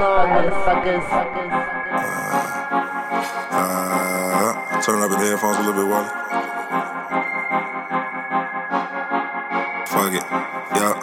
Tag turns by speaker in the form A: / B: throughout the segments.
A: motherfuckers.
B: Uh, turn up the headphones a little bit, Wally. Fuck it. Yeah.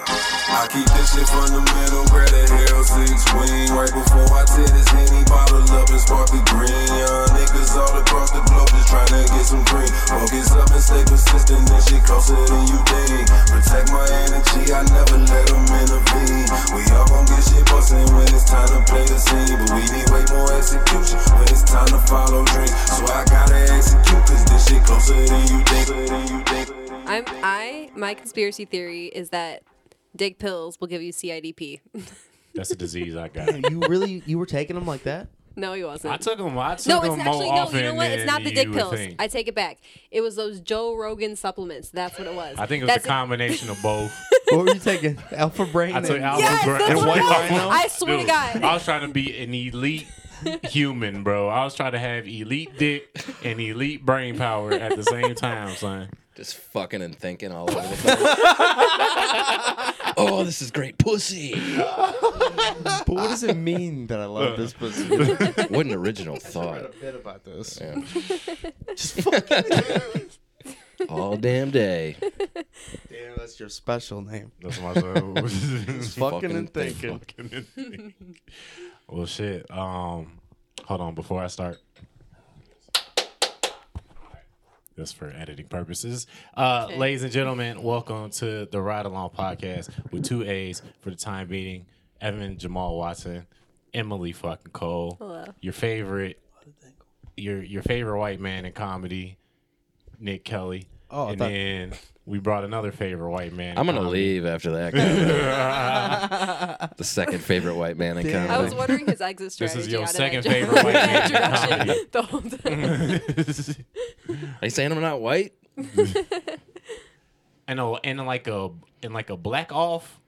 C: I keep this shit from the middle, grab the hell six wing. Right before I tear this henny bottle up and spark the green. Young niggas all across the globe just trying to get some green. Focus up and stay persistent, this shit closer than you think. Protect my energy, I never let them intervene. We all gon' get shit bustin' when it's time to play the scene. But we need way more execution when it's time to follow dreams. So I gotta execute, cause this shit closer than you think. Than you think.
D: I'm I my conspiracy theory is that dig pills will give you CIDP.
E: That's a disease I got.
F: You really you were taking them like that?
D: no, he wasn't.
E: I took them. I took
D: no, it's
E: them more
D: actually no.
E: often
D: You know what? It's
E: than
D: not the dick
E: you would
D: pills.
E: think.
D: I take it back. It was those Joe Rogan supplements. That's what it was.
E: I think it was
D: That's
E: a combination of both.
F: What were you taking? Alpha brain.
E: I took
F: and-
E: Alpha
D: Yes,
E: Brain
D: that's
E: and
D: what
E: White
D: it was.
E: Rhino.
D: I swear to
E: Dude,
D: God.
E: I was trying to be an elite human, bro. I was trying to have elite dick and elite brain power at the same time, son.
G: Just fucking and thinking all over the place. oh, this is great pussy.
F: But what does it mean that I
E: Uh.
F: love this pussy?
G: What an original thought.
F: bit about this.
G: Yeah. All damn day.
F: Damn, that's your special name.
E: That's my soul.
F: Fucking,
G: fucking
F: and
G: think-
F: thinking.
E: well, shit. Um, hold on before I start. That's for editing purposes. Uh, Ladies and gentlemen, welcome to the Ride Along Podcast with two A's for the time being. Evan Jamal Watson, Emily fucking Cole, your favorite, your your favorite white man in comedy, Nick Kelly.
F: Oh, I
E: and
F: thought-
E: then we brought another favorite white man. in
G: I'm gonna
E: comedy.
G: leave after that. comment. the second favorite white man in
F: Damn.
D: I was
G: comedy.
D: wondering his exit strategy.
E: is your
D: out of
E: second
D: that
E: favorite white man
D: introduction the whole time.
G: Are you saying I'm not white?
E: and a and like a and like a black off,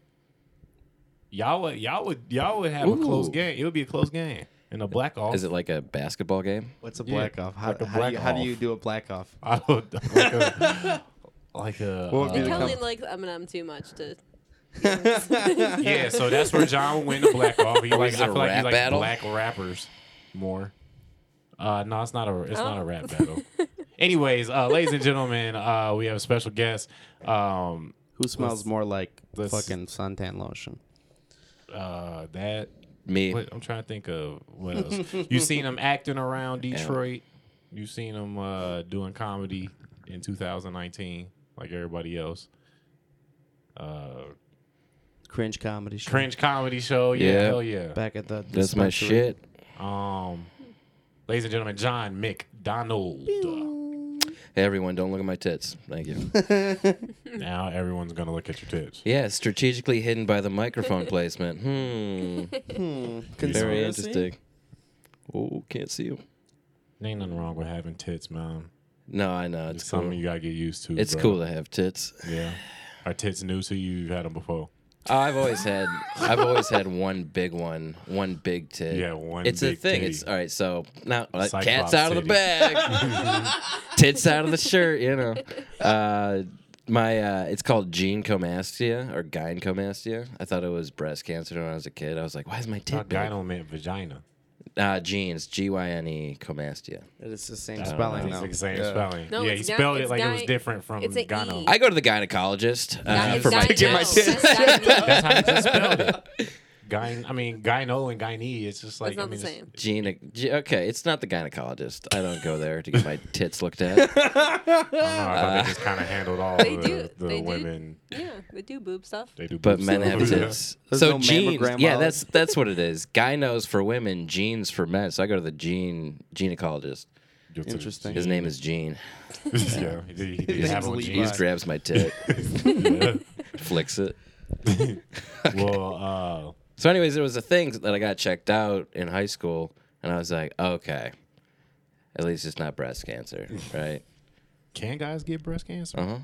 E: y'all would y'all would y'all would have a close
G: Ooh.
E: game. It would be a close game. And a black off,
G: Is it like a basketball game?
F: What's a
E: Yeah,
F: black off? How,
E: like a
F: how do you, how
E: black
F: do you
E: off.
F: do a black off?
E: I would like a like a
F: What would be
E: uh,
F: the
D: Kelly
F: com-
D: likes M&M too much to.
E: uh, yeah. So that's where John would win the black off. He like
G: Oh, is
E: I
G: it a
E: feel like he
G: rap
E: like
G: battle?
E: black rappers more. Uh, no, it's not a it's not a rap battle. Anyways, uh, ladies and gentlemen, uh, we have a special guest. Um,
F: Who smells more like
E: let's-
F: fucking suntan lotion?
E: uh, that
G: Me.
E: What, I'm trying to think of what else. you seen him acting around Detroit. You seen him uh, doing comedy in 2019, like everybody else. Uh,
F: Cringe comedy. show.
E: cringe comedy show. Yeah,
G: Yeah.
E: hell yeah.
F: Back at the.
G: That's my
F: dispensary.
G: shit.
E: Um, ladies and gentlemen, John McDonald.
G: Hey everyone, don't look at my tits. Thank you.
E: Now everyone's gonna look at your tits.
G: Yeah, strategically hidden by the microphone placement. Hmm. Very interesting. Oh, can't see you.
E: Ain't nothing wrong with having tits, man.
G: No, I know.
E: It's
G: It's
E: something
G: cool.
E: you gotta get used to.
G: It's
E: bro.
G: cool to have tits.
E: Yeah. Are tits new to you? You've had them before.
G: I've always had I've always had one big one, one big tit.
E: Yeah, one
G: It's a
E: big
G: thing.
E: titty.
G: It's all right. So now uh,
E: Cyclops
G: cat's out
E: titty.
G: of the bag, tits out of the shirt. You know, uh, my uh, it's called gynecomastia or gynecomastia. I thought it was breast cancer when I was a kid. I was like, why is my tit
E: Not
G: big?
E: Uh, gyno meant vagina.
G: Uh, genes, G Y N E comastia.
F: It's the same
E: I don't
F: spelling
E: know.
F: now.
E: It's the same
F: Yeah.
E: spelling.
D: No,
E: yeah,
D: it's
E: he
D: gy-
E: spelled it
D: it's
E: like it was
D: gy-
E: different from
D: it's a
E: Ghana.
D: E.
G: I go to the gynecologist uh,
D: Guy-
G: for my
D: guy
G: tit.
D: knows. That's not me.
E: That's how you spelled it. Gyn, I mean, gyno and gynae. It's just like
D: It's not
E: I mean,
D: the
E: it's-
D: same.
G: Gene, G- okay, it's not the gynecologist. I don't go there to get my tits looked at.
E: I don't know. I thought they just kind of handled all
D: They
E: the,
D: do-
E: the
D: they do-
E: women.
D: Yeah, they do boob stuff.
E: They do,
G: But
E: boobs
G: men
E: too.
G: have tits.
F: There's
G: so
F: no
G: genes,
F: mammogram
G: yeah,
F: wallet?
G: that's that's what it is. Gynos for women, genes for men. So I go to the gene gynecologist.
E: Your tits.
F: Interesting.
G: His name is Gene.
E: yeah, he, he, he
F: name's
E: have on
F: Levi.
G: He
E: jeans.
G: just grabs my tit,
E: Yeah.
G: flicks it.
E: Well, uh,
G: So, anyways, there was a thing that I got checked out in high school, and I was like, okay, at least it's not breast cancer, right?
E: uh, can guys get breast cancer?
G: Uh huh.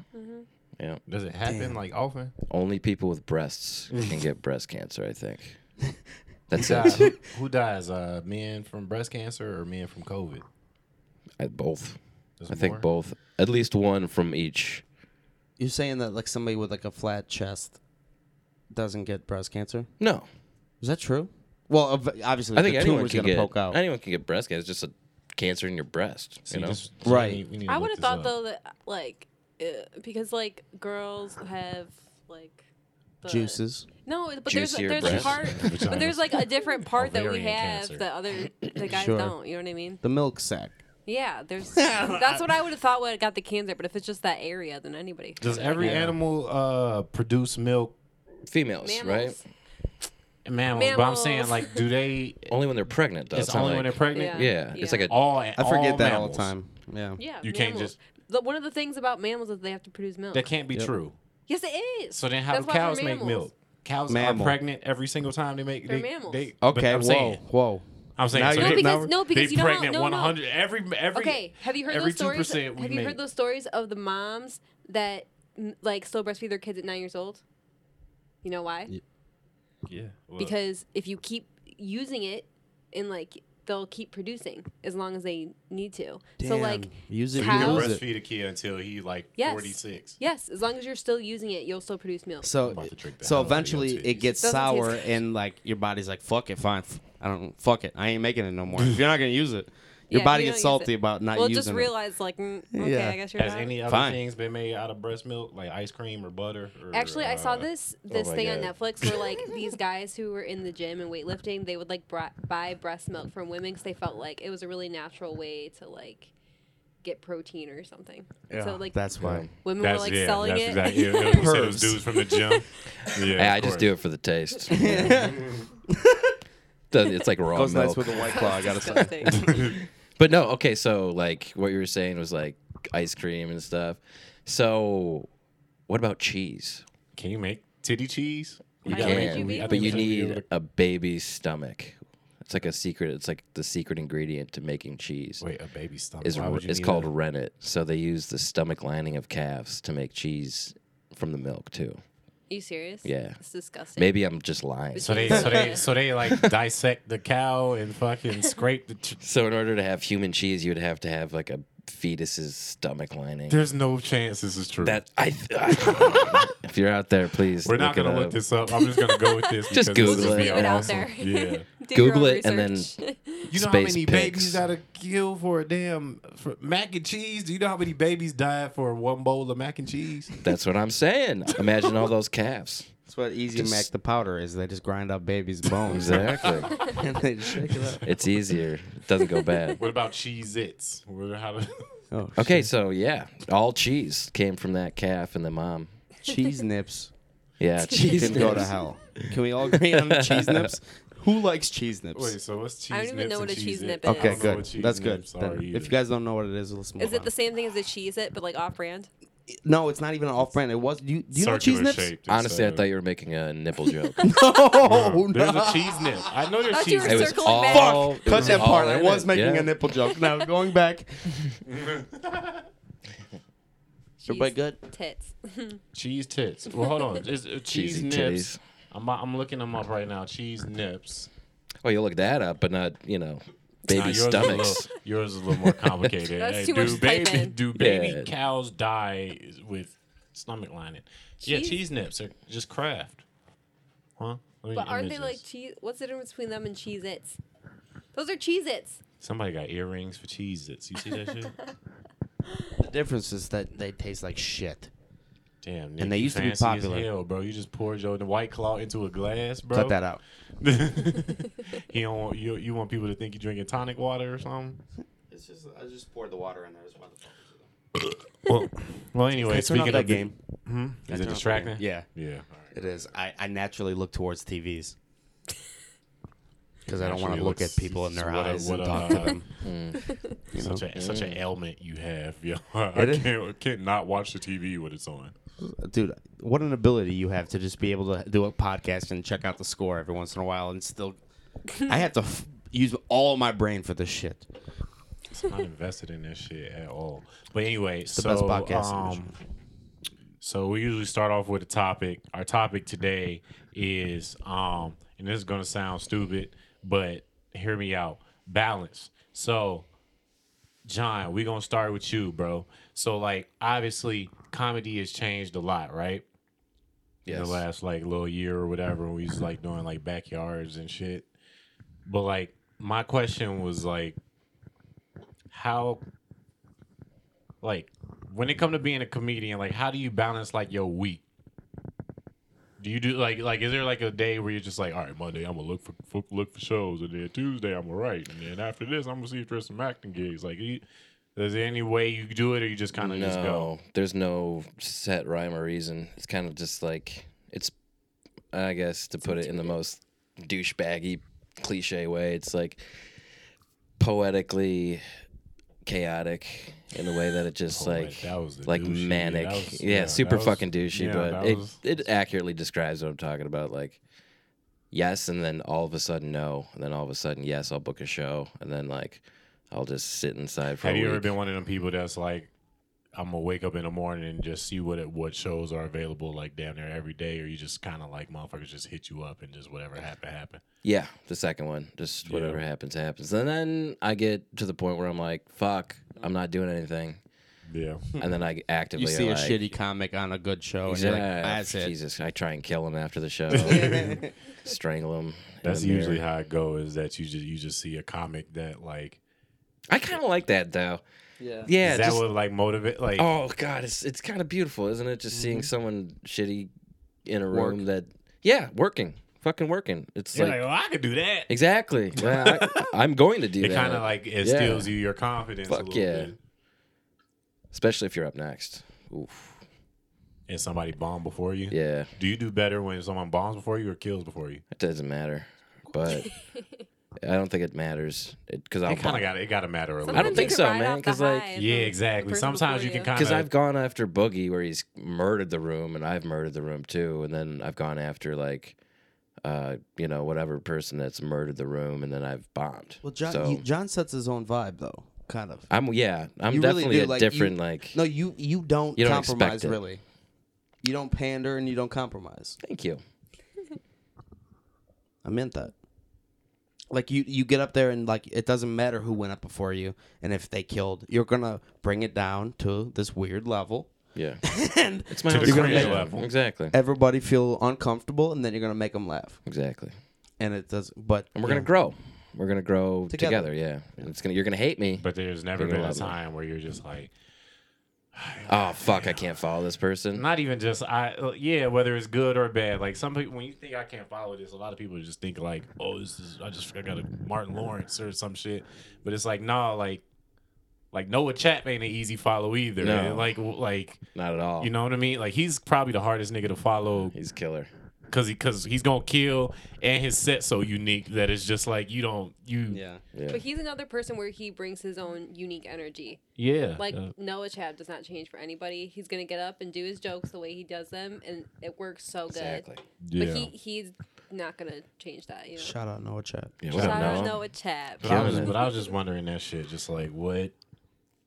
G: Yeah.
E: Does it happen like often?
G: Only people with breasts can get breast cancer. I think. That's
E: Guys, who,
G: it.
E: who dies? Uh, men from breast cancer or men from COVID?
G: I, both.
E: There's
G: I think
E: more?
G: both. At least one from each.
F: You're saying that like somebody with like a flat chest doesn't get breast cancer?
G: No.
F: Is that true? Well, ob- obviously,
G: I think
F: the
G: anyone
F: tumor's
G: can
F: gonna
G: get
F: poke out.
G: anyone can get breast cancer. It's just a cancer in your breast.
E: So
G: you know,
E: just- so we
F: Right.
E: need- we need to
D: I
E: look
D: would have
E: this
D: thought
E: up.
D: though that like uh, because like girls have like the,
F: Juices.
D: No, but there's
G: Juicier
D: a, there's a
G: breasts.
D: part, but there's like a different part that we
E: Ovarian
D: have
E: cancer.
D: that other the guys
F: Sure.
D: don't. You know what I mean?
F: The milk sack.
D: Yeah, there's that's what I would have thought when I got the cancer. But if it's just that area, then anybody.
E: Does every animal uh, produce milk?
G: females, right?
D: Mammals.
E: Mammals, But I'm
D: Mammals.
E: saying, like, do they?
G: Only when they're pregnant. Though.
E: It's
G: not
E: only when they're
G: like-
E: pregnant.
D: Yeah.
G: Yeah, it's like a.
E: All
F: I forget that all
E: mammals.
F: the time. Yeah.
D: Yeah,
E: You can't
D: mammals.
E: just-
D: The, one of the things about mammals is they have to produce milk.
E: That can't be true.
D: yes, it is.
E: So then, how
D: That's
E: do
D: why we're
E: cows make
D: mammals.
E: milk? Cows
F: Mammal.
E: are pregnant every single time they make.
D: They're
E: They,
D: mammals.
E: They, but
F: Okay.
E: I'm
F: whoa.
E: Saying,
F: Whoa.
E: I'm saying.
F: Now
E: so
D: No,
E: they,
F: you're-
D: because
F: now-
D: no, because
E: they
D: you don't.
E: pregnant
D: No,
E: one
D: no.
E: hundred every every.
D: Okay, have you heard
E: every
D: those stories?
E: 2% we
D: Have you
E: make.
D: heard those stories of the moms that n- like still breastfeed their kids at nine years old? You know why?
E: Yeah. well,
D: Because if you keep using it, and like they'll keep producing as long as they need to. So like,
F: use it.
E: you can
D: cows-
F: Use it.
E: breastfeed a kid until he like
D: Yes.
E: 46.
D: yes, as long as you're still using it, you'll still produce milk.
F: So,
E: about to drink the
F: so
E: hell out of your
F: eventually it
E: titties.
F: gets
D: Doesn't taste
F: sour,
D: good.
F: and like your body's like, "Fuck it, fine. F- I don't fuck it. I ain't making it no more. If you're not gonna use it, your
D: Yeah,
F: body
D: you
F: gets
D: don't use
F: salty
D: it.
F: about not
D: well,
F: using
D: just realize like, mm, okay,
F: Yeah.
D: I guess you're
E: Has
D: not.
E: any other
F: Fine.
E: things been made out of breast milk, like ice cream or butter? Or,
D: Actually, I saw
E: uh,
D: this this
G: Oh my
D: thing on
G: God.
D: Netflix where like these guys who were in the gym and weightlifting, they would like bra- buy breast milk from women because they felt like it was a really natural way to like get protein or something. And
E: Yeah,
D: so like
F: it. That's why.
D: women were like
E: yeah,
D: selling
E: that's
D: it.
E: Exactly, it. it was those
F: Pervs.
E: dudes from the gym. Yeah,
G: Yeah,
E: of
G: I just
E: course.
G: do it for the taste. it's like raw milk.
F: a white claw. I gotta
D: Disgusting.
G: But no, okay, so like what you were saying was like ice cream and stuff. So what about cheese?
E: Can you make titty cheese? We
D: I
E: gotta
D: don't
E: make-
D: think you
G: Can,
E: we- I
D: can.
E: think
G: but
E: we
G: you
E: should be able
G: need
E: to-
G: a baby's stomach. It's like a secret. It's like the secret ingredient to making cheese
E: Wait, a baby stomach.
G: is
E: Why would you
G: is
E: need
G: called
E: a-
G: rennet. So they use the stomach lining of calves to make cheese from the milk too.
D: you serious?
G: Yeah.
D: It's disgusting.
G: Maybe I'm just lying.
E: So they, so they, so they like dissect the cow and fucking scrape the. Ch-
G: So in order to have human cheese, you would have to have like a fetus's stomach lining.
E: There's no chance this is true.
G: That I, I- if you're out there, please
E: We're not
G: look it
E: gonna
G: up.
E: look this up. I'm just gonna go with this.
G: Just
E: because
G: Google
E: this
G: it.
E: would be
D: Leave it out
E: awesome.
D: there. Do
E: Yeah.
D: your
G: Google
D: own
G: it and then-
D: research.
E: You know how
G: Space
E: many
G: pigs.
E: babies gotta kill for a damn for mac and cheese? Do you know how many babies died for one bowl of mac and cheese?
G: That's what I'm saying. Imagine all those calves.
F: That's what Easy
G: Just-
F: Mac the powder is. They just grind up babies' bones
G: Exactly.
F: and they just shake it up.
G: it's easier. It doesn't go bad.
E: What about Cheez Its? What- how do-
F: Oh,
G: Okay, so yeah, all cheese came from that calf and the mom.
F: cheese nips
G: Yeah, cheese
F: can go to
G: nips.
F: hell. Can we all agree on cheese nips? Who likes cheese nips?
E: Wait, so what's cheese
D: I don't even
E: nips
D: know what
E: and
D: a
E: Cheez
D: cheese nip
E: Its?
D: is. I
F: Okay,
D: don't know
F: good. That's good. Then if you guys don't know what it is, let's move
D: Is it
F: on.
D: the same thing as the cheese it, but like off brand?
F: No, it's not even an off-brand. It was. Do you, do you know cheese nips?
G: Honestly, I thought you were making a nipple joke.
F: Oh no!
E: there's a cheese nip. I know there's
D: Thought you
E: cheese.
D: were
G: It
E: nips.
G: was
D: Circling
G: all.
D: back.
G: it
F: Cut
G: was
F: that
G: all
F: part. I
G: in
F: was
G: it,
F: making
G: yeah.
F: a nipple joke. Now going back. Everybody
D: Cheese
F: good?
D: Tits.
E: Cheese tits. Well, hold on. Is, uh, cheese
G: Cheesy
E: nips.
G: titties.
E: I'm, I'm looking them up right now. Cheese nips.
G: Oh, you look that up, but not you know, baby
E: Nah, yours Is a
G: stomachs.
E: little, yours is a little more complicated.
D: That's
E: Hey,
D: too
E: do
D: much to type
E: baby
D: in.
E: do baby
G: Yeah.
E: cows die with stomach lining? Yeah,
D: Cheese-
E: cheese nips are just craft. Huh? Let me
D: But aren't they
E: images.
D: like cheese? What's the difference between them and Cheez Its? Those are Cheez Its.
E: somebody got earrings for cheese its? You see that shit?
F: The difference is that they taste like shit.
E: Damn,
F: And they
E: you
F: used to be
E: fancy as
F: popular.
E: Hell, bro, you just poured your the white claw into a glass, bro.
F: Cut that out.
E: you don't want you, you want people to think you drinking tonic water or something.
F: It's just I just poured the water in there. As well.
E: Well, well anyway,
F: Turn off
E: speaking
F: that
E: of the-
F: game.
E: is it distracting?
F: Yeah,
E: yeah.
F: it is. I, I naturally look towards TVs because I don't want to
E: Naturally
F: look at
E: looks-
F: people in their
E: what a-
F: eyes
E: what
F: and
E: a,
F: talk to
E: uh,
F: them.
E: Such a such an ailment you have, yo. I
F: It is.
E: can't, I can't not watch the TV when it's on.
F: Dude, what an ability you have to just be able to do a podcast and check out the score every once in a while and still. I have to f- use all my brain for this shit.
E: I'm not invested in this shit at all. But anyway,
F: the
E: so
F: best podcast in
E: um, so we usually start off with a topic. Our topic today is um, and this is gonna sound stupid, but hear me out. Balance. So, John, we're gonna start with you, bro. So, like, obviously, comedy has changed a lot, right? in the last like little year or whatever. We was like doing like backyards and shit. But like my question was like how like when it come to being a comedian, like how do you balance like your week? Do you do like like is there like a day where you're just like, all right, Monday I'm gonna look for, for look for shows, and then Tuesday I'm gonna write, and then after this I'm gonna see if there's some acting gigs. Like, you, is there any way you do it, or you just kind of just go? "Oh,
G: No, there's no set rhyme or reason. It's kind of just like it's, I guess, to put it in the most douchebaggy, cliche way. It's like poetically chaotic in the way that it just
E: Poet,
G: like
E: that was the
G: like
E: douchey-
G: manic.
E: that was-
G: yeah,
E: yeah,
G: super
E: that was-
G: fucking douchey,
E: yeah,
G: but
E: that
G: it
E: was-
G: it accurately describes what I'm talking about. Like yes, and then all of a sudden no, and then all of a sudden yes, I'll book a show, and then like I'll just sit inside for.
E: Have
G: a
E: you ever
G: week.
E: been one of them people that's like, I'm gonna wake up in the morning and just see what it, what shows are available like down there every day, or you just kind of like motherfuckers just hit you up and just whatever happen happen.
G: Yeah, the second one. Just whatever happens, happens. And then I get to the point where I'm like, fuck, I'm not doing anything.
E: Yeah,
G: And then I actively
H: You see
G: like,
H: a shitty comic on a good show, and
G: yeah,
H: you're like, that's it.
G: Jesus, I try and kill him after the show, strangle him. in
E: that's
G: the mirror.
E: usually how it goes. Is that you just you just see a comic that like
G: I kind of like that though. Yeah, yeah.
E: is that
G: just-
E: would like motivate like
G: oh god, it's it's kind of beautiful, isn't it? Just
E: Mm-hmm.
G: seeing someone shitty in a room that yeah, working, fucking working. It's
E: you're
G: like
E: like, oh I could do that.
G: exactly. Yeah, I, am going to do
E: It
G: that.
E: kind of like instills you your confidence a
G: Fuck
E: little
G: yeah.
E: bit.
G: especially if you're up next. Oof.
E: And somebody bomb before you.
G: Yeah.
E: Do you do better when someone bombs before you or kills before you?
G: It doesn't matter, but I don't think it matters because I'll.
E: It kind of got it. Got to matter a little.
G: I don't
E: bit.
G: think so, man, 'cause, like-
E: Yeah, exactly. Sometimes you can kind
G: because
E: of
G: I've gone after Boogie where he's murdered the room and I've murdered the room too, and then I've gone after like, uh, you know, whatever person that's murdered the room, and then I've bombed.
F: Well, John,
G: so
F: you, John sets his own vibe though, kind of.
G: I'm yeah, I'm
F: You really
G: definitely
F: do,
G: a
F: like, you-
G: different like.
F: No, you you don't,
G: You don't expect
F: compromise
G: it.
F: really. You don't pander and you don't compromise.
G: Thank you.
F: I meant that. Like you you get up there and like it doesn't matter who went up before you and if they killed, you're gonna bring it down to this weird level.
G: Yeah,
F: And
G: it's my
E: To
G: own
E: the
G: story.
E: cringe level.
G: Exactly.
F: everybody feel uncomfortable and then you're gonna make them laugh.
G: Exactly.
F: And it does but
G: And we're gonna grow. We're gonna grow
F: Together.
G: together. yeah, and it's gonna. You're gonna hate me.
E: But there's never
G: You're
E: been a
G: lovely.
E: time where you're just like,
G: oh fuck! I can't follow this person.
E: not even just I. uh, Yeah, whether it's good or bad. Like some people, when you think I can't follow this, a lot of people just think like, oh, this is I just I got a Martin Lawrence or some shit. But it's like, nah, like, like Noah Chap ain't an easy follow either.
G: No. Oh.
E: And, Like, w- like
G: Not at all.
E: you know what I mean? Like he's probably the hardest nigga to follow
G: he's killer.
E: because he because he's gonna kill and his set so unique that it's just like you don't you
F: Yeah.
G: Yeah.
D: But he's another person where he brings his own unique energy.
E: yeah
D: Like
E: uh,
D: Noah Chad does not change for anybody. He's gonna get up and do his jokes the way he does them, and it works so good.
G: Exactly.
E: yeah.
D: But he he's not gonna change that. You know.
F: Shout out Noah Chat.
G: Yeah,
D: Shout
G: what up,
D: out
G: Noah?
D: Noah Chad.
E: but, I was,
G: Killing it.
E: but I was just wondering that shit. Just like what.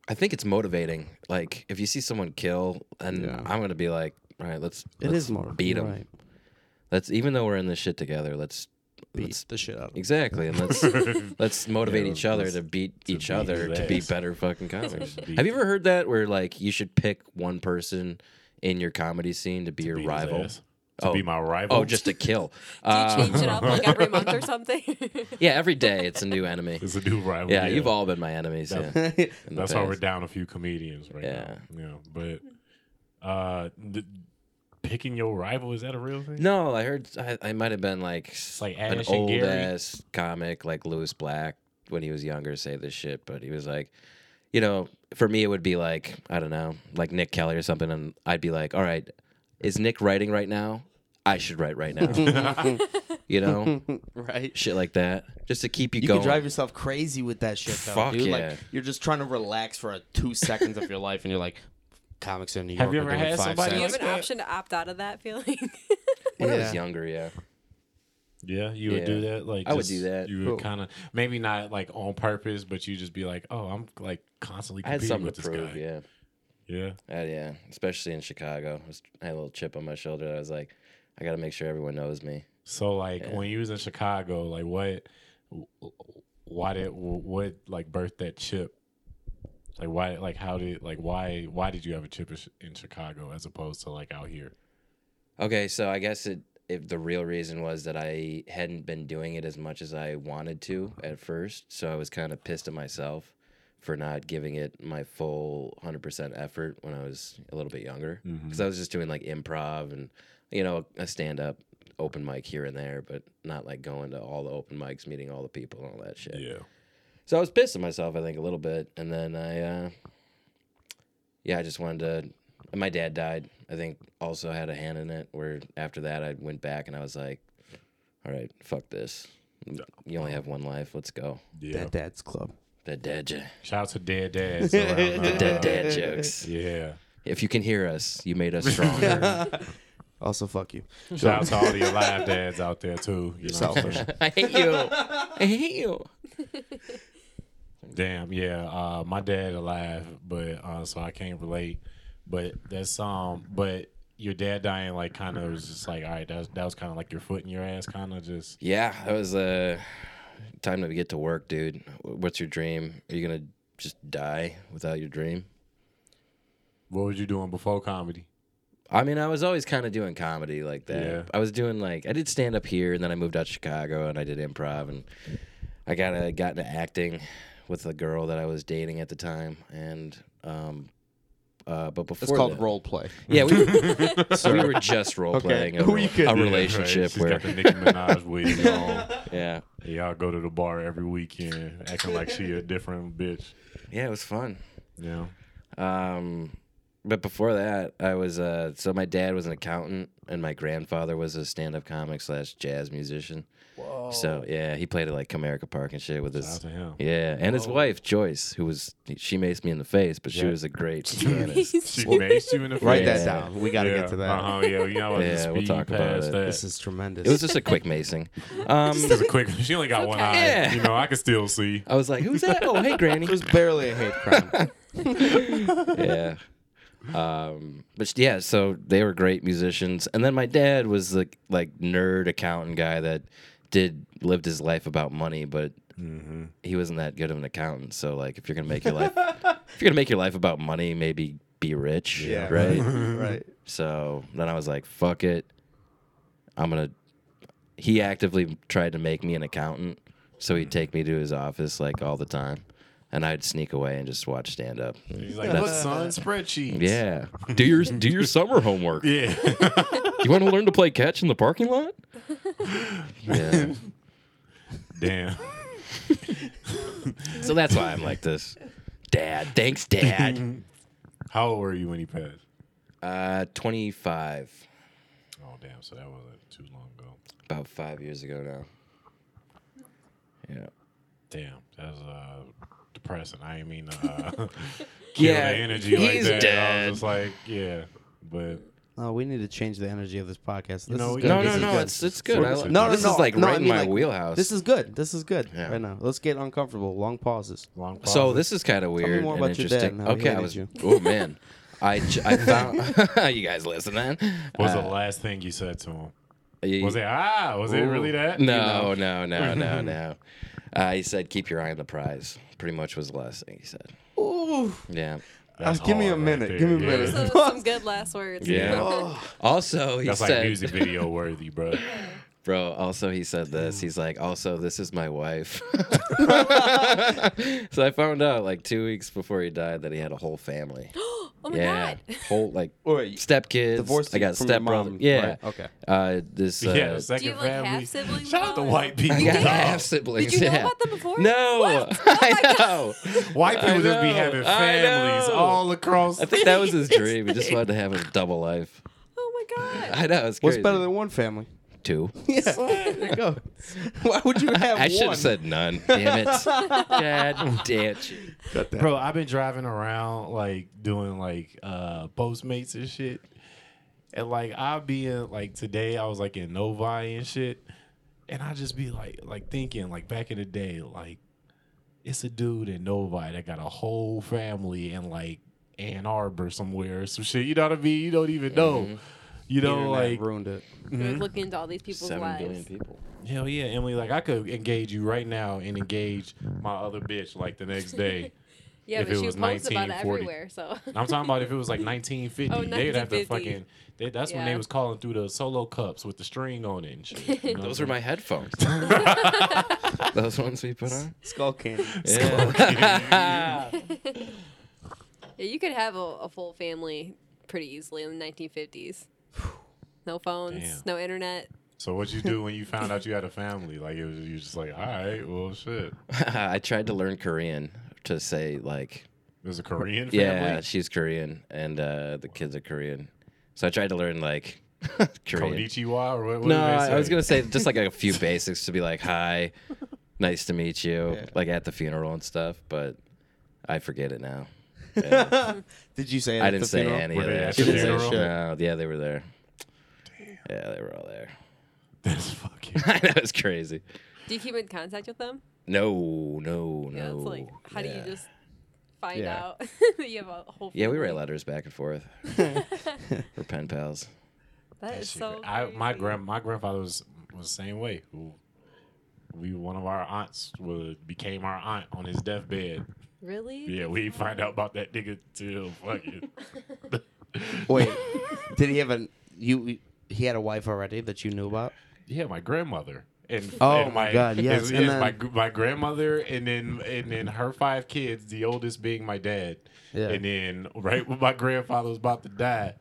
G: I think it's motivating. Like if you see someone kill, and
F: Yeah.
G: I'm gonna be like, all right, let's
F: It
G: let's
F: is more
G: beat
F: you're
G: him.
F: right.
G: Let's even though we're in this shit together, let's
F: Beat
G: let's
F: the shit out of him.
G: exactly and let's let's motivate
E: Yeah,
G: each other
E: let's-
G: to beat each
E: beat
G: other
E: his
G: to be
E: ass.
G: better fucking comics.
E: beat-
G: Have you ever heard that where like you should pick one person in your comedy scene to be your
E: beat his
G: rival?
E: ass. To
G: Oh.
E: be my rival.
G: Oh, just to kill.
D: Do you
G: Uh,
D: change it up like every month or something?
G: yeah, every day it's a new enemy.
E: It's a new rival.
G: Yeah, you've all been my enemies. Yeah. in the
E: That's why we're
G: past.
E: down a few comedians right
G: Yeah.
E: now. Yeah, but uh, th- picking your rival is that a real thing?
G: No, I heard I, I might have been like, s-
E: like
G: an
E: Ash and
G: old
E: Gary.
G: ass comic like Lewis Black when he was younger say this shit, but he was like, you know, for me it would be like I don't know, like Nick Kelly or something, and I'd be like, all right, is Nick writing right now? I should write right now, you know,
F: right?
G: shit like that, just to keep you,
F: You
G: going.
F: can drive yourself crazy with that shit though.
G: Fuck
F: dude.
G: yeah.
F: Like you're just trying to relax for uh, two seconds of your life and you're like comics in New York.
E: Have you
F: are
E: ever
F: doing
E: had
F: five
E: somebody
D: Do you
F: cents."
D: have an option to opt out of that feeling?
G: when I was
F: Yeah.
G: younger, yeah,
E: Yeah, you would
G: Yeah.
E: do that. Like
G: I would
E: just-
G: do that.
E: You
F: Cool.
E: would kind of maybe not like on purpose, but you just be like, oh, I'm like constantly
G: I had
E: competing
G: something
E: with
G: to
E: this
G: prove,
E: guy.
G: yeah.
E: yeah.
G: Uh, yeah, especially in Chicago, I, was, I had a little chip on my shoulder. I was like, I got to make sure everyone knows me.
E: So like when you was in Chicago, like what, why did what like birthed that chip? Like why? Like how did like why why did you have a chip in Chi- in Chicago as opposed to like out here?
G: Okay, so I guess it if the real reason was that I hadn't been doing it as much as I wanted to at first, so I was kind of pissed at myself for not giving it my full 100% effort when I was a little bit younger because I was just doing like improv and you know a stand up open mic here and there, but not like going to all the open mics, meeting all the people and all that shit.
E: Yeah.
G: So I was pissed at myself, I think, a little bit, and then I, uh, yeah, I just wanted to. My dad died. I think also had a hand in it. Where after that, I went back and I was like, "All right, fuck this. You only have one life. Let's go."
E: Yeah.
F: That dad's club.
G: The dad, jo-
E: Shout out to dead dads. around, uh,
G: dead dad jokes.
E: Yeah.
G: If you can hear us, you made us stronger.
F: Also, fuck you.
E: Shout out to all the alive dads out there too. You know what I'm saying?
G: I hate you. I hate you.
E: Damn, yeah. Uh, my dad alive, but uh, so I can't relate. But that's um, but your dad dying like kind of was just like, all right, that was, that was kind of like your foot in your ass, kind of just
G: Yeah, that was uh, time to get to work, dude. What's your dream? Are you gonna just die without your dream?
E: what was you doing before comedy?
G: I mean, I was always kind of doing comedy like that.
E: Yeah.
G: I was doing like I did stand up here, and then I moved out to Chicago, and I did improv, and I got uh, got into acting with a girl that I was dating at the time, and um, uh, but before
H: It's called
G: that-
H: role play.
G: Yeah, we were, we were just role playing
H: Who you
G: a,
H: kidding?
G: a
E: Yeah, right.
G: relationship
E: She's
G: where
E: got the Nicki Minaj wig on.
G: yeah,
E: Y'all go to the bar every weekend, acting like she a different bitch.
G: yeah, it was fun.
E: You know,
G: Um, but before that, I was uh, so my dad was an accountant, and my grandfather was a stand-up comic slash jazz musician. Whoa! So yeah, he played at like Comerica Park and shit with
E: shout out
G: his
E: to him.
G: yeah, and his wife Joyce, who was she maced me in the face, but she
E: Yeah.
G: was a great pianist.
E: She maced you in the face.
F: Write
G: Yeah.
F: that down. We got to get to that.
E: Uh-huh, yeah, you know,
G: Yeah,
E: yeah,
G: we'll
E: we'll
G: talk
E: talk
G: about
E: past
G: it.
E: that.
F: This is tremendous.
G: It was just a quick macing. Um,
E: Just a quick. She only got one eye.
G: Yeah.
E: You know, I can still see.
G: I was like, "Who's that? Oh, hey, Granny."
F: It was barely a hate crime.
G: yeah. Um, but yeah, so they were great musicians, and then my dad was the like nerd accountant guy that did lived his life about money, but he wasn't that good of an accountant. So like, if you're gonna make your life, if you're gonna make your life about money, maybe be rich,
F: Yeah.
G: right?
F: right.
G: so then I was like, fuck it, I'm gonna. He actively tried to make me an accountant, so he'd take me to his office like all the time, and I'd sneak away and just watch stand up.
E: He's like, "Look, son, spreadsheets."
G: Yeah. Do your do your summer homework.
E: Yeah.
G: You want to learn to play catch in the parking lot? Yeah.
E: Damn.
G: So that's why I'm like this. Dad, thanks, Dad.
E: How old were you when he passed?
G: Uh, 25,
E: Oh damn! So that wasn't too long ago.
G: about five years ago now. Yeah.
E: Damn, that's uh depressing. I didn't mean to uh, kill
G: Yeah,
E: the energy like
G: he's
E: that. I
G: dead.
E: was just like, yeah, but
F: Oh, we need to change the energy of this podcast. This
E: know,
F: is
E: we
F: good.
E: gotta
F: This
G: No, no,
F: is
G: no.
F: good.
G: It's it's good. I
E: This
G: li-
E: is-
F: no, no,
G: this
F: no.
G: is like
F: no,
G: right
F: I
G: in
F: mean,
G: my
F: like,
G: wheelhouse.
F: This is good. This is good
G: Yeah.
F: right now. Let's get uncomfortable. Long pauses.
E: long. Pause.
G: so this is kind of weird
F: more
G: and
F: about your dad
G: interesting.
F: and how he
G: okay, I
F: hated
G: was.
F: you.
G: Oh man, I, j- I found you guys listening.
E: was
G: Uh,
E: the last thing you said to him?
G: you-
E: Was it ah? Was it really that? You
G: No,
E: know?
G: no, no, no, no. Uh, he said, "Keep your eye on the prize." Pretty much was the last thing he said.
F: Ooh,
G: Yeah,
E: That's
F: Uh, give me a
E: hard right
F: minute,
E: there,
F: give me a
E: yeah.
F: minute.
D: Some, some good last words.
G: yeah.
D: Oh.
G: Also, he
E: That's like
G: said,
E: music video worthy, bro.
G: "Bro." Also, he said this. He's like, "Also, this is my wife." so I found out like two weeks before he died that he had a whole family.
D: Oh my
G: yeah,
D: god.
G: whole like
F: Wait,
G: stepkids.
F: Divorced
G: I got
F: from your
G: stepbrother.
F: mom,
G: Yeah.
F: right? Okay.
G: Uh, this. Uh,
E: yeah,
D: Do you
E: second
D: have like
E: family.
D: half siblings?
E: Shout out to white people.
G: I got
E: dog.
G: half siblings.
D: Did you know
G: yeah.
D: about them before?
G: No,
D: What? Oh
G: I
D: my God.
G: know.
E: White people
G: I
E: just be
G: know,
E: having
G: I
E: families
G: know.
E: all across.
G: I think that was his dream. He just wanted to have a double life.
D: Oh my god.
G: I know. It's
F: What's
G: crazy.
F: better than one family?
G: two?
F: Yeah. there you go. Why would you have
G: I
F: one?
G: should have said none. Damn it. God damn it.
E: Bro, I've been driving around like doing like uh postmates and shit. And like I'll be in like today I was like in Novi and shit. And I just be like like thinking like back in the day, like it's a dude in Novi that got a whole family in like Ann Arbor somewhere or some shit. You know what I mean? You don't even know. You know,
F: Internet
E: like
F: ruined it.
D: You're
E: Mm-hmm.
D: looking into all these people's
G: Seven
D: lives.
G: billion people.
E: Hell yeah, Emily. Like I could engage you right now and engage my other bitch like the next day.
D: Yeah,
E: if
D: but
E: it
D: she
E: was
D: posts about it
E: 1940.
D: everywhere. So
E: I'm talking about if it was like 1950,
D: Oh,
E: they'd have to
D: 1950.
E: fucking. They, that's when they
D: Yeah.
E: was calling through the solo cups with the string on it. And shit, you know
G: Those were
E: what
G: my headphones. Those ones we put on.
F: Skull Candy.
G: Yeah.
D: yeah, you could have a, a full family pretty easily in the 1950s. No phones,
E: Damn.
D: no internet.
E: So what you do when you found out you had a family? Like it was, you just like, all right, well, shit.
G: I tried to learn Korean to say like,
E: There's a Korean family.
G: yeah, she's Korean and uh, the kids are Korean. So I tried to learn like Korean.
E: Konnichiwa or what? what do
G: No,
E: they
G: I was
E: say?
G: gonna say just like a few basics to be like, hi, nice to meet you, like at the funeral and stuff. But I forget it now.
F: Did you say? it
G: I
F: at
G: didn't
F: the
G: say
F: funeral?
G: any
E: Were
G: of
E: they
G: that.
E: at the
G: She didn't say
E: funeral?
G: shit. No, yeah, they were there. Yeah, they were all there.
E: That's fucking.
G: that was crazy.
D: Do you keep in contact with them?
G: No, no, no.
D: Yeah, it's like how
G: Yeah.
D: do you just find
F: Yeah.
D: out that you have a whole?
G: Yeah, we
D: family?
G: write letters back and forth. We're pen pals.
D: That is so.
E: I, my
D: crazy.
E: grand my grandfather was was the same way. Who we one of our aunts was, became our aunt on his deathbed.
D: Really?
E: Yeah, we didn't find out about that nigga till fucking.
F: Wait, did he have an you? He had a wife already that you knew about.
E: yeah, my grandmother. And,
F: Oh
E: and
F: my God, yes,
E: is-
F: and
E: is my
F: then-
E: gr- my grandmother, and then and then her five kids, the oldest being my dad,
F: Yeah.
E: and then right when my grandfather was about to die,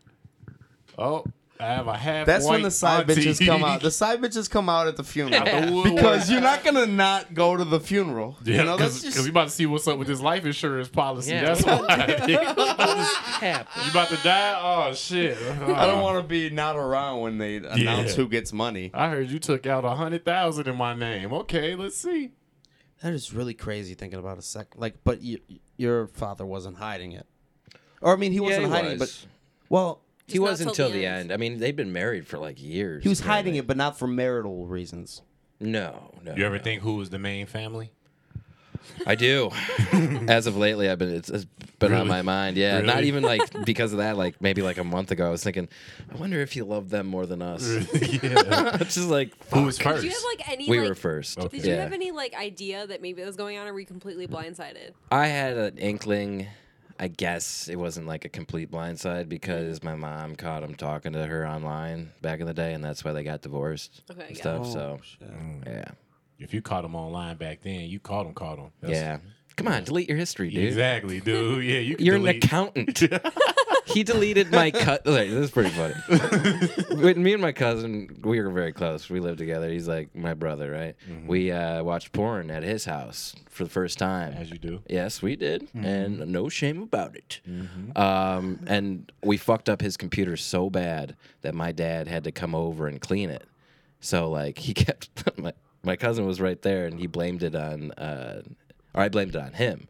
E: oh, I have a half.
F: That's when the side
E: auntie.
F: bitches come out. The side bitches come out at the funeral
E: Out the woodwork.
F: because you're not gonna not go to the funeral.
E: Yeah,
F: you know, that's
E: because
F: just
E: we about to see what's up with this life insurance policy.
G: Yeah.
E: That's why. you about to die? Oh shit!
F: I don't want to be not around when they announce
E: Uh-huh. Yeah.
F: who gets money.
E: I heard you took out a hundred thousand in my name. Okay, let's see.
F: That is really crazy thinking about a sec. Like, but you, your father wasn't hiding it, or I mean, he wasn't hiding it. But well,
G: he
D: Just not
G: was
D: till
G: until
D: the
G: the
D: end.
G: end. I mean, they've been married for like years.
F: he was hiding it, but not for marital reasons.
G: No, no.
E: You ever
G: no.
E: think who was the main family?
G: I do. As of lately, I've been it's, it's been on
E: Really?
G: my mind. Yeah, not
E: Really?
G: even like because of that. Like maybe like a month ago, I was thinking, I wonder if he loved them more than us.
E: yeah.
G: it's just like
E: Who was first?
D: Did you have like any?
G: we
D: like,
G: were first.
E: Okay.
D: Did you
G: yeah,
D: have any like idea that maybe it was going on, or were you completely blindsided?
G: I had an inkling. I guess it wasn't like a complete blindside because my mom caught him talking to her online back in the day, and that's why they got divorced
D: Okay,
G: and
D: yeah.
G: stuff.
E: Oh,
G: so yeah,
E: if you caught him online back then, you caught him. Caught him. That's-
G: yeah. Come on, delete your history, dude.
E: Exactly, dude. Yeah, you. Can
G: You're
E: delete.
G: an accountant. he deleted my cut. This is pretty funny. When me and my cousin, we were very close. We lived together. He's like my brother, right?
E: Mm-hmm.
G: We uh, watched porn at his house for the first time.
E: As you do.
G: Yes, we did,
E: Mm-hmm.
G: and no shame about it. Um, and we fucked up his computer so bad that my dad had to come over and clean it. So like he kept my my cousin was right there, and he blamed it on, uh, or I blamed it on him.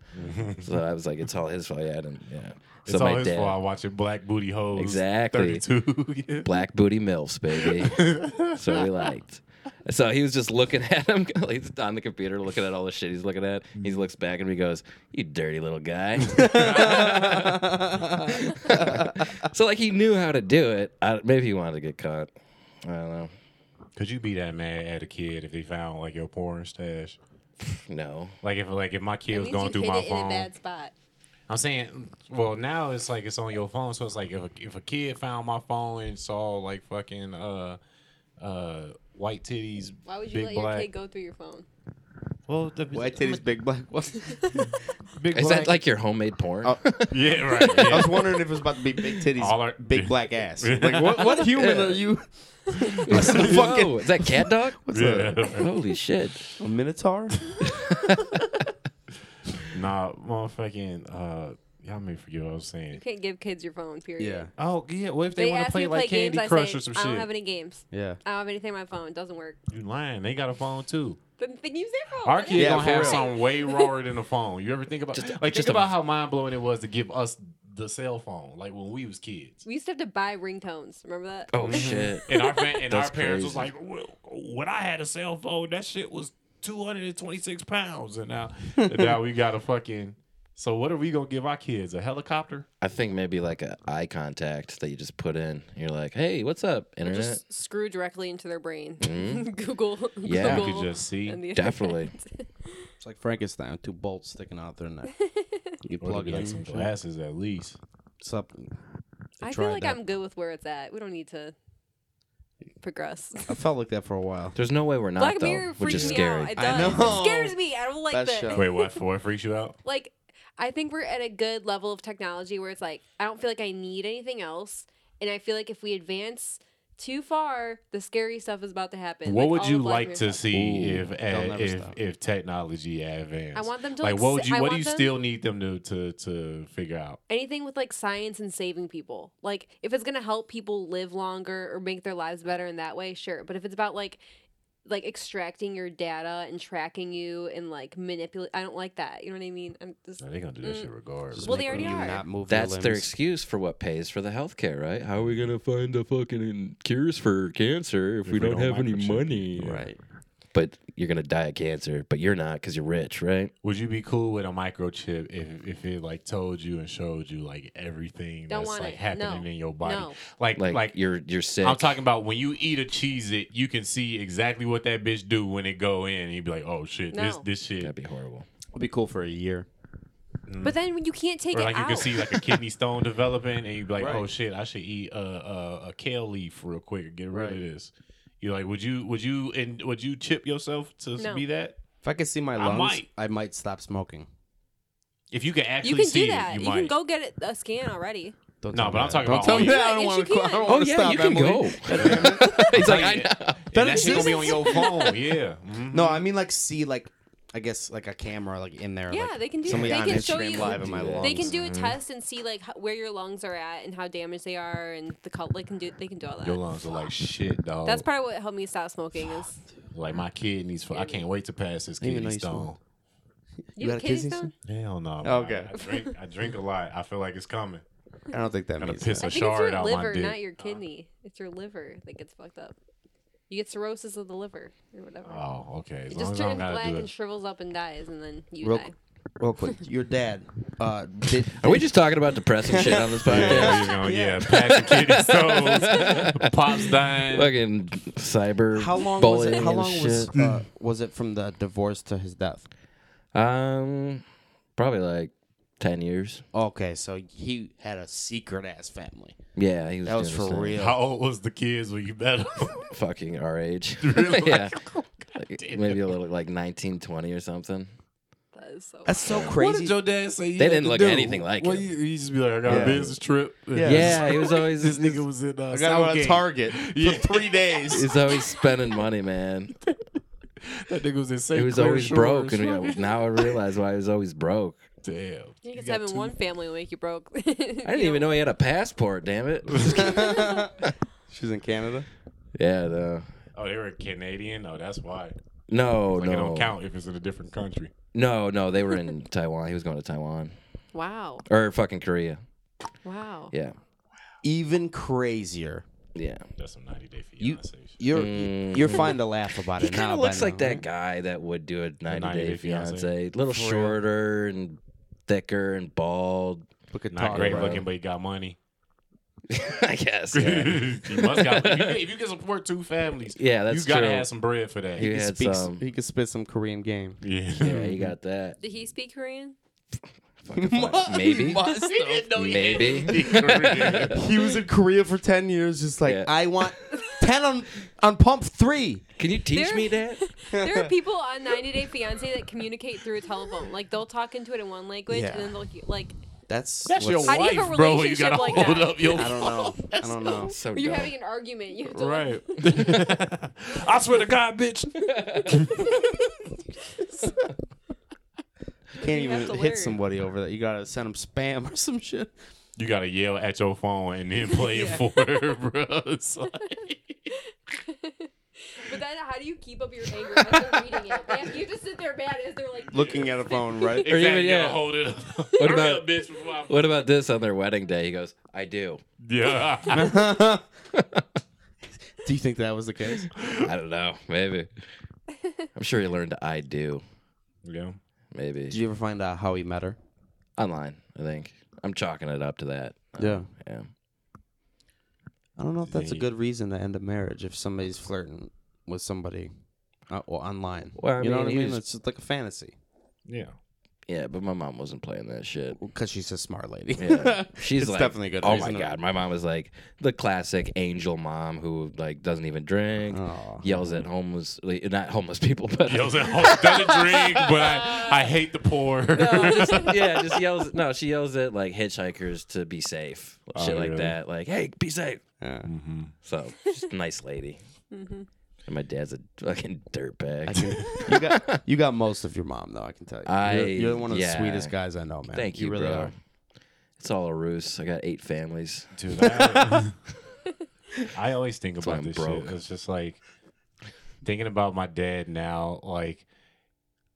G: so I was like, it's all his fault. Yeah, I didn't, yeah.
E: Mm-hmm. It's
G: so
E: all
G: my
E: his
G: dad,
E: fault. Watching Black Booty Hoes.
G: Exactly.
E: Thirty-two. yeah.
G: black booty milfs, baby. so we liked. So he was just looking at him. He's on the computer looking at all the shit he's looking at. He
F: Mm.
G: looks back at me, goes, "You dirty little guy." so like he knew how to do it. I, maybe he wanted to get caught. I don't know.
E: Could you be that mad at a kid if they found like your porn stash?
G: No.
E: Like if like if my kid
D: At
E: was
D: least
E: going
D: you
E: through
D: hid
E: my
D: it in a
E: phone,
D: bad spot.
E: I'm saying, well, now it's like it's on your phone, so it's like if a, if a kid found my phone and saw like fucking uh uh white titties,
D: Why would you
E: big
D: let
E: black,
D: your kid go through your phone?
E: well, the,
F: White titties, big black. What?
E: big
G: Is
E: black,
G: that like your homemade porn?
F: Oh.
E: yeah, right?
F: I
E: Yeah.
F: was wondering if it was about to be big titties,
E: All our-
F: big black ass. Like what? What human are you?
G: Whoa,
F: fucking-
G: is that cat dog?
E: yeah.
G: Holy shit!
F: A minotaur?
E: nah, motherfucking uh, y'all may forget what I was saying.
D: You can't give kids your phone. Period.
F: Yeah,
E: Oh yeah, what if
D: They,
E: they want
D: ask
E: to play
D: me to
E: like
D: play
E: Candy
D: games.
E: Crush
D: I
E: or
D: say,
E: some
D: I don't
E: shit?
D: have any games.
F: yeah.
D: I don't have anything on my phone. It doesn't work.
E: you lying? They got a phone too.
D: Then, then use their phone.
E: Our kid
F: Yeah,
E: gonna
F: for
E: have
F: real.
E: something way rawer than a phone. You ever think about
G: Just-
E: like
G: just
E: just
G: a-
E: about how mind blowing it was to give us the cell phone, like when we was kids. Mm-hmm.
D: We used to have to buy ringtones. Remember that?
G: Oh
F: Mm.
G: shit!
E: And our fa- and our
G: That's
E: parents was
G: crazy.
E: like, well, when I had a cell phone, that shit was two hundred and twenty six pounds, and now and now we got a fucking. So what are we gonna give our kids? A helicopter?
G: I think maybe like a eye contact that you just put in. You're like, "Hey, what's up, internet?" Mm.
D: Just screw directly into their brain. Google.
G: Yeah. You
E: You
D: Google
E: could just see.
D: and the-
G: Definitely.
F: It's like Frankenstein, with two bolts sticking out their neck. You
E: Or
F: plug
E: be
F: it
E: like
F: in.
E: some
F: and shit.
E: glasses at least.
F: Sup?
D: I
F: tried
D: feel like
F: that.
D: I'm good with where it's at. We don't need to progress.
F: I felt like that for a while.
G: There's no way we're not
D: Black
G: though,
D: Mirror
G: which
D: freaks
G: is
D: me
G: scary.
D: out. It
F: I
D: does.
F: know.
D: It scares me. I don't like
F: That
D: that.
F: show.
E: Wait, what for? It freaks you out?
D: like I think we're at a good level of technology where it's like I don't feel like I need anything else, and I feel like if we advance too far, the scary stuff is about to happen.
E: What would
D: all
E: you
D: the Black
E: like
D: Mirror
E: to
D: stuff.
E: see
F: Ooh,
E: if eh,
F: they'll never
E: if,
F: stop.
E: if technology advanced?
D: I want them to,
E: like
D: like,
E: what would
D: s-
E: you
D: I
E: what do
D: want
E: you
D: them-
E: still need them to to to figure out?
D: Anything with like science and saving people, like if it's gonna help people live longer or make their lives better in that way, sure. But if it's about like like extracting your data and tracking you and like manipulate, I don't like that. You know what I mean? I'm just
E: No, they're gonna do that
D: Mm.
E: shit regardless.
F: Just
D: Well, they
F: making
D: already
F: you
D: are.
F: Not move your
G: That's their
F: limbs.
G: excuse for what pays for the healthcare, right? How are we gonna find the fucking cures for cancer if, we, don't, have any
E: microchip
G: money?
E: you.
F: Right.
G: But you're gonna die of cancer, but you're not because you're rich, right?
E: Would you be cool with a microchip if, if it like told you and showed you like everything
D: Don't
E: that's
D: want
E: like
D: it.
E: happening
D: No.
E: in your body?
D: No.
E: Like
G: Like,
E: like,
G: you're you're sick.
E: I'm talking about when you eat a cheese it, you can see exactly what that bitch do when it go in. And you'd be like, oh shit, this
D: No.
E: this shit.
G: That'd be horrible.
F: It'd be cool for a year.
D: But then when you can't take
E: Mm. or
D: it
E: like
D: out.
E: you can see like a kidney stone developing, and you'd be like,
F: Right.
E: "Oh shit, I should eat a, a, a kale leaf real quick and get rid of
F: Right.
E: this." You're like, "Would you? Would you? And would you chip yourself to
D: No.
E: be that?
F: If I could see my
E: I
F: lungs, I might,
E: might.
F: stop smoking.
E: If you could actually
D: you can
E: see
D: do that.
E: it,
D: you,
E: you, might.
D: can go get it, a scan already.
F: Don't
E: No,
F: tell
E: but
F: me
E: I'm
F: that.
E: talking
F: Don't
E: about
F: tell
E: all
F: me
E: you-
F: that. I
D: Yeah,
F: don't
D: if
F: want
D: you
F: to. I
D: can.
F: don't
D: Oh,
F: want to stop. Emily.
G: He's like, I
E: yeah.
G: know.
E: And that shit gonna be on your phone. Yeah. Mhm.
F: No, I mean like see like I guess like a camera like in there.
D: Yeah,
F: like,
D: they can do.
F: somebody
D: They
F: on
D: can show
F: Instagram
D: you.
F: live in my lungs. Mm-hmm.
D: They can do a test and see like h- where your lungs are at and how damaged they are and the color. They can do. They can do all that.
E: Your lungs are like shit, dog.
D: That's probably what helped me stop smoking. Is
E: like my kidneys. For, I can't wait to pass this
F: Didn't even know
E: kidney
F: you
E: stone.
F: smoked.
D: you
F: got
D: have
F: a
D: kidney
F: kidney
D: stone?
E: Hell no.
F: Okay.
E: I, I drink. I drink a lot. I feel like it's coming.
F: I don't think that
E: Gonna
F: means.
E: piss
D: I
E: a
D: think it's
E: shard
D: your
E: out my Oh.
D: liver,
E: dick.
D: not your kidney. It's your liver that gets fucked up. You get cirrhosis of the liver or whatever.
E: Oh, okay. As
D: it
E: long
D: just
E: as I don't
D: turns
E: gotta
D: black
E: do
D: and
E: it.
D: shrivels up and dies, and then you
F: Real-
D: die.
F: Real quick, your dad. Uh, did,
G: Are we just talking about depressing shit on this
E: Yeah,
G: podcast?
E: you know, yeah, passing kidney stones, pops dying.
G: Fucking cyber.
F: how long was
G: bullying
F: it? How
G: and
F: long was
G: shit.
F: uh, was it from the divorce to his death?
G: Um, probably like ten years.
F: Okay, so he had a secret ass family.
G: Yeah, he was.
F: That was
G: doing his
F: for
G: thing.
F: real.
E: How old was the kids when you met them?
G: Fucking our age.
E: Really? Oh,
G: yeah,
E: God damn.
G: maybe a little like nineteen, twenty or something.
D: That is so.
F: That's so
E: What
F: crazy.
E: did your dad say?
G: They didn't look anything like
E: well,
G: him.
E: You, you just be like, I got
F: Yeah.
E: a business trip. and
F: Yeah.
E: this-
G: Yeah, he was always-
E: this nigga was in. Uh,
F: I gotta go to
E: Southgate.
F: Target
E: Yeah.
F: for three days.
G: He's always spending money, man.
E: That nigga was in. St.
G: He was
E: Clair
G: always
E: Shores.
G: broke, and you know, now I realize why he was always broke.
E: damn.
D: you guys
E: got
D: having
E: two-
D: one family will make you broke. I
G: I didn't even know he had a passport. Damn it.
F: She's in Canada.
G: yeah, no,
E: Oh, they were Canadian. Oh, that's why.
G: no,
E: Like it don't
G: no,
E: count if it's in a different country.
G: no, no. They were in Taiwan. He was going to Taiwan
D: Wow.
G: or fucking Korea.
D: Wow.
G: Yeah,
F: Even crazier.
G: yeah.
E: That's some ninety day fiance.
F: You-
E: shit.
F: You're
G: Mm.
F: you're fine to laugh about
G: He
F: it now.
G: kind of
F: by
G: looks like
F: now,
G: that
F: right?
G: guy that would do a 90,
E: 90
G: Day
E: Day Fiancé.
G: Fiance. A little shorter and thicker and bald.
F: Look at
E: Not
F: Todd,
E: great
F: bro.
E: looking, but he got money.
G: I guess. Yeah.
E: he must got. If you, can- if you can support two families,
G: Yeah, that's
E: you gotta
G: true.
E: have some bread for that.
G: He
F: He
G: had
F: speaks.
G: some.
F: He could spit some Korean game.
E: Yeah.
G: Yeah, he got that.
D: Did he speak Korean?
G: Fucking fine. Maybe. Maybe.
F: he was in Korea for ten years, just like
G: Yeah.
F: I want ten on on pump three.
G: Can you teach
D: There-
G: me that?
D: there are people on 90 Day Fiance that communicate through a telephone. Like they'll talk into it in one language,
F: Yeah.
D: and then they'll he- like
F: That's
E: That's your
F: what's-
D: How do you have a
E: wife, bro. You
D: relationship
E: gotta
D: like
E: hold
D: that?
E: up your
F: I don't know. I don't know.
G: So
D: you're
G: dumb.
D: having an argument. You have to like,
E: Right. I swear to God, bitch.
F: Can't
D: You have
F: even
D: to
F: hit
D: learn.
F: somebody over that. You gotta send them spam or some shit.
E: You gotta yell at your phone and then play it for her, bro. It's like-
D: But then, how do you keep up your anger as they're reading it? They have- you just sit there mad as they're like
F: Looking at a phone, right?
E: exactly,
G: even,
E: you
G: yeah.
E: gotta hold it up.
G: What
E: Hurry
G: about-
E: up, bitch before I-
G: What about this on their wedding day? He goes, I do.
E: Yeah.
F: Do you think that was the case?
G: I don't know. Maybe. I'm sure he learned I do.
E: yeah.
G: Maybe.
F: Did you ever find out how he met her?
G: Online, I think. I'm chalking it up to that.
F: Yeah.
G: Yeah.
F: I don't know if that's a
E: They-
F: good reason to end a marriage if somebody's flirting with somebody uh, well, online.
G: Well, I
F: you know
G: mean,
F: what I
G: he
F: mean?
G: was-
F: It's just like a fantasy.
E: Yeah.
G: Yeah, but my mom wasn't playing that shit.
F: because she's a smart lady.
G: Yeah. She's
F: It's
G: like,
F: definitely a good
G: Oh
F: reason
G: my
F: to-
G: god, my mom is like the classic angel mom who like doesn't even drink,
F: Aw.
G: yells at homeless, like, not homeless people, but
E: Yo, so- oh, doesn't drink, but I, I hate the poor.
G: No, just- yeah, just yells. No, she yells at like hitchhikers to be safe,
E: Oh,
G: shit like
E: really?
G: that. Like, hey, be safe.
F: Yeah.
G: So, just a nice lady.
E: Mm-hmm.
G: And my dad's a fucking dirtbag.
F: you got you got most of your mom though. I can tell you.
G: I-
F: you're, you're one of the
G: yeah.
F: sweetest guys I know, man.
G: Thank you,
F: really
G: bro.
F: are.
G: It's all a ruse. I got eight families.
E: Dude, I, I always think
G: why
E: about
G: I'm
E: this
G: broke.
E: shit. It's just like thinking about my dad now. Like,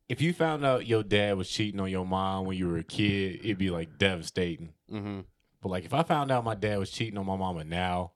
E: if you found out your dad was cheating on your mom when you were a kid, it'd be like devastating.
F: Mm-hmm.
E: But like, if I found out my dad was cheating on my mama now,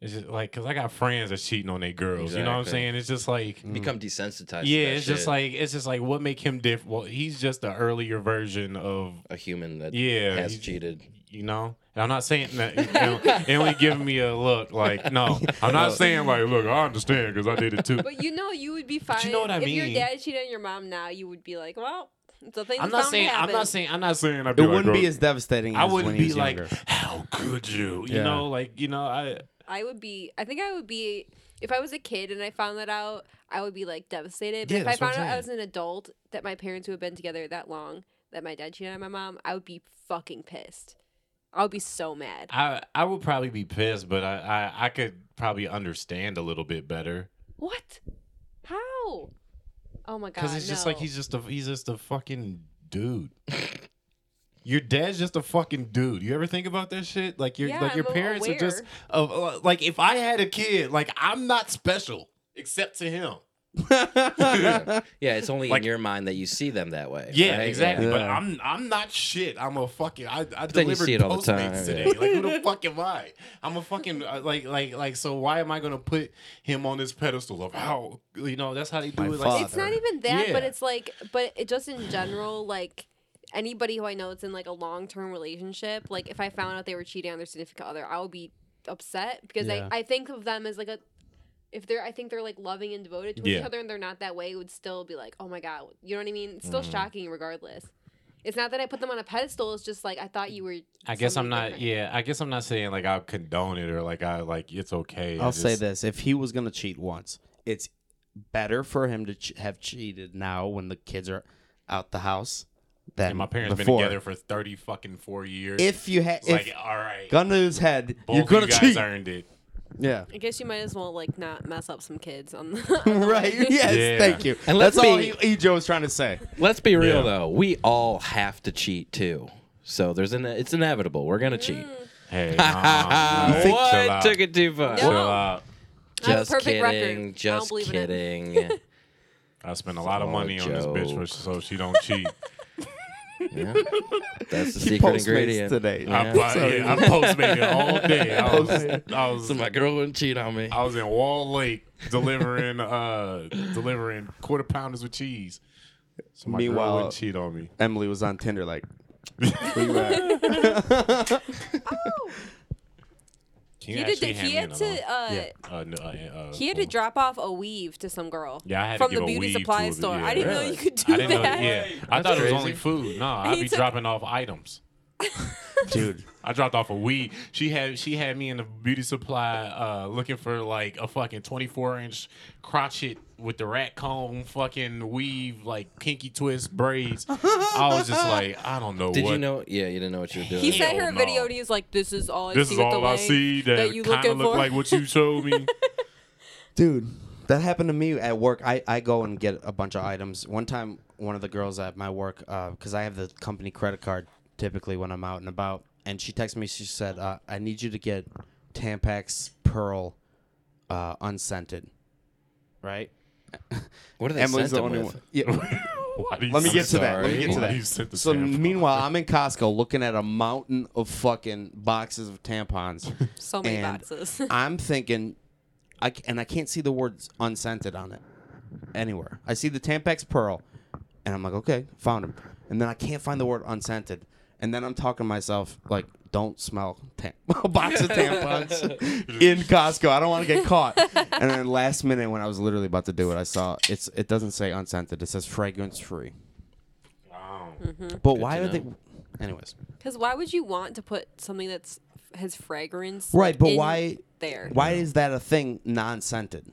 E: it's just like because I got friends that's cheating on their girls. You know what I'm
G: Exactly.
E: saying? It's just like.
F: Mm.
G: Become desensitized. to
E: Yeah,
G: that
E: it's just
G: shit.
E: like it's just like what make him different. Well, he's just the earlier version of
G: a human that
E: yeah
G: has
E: he's-
G: cheated.
E: you know and i'm not saying that you know, it only giving me a look like no i'm not saying like look i understand because i did it too
D: But you know, you would be fine.
E: know what I
D: if
E: mean.
D: your dad cheated on your mom now, you would be like, well, it's a thing.
E: i'm
D: that's
E: not
D: bound to
E: saying i'm
D: happen.
E: not saying i'm not saying i'd
F: It
E: be like,
F: wouldn't
E: "Bro,
F: be as devastating.
E: i
F: as when
E: wouldn't
F: he
E: be
F: was
E: like
F: younger.
E: how could you you
F: Yeah.
E: know like you know i
D: I would be. I think I would be. If I was a kid and I found that out, I would be like devastated. But
E: Yeah,
D: if I
E: that's what I'm
D: found out I was
E: saying.
D: an adult that my parents who had been together that long, that my dad cheated on my mom, I would be fucking pissed. I would be so mad.
E: i i would probably be pissed but i i, I could probably understand a little bit better
D: What? How? Oh my god!
E: because it's just like
D: no.
E: he's just a he's just a fucking dude Your dad's just a fucking dude. You ever think about that shit? Like your
D: Yeah,
E: like your
D: I'm
E: parents are just
D: aware.
E: of uh, like if I had a kid, like I'm not special except to him.
G: yeah. Yeah, it's only
E: Like-
G: in your mind that you see them that way.
E: Yeah,
G: right?
E: exactly.
G: Yeah.
E: But I'm I'm not shit. I'm a fucking I, I
G: then you
E: delivered
G: see it all the
E: Postmates
G: time,
E: today.
G: yeah.
E: Like who the fuck am I? I'm a fucking uh, like like like. So why am I gonna put him on this pedestal of how you know? That's how they do
F: My
E: it. Like,
D: it's not
F: father.
D: even that, but
E: Yeah.
D: it's like, but it just in general, like anybody who I know that's in like a long term relationship, like if I found out they were cheating on their significant other, I would be upset because
F: Yeah.
D: I, I think of them as like a if they're I think they're like loving and devoted to each
E: Yeah.
D: other and they're not that way, it would still be like, oh my god, you know what I mean? It's
E: Mm-hmm.
D: still shocking regardless. It's not that I put them on a pedestal. It's just like I thought you were.
E: I guess I'm
D: somebody
E: not.
D: different.
E: Yeah, I guess I'm not saying like I condone it or like I like it's okay. I
F: I'll say
E: just-
F: this: if he was gonna cheat once, it's better for him to ch- have cheated now when the kids are out the house than
E: And my parents
F: before.
E: been together for thirty fucking four years.
F: If you had,
E: It's
F: if
E: like, all right,
F: gun to his head,
E: both
F: you're gonna
E: of you guys
F: cheat.
E: earned it.
F: yeah.
D: I guess you might as well like not mess up some kids on the on the
F: Right.
D: way.
F: Yes.
E: Yeah.
F: Thank you.
G: And let's
F: That's all
G: be-
F: he, he Joe's trying to say.
G: Let's be real
E: Yeah.
G: though. We all have to cheat too. So there's an it's inevitable. We're gonna cheat.
D: Mm.
E: Hey,
G: Ah, what took it too far?
D: No. I have a
G: Just
D: perfect
G: kidding.
D: record. I don't
G: Just
D: believe in it.
G: kidding.
E: I spent a lot of
G: all a
E: money on this bitch for,
G: joke.
E: so she don't cheat.
G: Yeah. That's the
F: He
G: secret
F: Postmates
G: ingredient.
F: today.
E: I, bought- yeah, I postmated it all day. I was, I was,
G: So my girl wouldn't cheat on me.
E: I was in Wall Lake delivering, uh, delivering quarter pounders with cheese. So my girl
F: Meanwhile-
E: wouldn't cheat on me.
F: Emily was on Tinder, like,
D: He did. The, he had to. Uh,
E: Uh, no, uh, uh,
D: He had to drop off a weave to some girl.
E: Yeah, I had to
D: from
E: give
D: the
E: a
D: beauty
E: weave to
D: supply
E: a-
D: store.
E: yeah.
D: I didn't know
E: Really?
D: you could do
E: I didn't know.
D: that.
E: Yeah, I thought it
G: crazy.
E: was only food. No, I'd
D: He
E: be
D: took-
E: dropping off items.
F: dude,
E: I dropped off a weed. She had she had me in the beauty supply uh, looking for like a fucking twenty four inch crotchet with the rat comb fucking weave like kinky twist braids. I was just like, I don't know.
G: Did
E: what.
G: you know? Yeah, you didn't know what you were doing.
D: He sent
E: Hell
D: her a
E: no.
D: video and he's like, "This is all I
E: This
D: see
E: is
D: with
E: all
D: the
E: I
D: leg
E: see that,
D: that you
E: kind
D: looking
E: of look
D: for."
E: like what you showed me.
F: dude, that happened to me at work. I, I go and get a bunch of items. One time, one of the girls at my work, because I have the company credit card typically when I'm out and about, and she texted me. She said, uh, "I need you to get Tampax Pearl uh, unscented." Right.
G: what are they
F: Emily's
G: sent
F: the
G: them
F: only
G: with?
F: one. Yeah.
E: Why do you
F: Let me
E: send
F: get to that. Let me
G: sorry.
F: get to
E: Why do you
F: that.
E: send the
F: So
E: sample?
F: meanwhile, I'm in Costco looking at a mountain of fucking boxes of tampons.
D: so many
F: and
D: boxes.
F: I'm thinking, I c- and I can't see the words unscented on it anywhere. I see the Tampax Pearl, and I'm like, okay, found him. And then I can't find the word unscented. And then I'm talking to myself like, don't smell tam- a box of tampons in Costco. I don't want to get caught. And then last minute, when I was literally about to do it, I saw it's it doesn't say unscented. It says fragrance free.
E: I
D: Mm-hmm.
F: But why would they? Anyways,
D: Because why would you want to put something that's has fragrance?
F: Right, but
D: in
F: why-
D: there?
F: why is that a thing non-scented?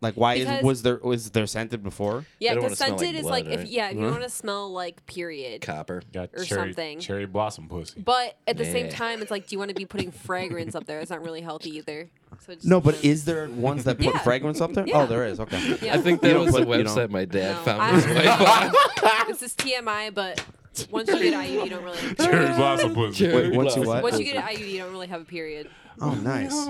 F: Like, why
D: Because-
F: is was there was there scented before?
D: Yeah,
G: They don't
D: because
G: wanna smell like
D: scented is like
G: blood,
D: if
G: right?
D: yeah, if you want to smell like period.
G: Copper.
E: Got
D: Or
E: cherry,
D: something.
E: cherry blossom pussy.
D: But at the same
G: Yeah.
D: time, it's like, do you want to be putting fragrance up there? It's not really healthy either. So it's
F: No, but is there ones that put
D: Yeah.
F: fragrance up there?
D: Yeah.
F: Oh, there is. Okay.
D: Yeah.
G: I think
F: You
G: that
F: don't
G: was the
F: put- you don't-
G: website my dad
D: No,
G: found.
D: I-
G: his way on.
D: this is TMI, but once you get IU, you don't really.
E: cherry blossom pussy.
F: Wait, once you what?
D: Once you get IU, you don't really have a period.
F: oh, nice,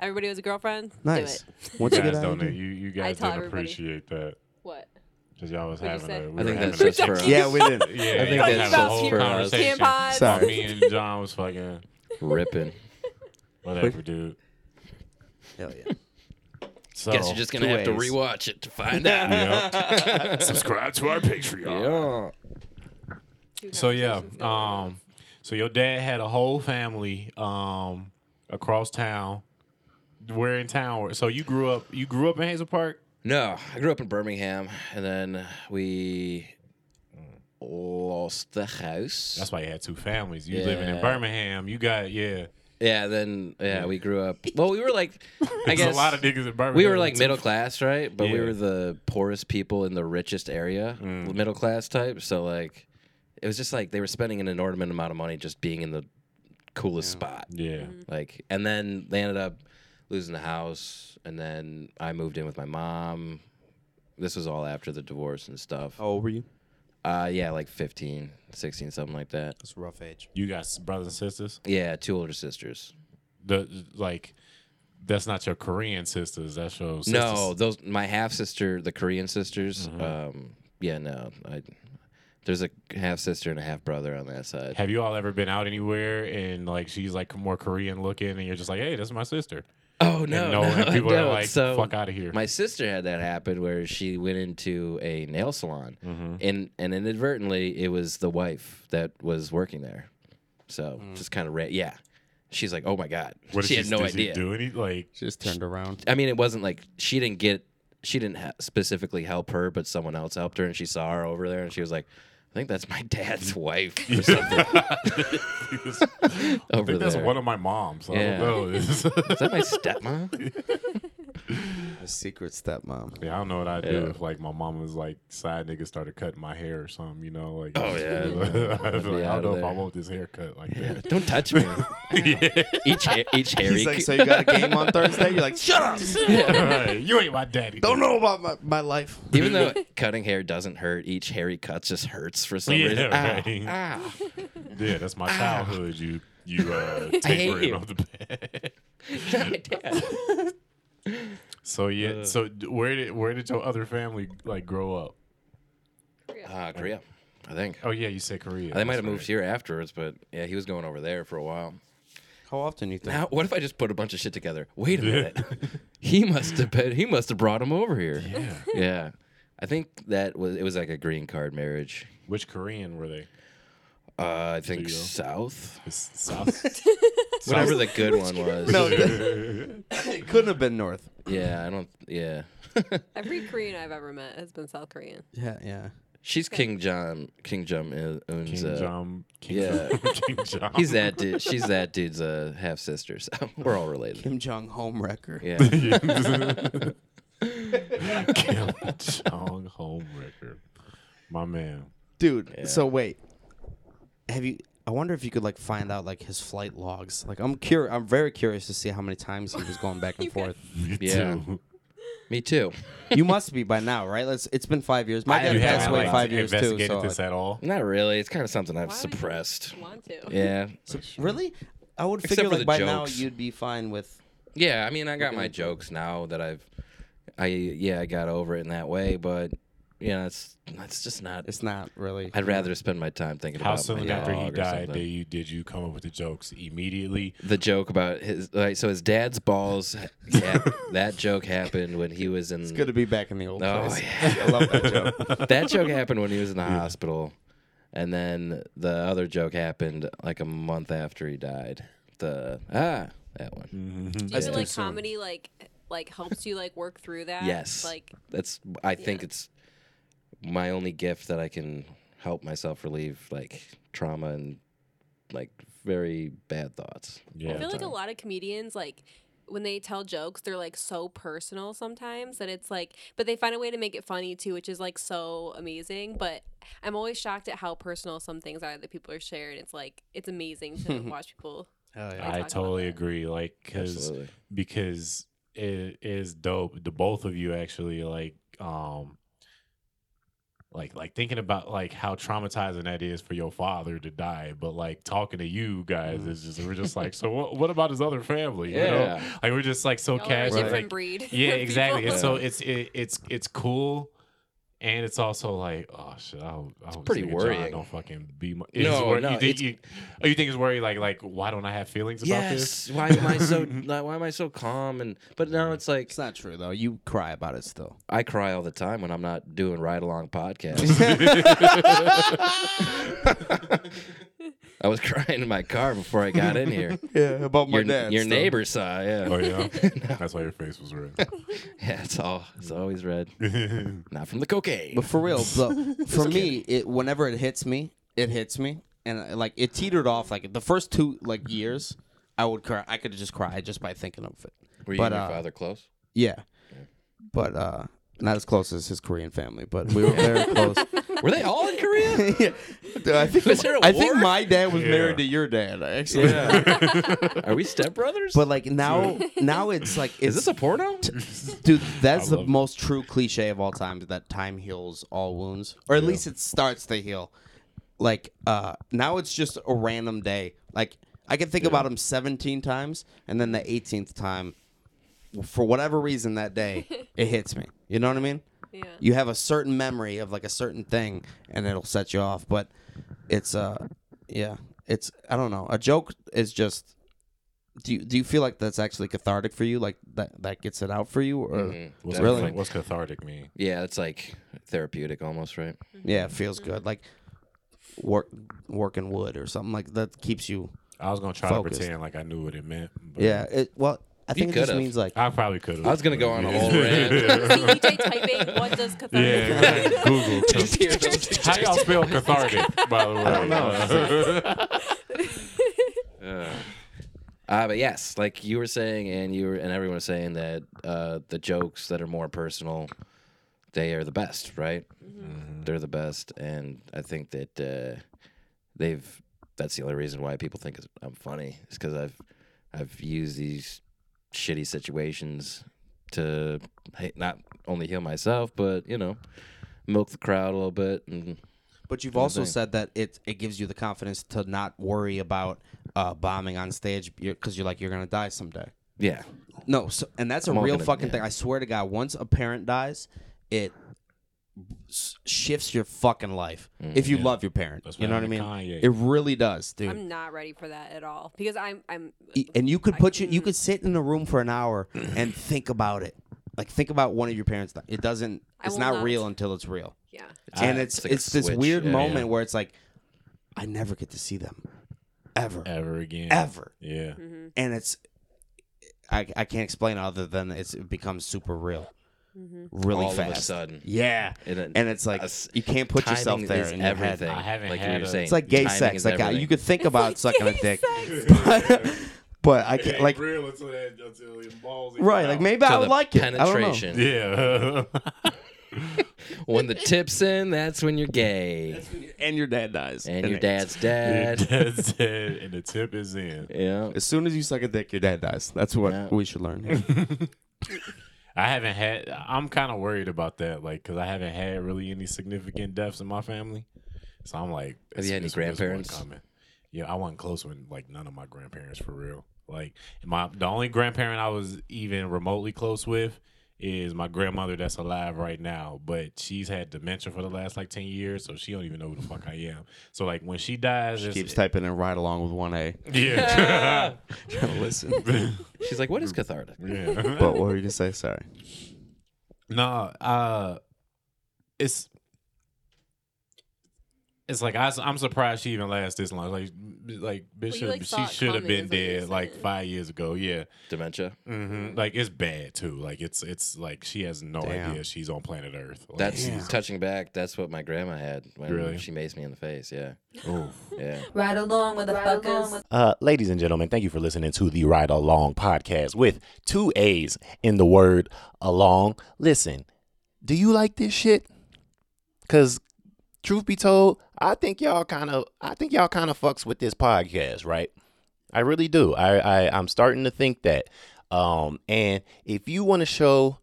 D: Everybody has a girlfriend.
F: nice.
D: Do it.
F: Once
E: You
F: you get
E: guys
F: out,
E: don't
F: of
E: know.
F: here-
E: You, you guys
D: tell
E: didn't
D: everybody.
E: appreciate that
D: What?
E: because y'all was
D: What'd you
E: having
D: say?
E: a.
G: I think
E: having
G: that's
E: a-
G: just for us.
F: yeah, we did.
E: Yeah, I
G: think
E: think
G: that's
E: that's a
G: just
E: whole
G: for us.
E: conversation.
D: Tampons.
E: Sorry.
F: Sorry.
E: Me and John was fucking
G: Ripping.
E: whatever, dude.
F: Hell yeah.
E: So
G: Guess you're just gonna
F: two
G: have to
F: ways.
G: rewatch it to find out.
E: Yep. subscribe to our Patreon.
G: Yeah.
D: Two
E: So yeah,
D: conversations going on.
E: um, so your dad had a whole family um across town. We're in town, so you grew up. You grew up in Hazel Park.
G: No, I grew up in Birmingham, and then we lost the house.
E: That's why you had two families. You living in
G: Yeah.
E: Birmingham. You got yeah.
G: yeah, then yeah, we grew up. Well, we were like, I
E: There's
G: guess
E: a lot of niggas in Birmingham.
G: we were like
E: too.
G: middle class, right? But we
E: Yeah. Mm.
G: were the poorest people in the richest area, middle class type. So like, it was just like they were spending an inordinate amount of money just being in the coolest spot.
E: Yeah,
G: Like, and then they ended up losing the house, and then I moved in with my mom. This was all after the divorce and stuff.
E: Oh.
F: How old were you?
G: Uh, yeah, like 15, 16, something like that.
F: That's a rough age.
E: you got s- brothers and sisters.
G: Yeah, two older sisters.
E: The like, that's not your Korean sisters. That's your sisters.
G: No, those my half sister, the Korean sisters.
E: Uh-huh.
G: Um, yeah, no, I, there's a half sister and a half brother on that side.
E: Have you all ever been out anywhere and like she's like more Korean looking and you're just like, hey, that's my sister.
G: Oh
E: and
G: no,
E: no,
G: no,
E: and people
G: no,
E: are like,
G: so
E: fuck out of here.
G: My sister had that happen where she went into a nail salon,
E: Mm-hmm.
G: and and inadvertently it was the wife that was working there. So just kind of ra- yeah. She's like, oh my god,
E: Mm. what did
G: she had no
E: did she
G: idea.
E: do any like?
F: Just turned around.
G: I mean, it wasn't like she didn't get, she didn't ha- specifically help her, but someone else helped her, and she saw her over there, and she was like, "I think that's my dad's wife or something
E: I
G: over
E: think that's
G: there."
E: one of my moms. I
G: Yeah.
E: don't know.
G: Is that my stepmom?
F: A secret stepmom.
E: yeah, I don't know what I'd do
G: Yeah.
E: if like my mom was like side nigga started cutting my hair or something. You know, like
G: Oh, yeah.
E: I was
G: Be
E: like, I don't
G: out
E: know
G: of
E: if I
G: there.
E: want this haircut like that.
G: Don't touch me.
E: yeah.
G: Each ha- each hairy.
F: He's like, so you got a game on Thursday? You're like, shut up.
E: Right. You ain't my daddy.
F: Don't know about my, my life.
G: even though cutting hair doesn't hurt, each hairy cut just hurts for some
E: Yeah,
G: reason. Ah,
E: right.
G: ah.
E: Yeah, that's my childhood. You you uh,
G: hate
E: tapering
G: you.
E: off the bed.
G: Not my dad.
E: So
G: Uh.
E: yeah, so d- where did where did your other family like grow up?
G: Ah, Korea, I think.
E: Oh yeah, you said Korea.
G: They might
E: That's
G: have moved
E: right.
G: here afterwards, but yeah, he was going over there for a while.
F: How often you think?
G: Now, what if I just put a bunch of shit together? Wait a minute. he must have been, he must have brought him over here. Yeah. I think that was it was like a green card marriage.
E: Which Korean were they?
G: Uh, I
E: you
G: think
E: go.
G: South.
E: It's South.
G: Whatever the good one was.
F: No, it couldn't have been North.
G: Yeah, I don't yeah.
D: every Korean I've ever met has been South Korean.
F: Yeah, yeah.
G: She's King John King Jum Un- Un's
E: King
G: uh,
E: Jong. King
G: yeah.
E: Jong- King Jong.
G: He's that dude. She's that dude's uh, half sister. So we're all related.
F: Kim Jong home wrecker.
G: Yeah.
E: Kim Jong Homewrecker. My man.
F: Dude, so wait. Have you I wonder if you could like find out like his flight logs. Like I'm curious I'm very curious to see how many times he was going back and forth.
G: Yeah.
E: Dude,
G: Me too.
F: You must be by now, right? Let's it's been 5 years. My
G: I-
F: dad
E: You
G: Yeah,
F: passed
E: haven't
F: away
E: like,
F: 5 years too.
E: investigated
F: So
E: this at all.
G: Not really. It's kind of something I've
D: Why would you
G: suppressed.
D: Want to?
G: Yeah.
F: really I would
G: Except
F: figure
G: for
F: like
G: the
F: by
G: jokes.
F: now you'd be fine with
G: Yeah, I mean, I got my jokes now that I've, I yeah, I got over it in that way, but you know, it's it's just not.
F: it's not really
G: I'd rather spend my time thinking
E: How
G: about my
E: soon after he
G: dog or
E: died
G: something.
E: did you did you come up with the jokes immediately?
G: the joke about his like, so his dad's balls. Yeah, that joke happened when he was in.
F: good to be back in the old
G: Oh,
F: place.
G: yeah.
F: I love that joke.
G: that joke happened when he was in the hospital, and then the other joke happened like a month after he died. The ah that one.
E: Mm-hmm.
D: Do you
G: Yeah.
D: feel
G: Too
D: like comedy like like helps you like work through that?
G: Yes.
D: Like
G: That's I think it's my only gift that I can help myself relieve like trauma and like very bad thoughts.
E: Yeah.
D: I feel like a lot of comedians like when they tell jokes, they're like so personal sometimes that it's like, but they find a way to make it funny too, which is like so amazing. But I'm always shocked at how personal some things are that people are sharing. It's like it's amazing to watch people. talk
E: I
D: about
E: totally
D: that.
E: agree. Like, because
G: Absolutely.
E: because it is dope. The both of you actually like um like like thinking about like how traumatizing that is for your father to die, but like talking to you guys is just we're just like, so what, what about his other family? You know?
G: Mm. Yeah.
E: Like we're just like so
D: Y'all are a
E: casual.
D: different
E: Like,
D: breed.
E: yeah,
D: of
E: exactly.
D: people.
E: It's so it's it, it's it's cool. And it's also like, oh shit! I hope, I hope this
G: pretty
E: nigga John
G: worrying.
E: Don't fucking be. My,
G: No, no,
E: you think,
G: it's-
E: you, oh, you think it's worry? Like, like, why don't I have feelings about this?
G: Yes. Why am I so like, why am I so calm and but now it's like
F: It's not true though. You cry about it still.
G: I cry all the time when I'm not doing ride along podcasts. I was crying in my car before I got in here.
F: Yeah, about
G: your your neighbor saw, yeah.
E: Oh yeah, that's why your face was red.
G: Yeah, it's all it's always red. Not from the cocaine.
F: But for real, though, for me, it whenever it hits me, it hits me, and uh, like it teetered off. Like the first two
G: Mm-hmm.
F: like years, I would cry. I could just cry just by thinking of it.
G: Were you
F: but,
G: and your
F: uh,
G: father close?
F: Yeah, but uh, not as close as his Korean family, but we were very close.
G: Were they all in Korea?
F: yeah. Dude, I think
G: Was there a
F: I think
G: war?
F: my dad was
E: Yeah.
F: married to your dad actually.
G: Are we stepbrothers?
F: But like now, now it's like it's
G: Is this a porno?
F: Dude, that's the
E: love-
F: most true cliche of all time is that time heals all wounds. Or at least it starts to heal. Like, uh now it's just a random day. Like I can think about him seventeen times and then the eighteenth time, for whatever reason that day, it hits me. You know what I mean?
D: Yeah.
F: You have a certain memory of like a certain thing and it'll set you off. But it's uh yeah. It's I don't know. A joke is just do you, do you feel like that's actually cathartic for you? Like that that gets it out for you, or
G: Mm-hmm.
E: What's
F: Really?
E: Like, what's cathartic mean?
G: Mm, Yeah, it's like therapeutic almost, right?
F: yeah, it feels good. Like work working wood or something like that keeps you.
E: I was gonna try
F: Focused.
E: to pretend like I knew what it meant. But
F: Yeah. It well, I think it just
G: could've.
F: means like
E: I probably could have.
G: I was gonna go on a whole rant.
D: See, DJ typing what does cathartic
E: Yeah,
D: mean?
E: right. Google.
G: Here, those-
E: How y'all spell cathartic? By the way, I don't know.
G: Uh, but yes, like you were saying, and you were, and everyone was saying that uh, the jokes that are more personal, they are the best, right?
F: Mm-hmm.
G: They're the best, and I think that uh, they've. That's the only reason why people think it's- I'm funny is because I've I've used these shitty situations to he- not only heal myself, but you know, milk the crowd a little bit. And
F: But you've also said that it it gives you the confidence to not worry about uh, bombing on stage because you're like you're gonna die someday.
G: yeah,
F: No, so, and that's a
G: all
F: real
G: gonna-
F: fucking
G: yeah.
F: thing. I swear to God, once a parent dies, it s- shifts your fucking life if you love your parent.
E: That's
F: you
E: what
F: know what I mean?
E: happened to Kanye.
F: It really does, dude.
D: I'm not ready for that at all because I'm I'm
F: E- and you could put you you could sit in a room for an hour and think about it. Like think about one of your parents. die. It doesn't.
D: I
F: It's
D: will
F: not,
D: not.
F: real until it's real.
D: yeah.
F: and
G: Ah,
F: it's it's,
G: it's like a
F: this
G: switch,
F: weird
G: yeah,
F: moment where it's like, I never get to see them, ever,
E: Ever again?
F: ever.
E: Yeah.
D: mm-hmm,
F: And it's, I, I can't explain other than it's, it becomes super real,
D: mm-hmm.
F: really
G: all
F: fast.
G: of a sudden.
F: Yeah,
G: And it-
F: and it's like
G: us-
F: you can't put yourself
G: timing
F: there
G: is
F: in your head.
G: everything,
E: I haven't
G: like
E: had
G: you were
E: a-
G: saying.
F: It's like gay
G: timing
F: sex.
G: is
F: Like I,
G: everything.
F: you could think about sucking a
D: gay
F: dick,
D: sex.
F: but, but I can't like
E: real until that until your balls.
F: right. Like maybe
G: To
F: I
G: the
F: would like it. I don't know.
G: penetration.
E: Yeah.
G: When the tip's in, that's when you're gay.
F: And your dad dies.
G: And your
F: it-
G: dad's
E: Your
G: dead.
E: dad's dead and the tip is in.
G: Yeah.
F: As soon as you suck a dick, your dad dies. That's what
G: Yeah.
F: we should learn. Here.
E: I haven't had. I'm kind of worried about that, like, because I haven't had really any significant deaths in my family. So I'm like,
G: Have you had any
E: this- this one
G: grandparents?
E: coming. Yeah, I wasn't close with like none of my grandparents for real. Like my the only grandparent I was even remotely close with is my grandmother that's alive right now, but she's had dementia for the last like ten years, so she don't even know who the fuck I am. So like when she dies, it's-
F: Keeps typing and right along with one A.
E: yeah,
F: Listen.
G: She's like, what is cathartic?
E: yeah.
F: but what were you gonna say? Sorry.
E: No, uh it's it's like I, am surprised she even lasts this long. Like, like, bitch,
D: you, like,
E: should-
D: saw
E: she
D: it
E: should have
D: coming, is
E: been
D: what you're
E: dead like
D: saying.
E: five years ago. Yeah,
G: Dementia.
F: Mm-hmm.
E: hmm like it's bad too. Like it's it's like she has no idea she's on planet Earth. Like,
G: That's
E: she's-
G: touching back. That's what my grandma had when
E: Really?
G: she maced me in the face. Yeah.
E: oof.
G: Yeah.
A: Ride along with the fuckers.
I: Uh, ladies and gentlemen, thank you for listening to the Ride Along podcast with two A's in the word along. Listen, do you like this shit? Cause truth be told, I think y'all kind of, I think y'all kind of fucks with this podcast, right? I really do. I, I I'm starting to think that. Um, and if you want to show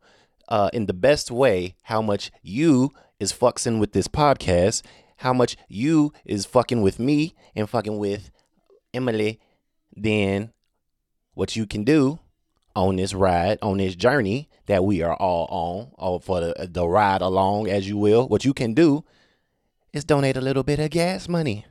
I: uh, in the best way how much you is fucking with this podcast, how much you is fucking with me and fucking with Emily, then what you can do on this ride, on this journey that we are all on, or for the, the ride along, as you will, what you can do is donate a little bit of gas money.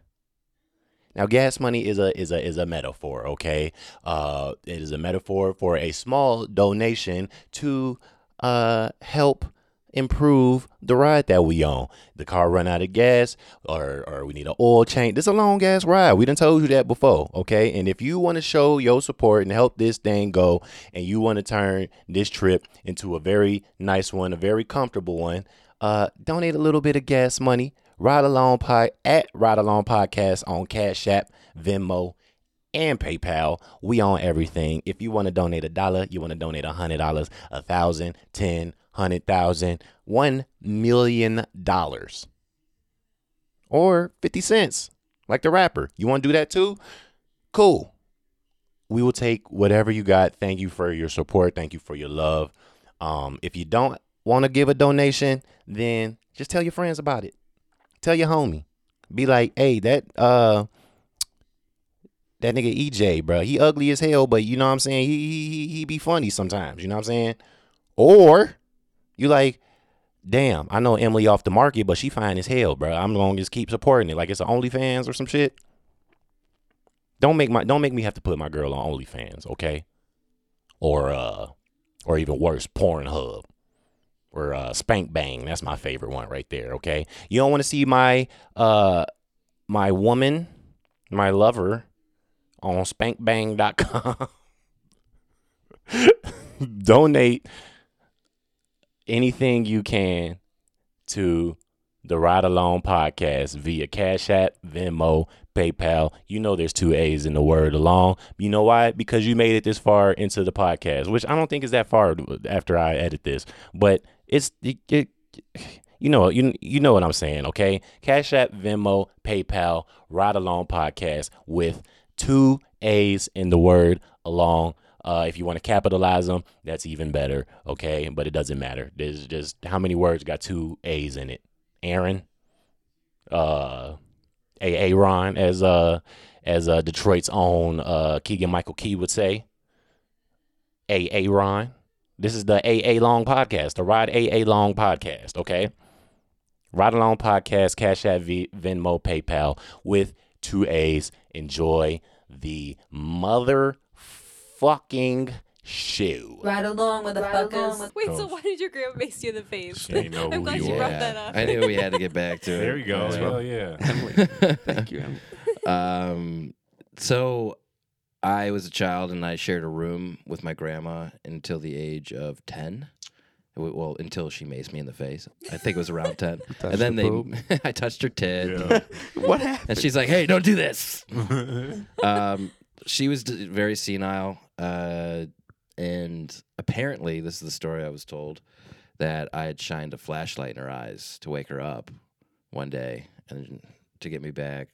I: Now, gas money is a is a is a metaphor, okay? Uh, it is a metaphor for a small donation to uh help improve the ride that we on. The car run out of gas, or or we need an oil change. This a long ass ride. We done told you that before, okay? And if you want to show your support and help this thing go, and you want to turn this trip into a very nice one, a very comfortable one, uh, donate a little bit of gas money. Ride along pod at Ride Along Podcast on Cash App, Venmo, and PayPal. We own everything. If you want to donate a dollar, you want to donate a hundred dollars, a thousand, ten, hundred thousand, one million dollars, or fifty cents, like the rapper. You want to do that too? Cool. We will take whatever you got. Thank you for your support. Thank you for your love. Um, if you don't want to give a donation, then just tell your friends about it. Tell your homie. Be like, hey, that uh that nigga EJ, bro, he ugly as hell, but you know what I'm saying? He he he, he be funny sometimes, you know what I'm saying? Or you like, damn, I know Emily off the market, but she fine as hell, bro. I'm gonna just keep supporting it, like it's an OnlyFans or some shit. Don't make my don't make me have to put my girl on OnlyFans, okay? Or uh, or even worse, Pornhub or uh, Spank Bang. That's my favorite one right there. Okay, you don't want to see my uh, my woman, my lover, on SpankBang.com. Donate anything you can to the Ride Along podcast via Cash App, Venmo, PayPal. You know there's two A's in the word along. You know why? Because you made it this far into the podcast, which I don't think is that far after I edit this, but it's it, it- you know you you know what I'm saying, okay? Cash App, Venmo, PayPal, Ride Along podcast with two A's in the word along. Uh, if you want to capitalize them, that's even better, okay? But it doesn't matter. There's just how many words got two A's in it. Aaron, uh, A. Aaron, as uh, as uh, Detroit's own uh, Keegan Michael Key would say. A. Aaron. This is the AA Long podcast, the Ride AA Long podcast, okay? Ride Along podcast, Cash App, v- Venmo, PayPal with two A's. Enjoy the motherfucking show.
A: Ride along with the fuckers.
D: Wait, so
E: Oh.
D: why did your grandma mace you in the face?
E: She ain't know
D: I'm
E: who
D: glad
E: you
D: you
E: are.
D: brought that up.
G: I knew we had to get back to it.
E: There you go.
G: Yeah.
E: Hell yeah.
F: Thank you. Emily.
G: Um, so I was a child and I shared a room with my grandma until the age of 10. W- Well, until she maced me in the face. I think it was around 10. and then they, I touched her tit.
F: What happened?
G: And she's like, hey, don't do this. um, she was d- very senile. Uh, and apparently, this is the story I was told that I had shined a flashlight in her eyes to wake her up one day and to get me back.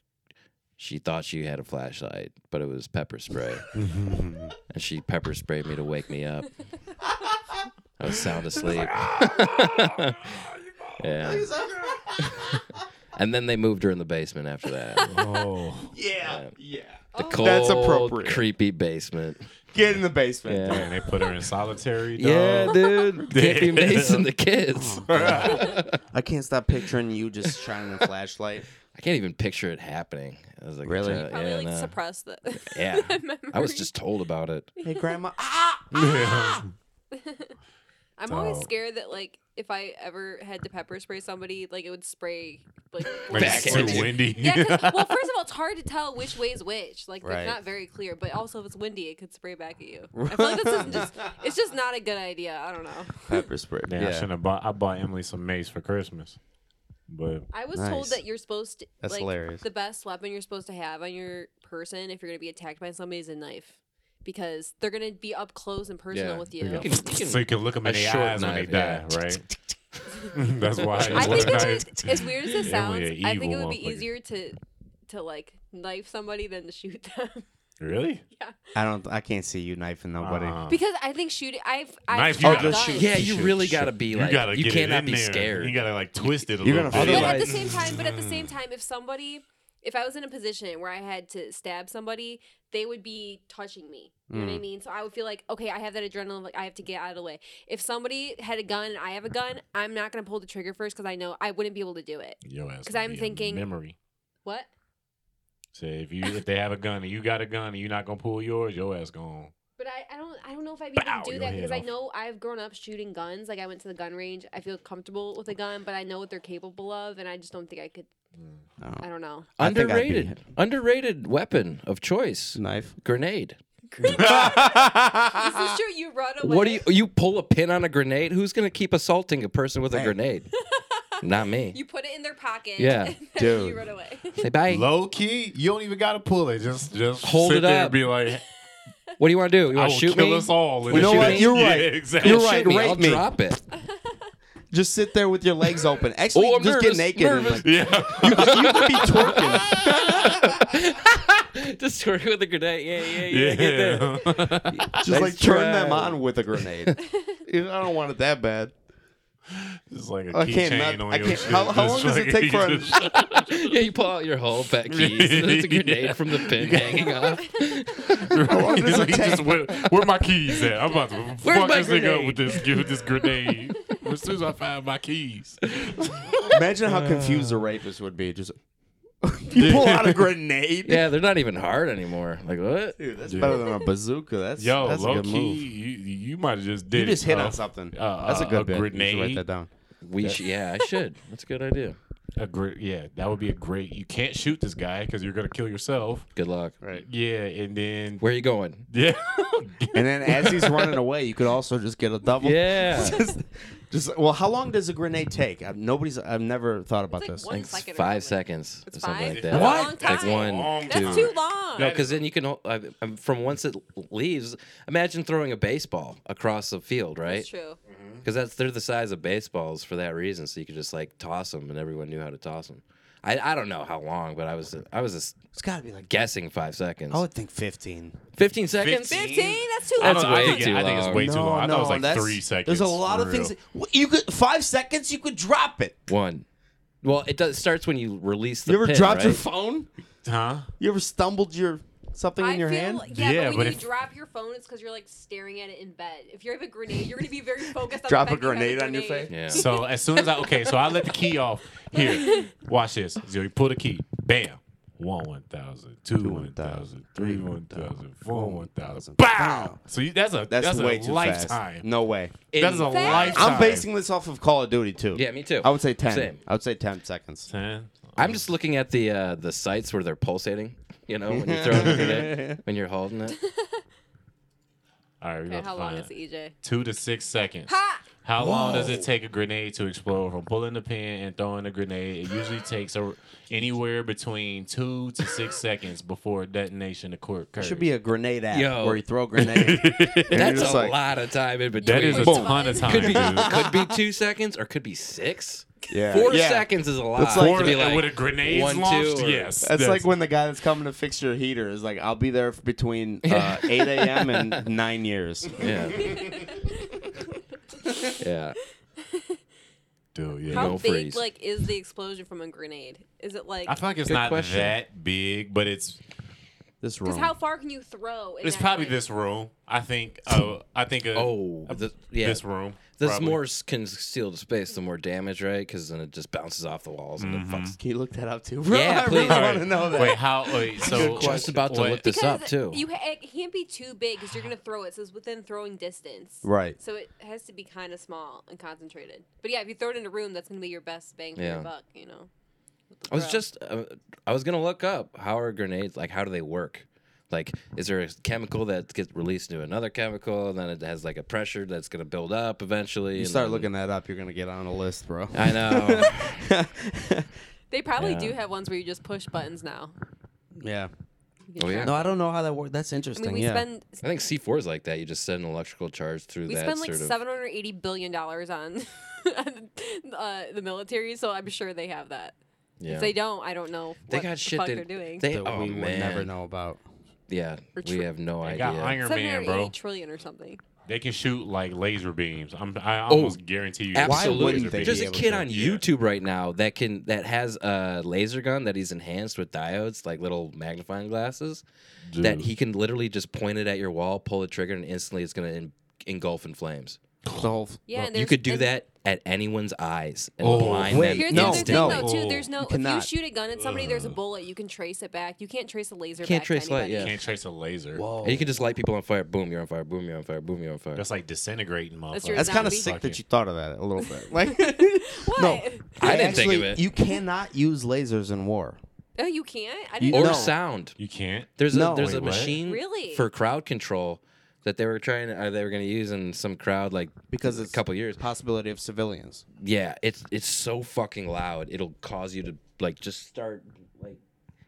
G: She thought she had a flashlight, but it was pepper spray. and she pepper sprayed me to wake me up. I was sound asleep. yeah. and then they moved her in the basement after that.
E: oh,
G: The cold,
F: That's appropriate.
G: creepy basement.
F: Get in the basement.
G: Yeah.
E: man, they put her in solitary. Dog.
G: Yeah, dude. Can't be
E: Damn.
G: macing the kids. I
F: I can't stop picturing you just shining a flashlight.
G: can't even picture it happening. I was like, a
F: Really?
G: child.
D: Probably
G: yeah,
D: like uh,
G: no.
D: suppressed that.
G: Yeah.
D: that memory.
G: I was just told about it.
F: Hey, grandma.
D: I'm always
I: So-
D: scared that like if I ever had to pepper spray somebody, like it would spray like
E: Like,
G: Back
E: it's
G: at
E: too
G: you.
E: windy.
D: Yeah, 'cause- well, first of all, it's hard to tell which way is which. Like,
F: Right.
D: it's not very clear. But also, if it's windy, it could spray back at you. I feel like this isn't just. It's just not a good idea. I don't know.
F: Pepper spray.
E: Man, I shouldn't have bought. I bought Emily some mace for Christmas, but
D: I was
F: Nice.
D: told that you're supposed to.
F: That's
D: like,
F: hilarious.
D: The best weapon you're supposed to have on your person if you're going to be attacked by somebody is a knife. Because they're going to be up close and personal
G: Yeah.
D: with
G: There you
D: you.
G: go. You can-
E: so you can look them in
G: a
E: the
G: short
E: eyes when they
G: knife,
E: die,
G: yeah.
E: right? That's why.
D: I think
E: it's
D: it would, as weird as this sounds,
E: Emily, a
D: I think it
E: evil
D: would be
E: motherfucker.
D: easier to to like knife somebody than to shoot them.
E: Really?
F: I don't. I can't see you knifing nobody.
E: Uh-uh.
D: because I think shooting, I've, I've
E: Knife, you
D: shot
E: gotta
D: guns.
E: shoot.
G: Yeah, you really gotta be like. You,
E: gotta get it
G: cannot
E: in
G: be
E: there.
G: scared.
E: You gotta like twist it a
F: You're
E: little
F: gonna
E: bit.
F: feel
D: But at
F: like-
D: the same
E: "Mm,
D: time, but at the same time, if somebody, if I was in a position where I had to stab somebody, they would be touching me. You
F: Mm.
D: know what I
G: Mm.
D: mean? So I would feel like, okay, I have that adrenaline. Like I have to get out of the way. If somebody had a gun and I have a gun, I'm not gonna pull the trigger first because I know I wouldn't be able to do it.
E: Yo, that's
D: 'Cause
E: gonna
D: I'm
E: be a
D: thinking-
E: memory.
D: What?
E: So if you if they have a gun and you got a gun and you're not gonna pull yours, your ass gone.
D: But I, I don't I don't know if I'd be
E: Bow
D: able to do
E: your
D: that
E: head
D: because I
E: off.
D: know I've grown up shooting guns. Like I went to the gun range. I feel comfortable with a gun, but I know what they're capable of, and I just don't think I could. I don't know.
F: I think I'd be-
G: Underrated, underrated weapon of choice.
F: Knife.
G: Grenade.
D: This is true. You run away.
G: What do you you pull a pin on a grenade? Who's gonna keep assaulting a person with a grenade? Not me.
D: You put it in their pocket.
G: Yeah.
D: and then
F: Dude.
D: you run away.
G: Say bye.
E: Low key, you don't even gotta pull it. Just just
G: Hold
E: sit
G: it
E: there
G: up.
E: and be like,
G: What do you want to do?
E: I
G: You want
E: will
G: to shoot
E: kill
G: me?
E: us all.
G: You know what?
F: You're
E: Yeah,
F: right.
E: exactly.
G: You're
F: You're
G: right.
F: right, rape
G: I'll
F: me.
G: drop it.
F: Just sit there with your legs open. Actually,
G: Oh, I'm
F: just get
G: nervous,
F: naked. and,
G: nervous.
F: like,
E: Yeah.
F: you could be twerking.
G: Just work with a grenade. Yeah, yeah, yeah.
E: yeah.
G: Get there.
F: Just
G: Nice
F: like turn them
G: try.
F: on with a grenade. You know, I don't want it that bad.
E: It's like a
F: I can't
E: keychain
F: not-
E: on
F: I
E: your
F: can't-
E: shit.
F: how- how
E: Just
F: long does it
E: like-
F: take for an-
E: just-
G: Yeah, you pull out your whole pet keys. and There's a grenade
E: Yeah.
G: from the pin hanging off.
F: long
E: He's
F: does
E: like,
F: it
E: just, where, where my keys at? I'm about to fuck
G: my
E: this nigga up
G: grenade?
E: with this, with this grenade. as soon as I find my keys.
F: Imagine how confused a rapist would be. Just you pull out a grenade.
G: Yeah, they're not even hard anymore. Like what?
F: Dude, that's
E: Yeah.
F: better than a bazooka. That's
E: Yo,
F: that's
E: low
F: a good
E: key,
F: move.
E: you, you might have just did
F: You just
E: it,
F: hit
E: uh,
F: on something.
E: uh,
F: that's a
E: uh,
F: good
E: a
F: bit. You should
E: grenade.
F: write that down.
G: We sh- yeah, I should. That's a good idea.
E: A great, yeah, that would be a great. You can't shoot this guy because you're gonna kill yourself.
G: Good luck.
E: Right. Yeah, and then
G: Where are you going?
E: yeah,
F: And then as he's running away, you could also just get a double.
G: Yeah.
F: just, just- well, how long does a grenade take? I've, nobody's. I've never thought about
D: It's like
F: this.
D: one-
G: Like it's
D: second or
G: five
D: something.
G: seconds
D: It's
G: or something
D: five?
G: like
D: That's
G: that.
D: a What? long
G: Like
D: time.
G: one,
E: Long
G: two.
D: That's too long.
G: No, because then you can. o- I- I'm- From once it leaves, imagine throwing a baseball across the field, right?
D: That's true.
G: Because that's they're the size of baseballs for that reason. So you could just like toss them, and everyone knew how to toss them. I, I don't know how long, but I was I was just
F: It's got to be like.
G: guessing five seconds.
F: I would think fifteen.
G: Fifteen seconds.
D: 15? That's too
E: I
D: long.
E: don't know. I think,
G: too
E: I think it's
G: long.
E: way too long. I thought it was like
F: that's-
E: three seconds.
F: There's a lot
E: for
F: of things.
E: real.
F: That, what- you could five seconds. You could drop it.
G: One. Well, it does, starts when you release the.
F: You ever
G: pin,
F: dropped your
G: right?
F: phone?
E: huh?
F: You ever stumbled your something
D: I
F: in your
D: feel
F: hand?
D: like- yeah,
E: Yeah,
D: but when
E: but
D: you
E: if-
D: drop your phone, it's because you're like staring at it in bed. If you have a grenade, you're gonna be very focused. on
F: Drop
D: the
F: a
D: fact that you have
F: grenade on your
D: grenade.
F: face?
G: Yeah.
E: So as soon as I okay, so I let the key off. Here, watch this. So you pull the key. Bam. One one thousand, two one thousand, three one thousand, four one thousand. Bow. So you, that's a that's,
F: That's, way
E: a
F: too
E: lifetime.
F: fast. No way.
E: That is a
D: fact-
E: lifetime.
F: I'm basing this off of Call of Duty too.
G: Yeah, me too.
F: I would say ten.
G: Same.
F: I would say ten seconds.
E: Ten.
G: I'm just looking at the uh, the sites where they're pulsating. You know, when you're throwing it, when you're holding it.
E: All right, we
D: Okay,
E: got
D: how
E: to
D: long
E: find
D: is it, E EJ?
E: two to six seconds.
D: Ha!
E: How long does it take a grenade to explode? From pulling the pin and throwing the grenade, it usually takes a, anywhere between two to six seconds before detonation occur- occurs.
F: Should be a grenade app
G: Yo.
F: where you throw a grenade.
G: That's
F: just
G: a
F: like-
G: lot of time in between.
E: that is a
G: Boom.
E: ton of time.
G: Could be
E: dude.
G: could be two seconds or could be six.
F: yeah.
G: Four
F: Yeah.
G: seconds is a lot.
F: That's like-
G: It
E: Or
G: could be like
E: with a grenade
G: one, two,
E: launched,
G: or-
E: yes.
F: That's, like when the guy that's coming to fix your heater is like, "I'll be there f- between uh,
G: Yeah.
F: 8 a.m. and 9 years."
G: Yeah. yeah.
E: Dude, yeah.
D: How
G: No
D: big
G: freeze.
D: like is the explosion from a grenade? Is it like
E: I feel like it's
G: Good
E: not
G: question.
E: that big, but it's
F: This room.
D: Because how far can you throw? in
E: It's
D: that
E: probably
D: thing?
E: this room. I think. Oh, I think. A,
G: Oh,
E: a-
G: the- yeah.
E: this room.
G: The
E: probably.
G: more s- concealed space, the more damage, right? Because then it just bounces off the walls and it fucks.
F: Can you look that up too?
G: Yeah,
F: I really
G: please.
F: want to know that.
E: Wait, how? Wait, so
G: Just about to
E: what-
G: look this up
D: Because
G: too.
D: You ha- it can't be too big because you're gonna throw it. So it's within throwing distance.
F: Right.
D: So it has to be kind of small and concentrated. But yeah, if you throw it in a room, that's gonna be your best bang for
G: Yeah.
D: your buck. You know.
G: I was
D: Bruh.
G: just, uh, I was gonna look up how are grenades like? How do they work? Like, is there a chemical that gets released into another chemical, and then it has like a pressure that's gonna build up eventually?
F: You
G: and
F: start
G: then-
F: looking that up, you're gonna get on a list, bro.
G: I know.
D: They probably
G: Yeah.
D: do have ones where you just push buttons now.
F: yeah.
D: You can
G: Oh,
D: try.
G: yeah.
F: No, I don't know how that works. That's
D: I
F: interesting.
D: mean, we
F: yeah.
D: spend
G: I think C four is like that. You just send an electrical charge through
D: we
G: that
D: spend like
G: sort of.
D: seven hundred eighty billion dollars on uh, the military, so I'm sure they have that.
G: yeah.
D: If they don't, I don't know.
G: They
D: what
G: got
D: the
G: shit
D: fuck
G: that-
D: they're doing.
G: They,
F: that
G: oh
F: we
G: man.
F: would never know about.
G: Yeah,
D: Or
G: we
D: tr-
G: have no
E: They
G: idea.
E: got Iron Man, bro.
D: 780 trillion or something.
E: They can shoot like laser beams. I'm, I almost guarantee you.
F: Absolutely.
E: laser
F: wouldn't they
E: beams.
G: There's
F: be
G: a
F: able
G: kid
F: to?
G: on
E: Yeah.
G: YouTube right now that can that has a laser gun that he's enhanced with diodes, like little magnifying glasses, that
E: Dude.
G: he can literally just point it at your wall, pull a trigger, and instantly it's gonna en- engulf in flames.
F: The whole.
D: Yeah, and
G: You
D: there's-
G: could do
D: and-
G: that at anyone's eyes and
E: Oh,
G: blind
F: wait,
G: them
D: Here's
F: No,
D: the other thing,
F: no.
D: though, too.
E: Oh,
D: There's no.
F: you
D: if
F: cannot.
D: you shoot a gun at somebody, there's a bullet. You can trace it back. You can't trace a laser.
G: Can't
D: back
G: trace
D: to
G: light,
D: anybody.
G: yeah.
E: You can't trace a laser.
F: Whoa.
G: And you can just light people on fire. Boom, you're on fire. Boom, you're on fire. Boom, you're on fire.
E: That's like disintegrating, motherfucker.
D: your
F: That's kind of
D: zombie.
F: sick that
E: Fucking-
F: you thought of that a little bit. Like,
D: What?
F: no,
G: I didn't think of
F: actually-
G: it.
F: You cannot use lasers in war.
D: Oh, you can't. I
F: You-
D: didn't.
G: or
F: No.
G: sound.
E: You can't.
G: There's a
F: No.
G: there's
E: Wait,
G: a
E: what?
G: machine
D: Really?
G: for crowd control that they were trying to, uh, they were going to use in some crowd like
F: Because
G: a
F: it's
G: couple years.
F: Possibility of civilians.
G: Yeah, it's it's so fucking loud. It'll cause you to like just start like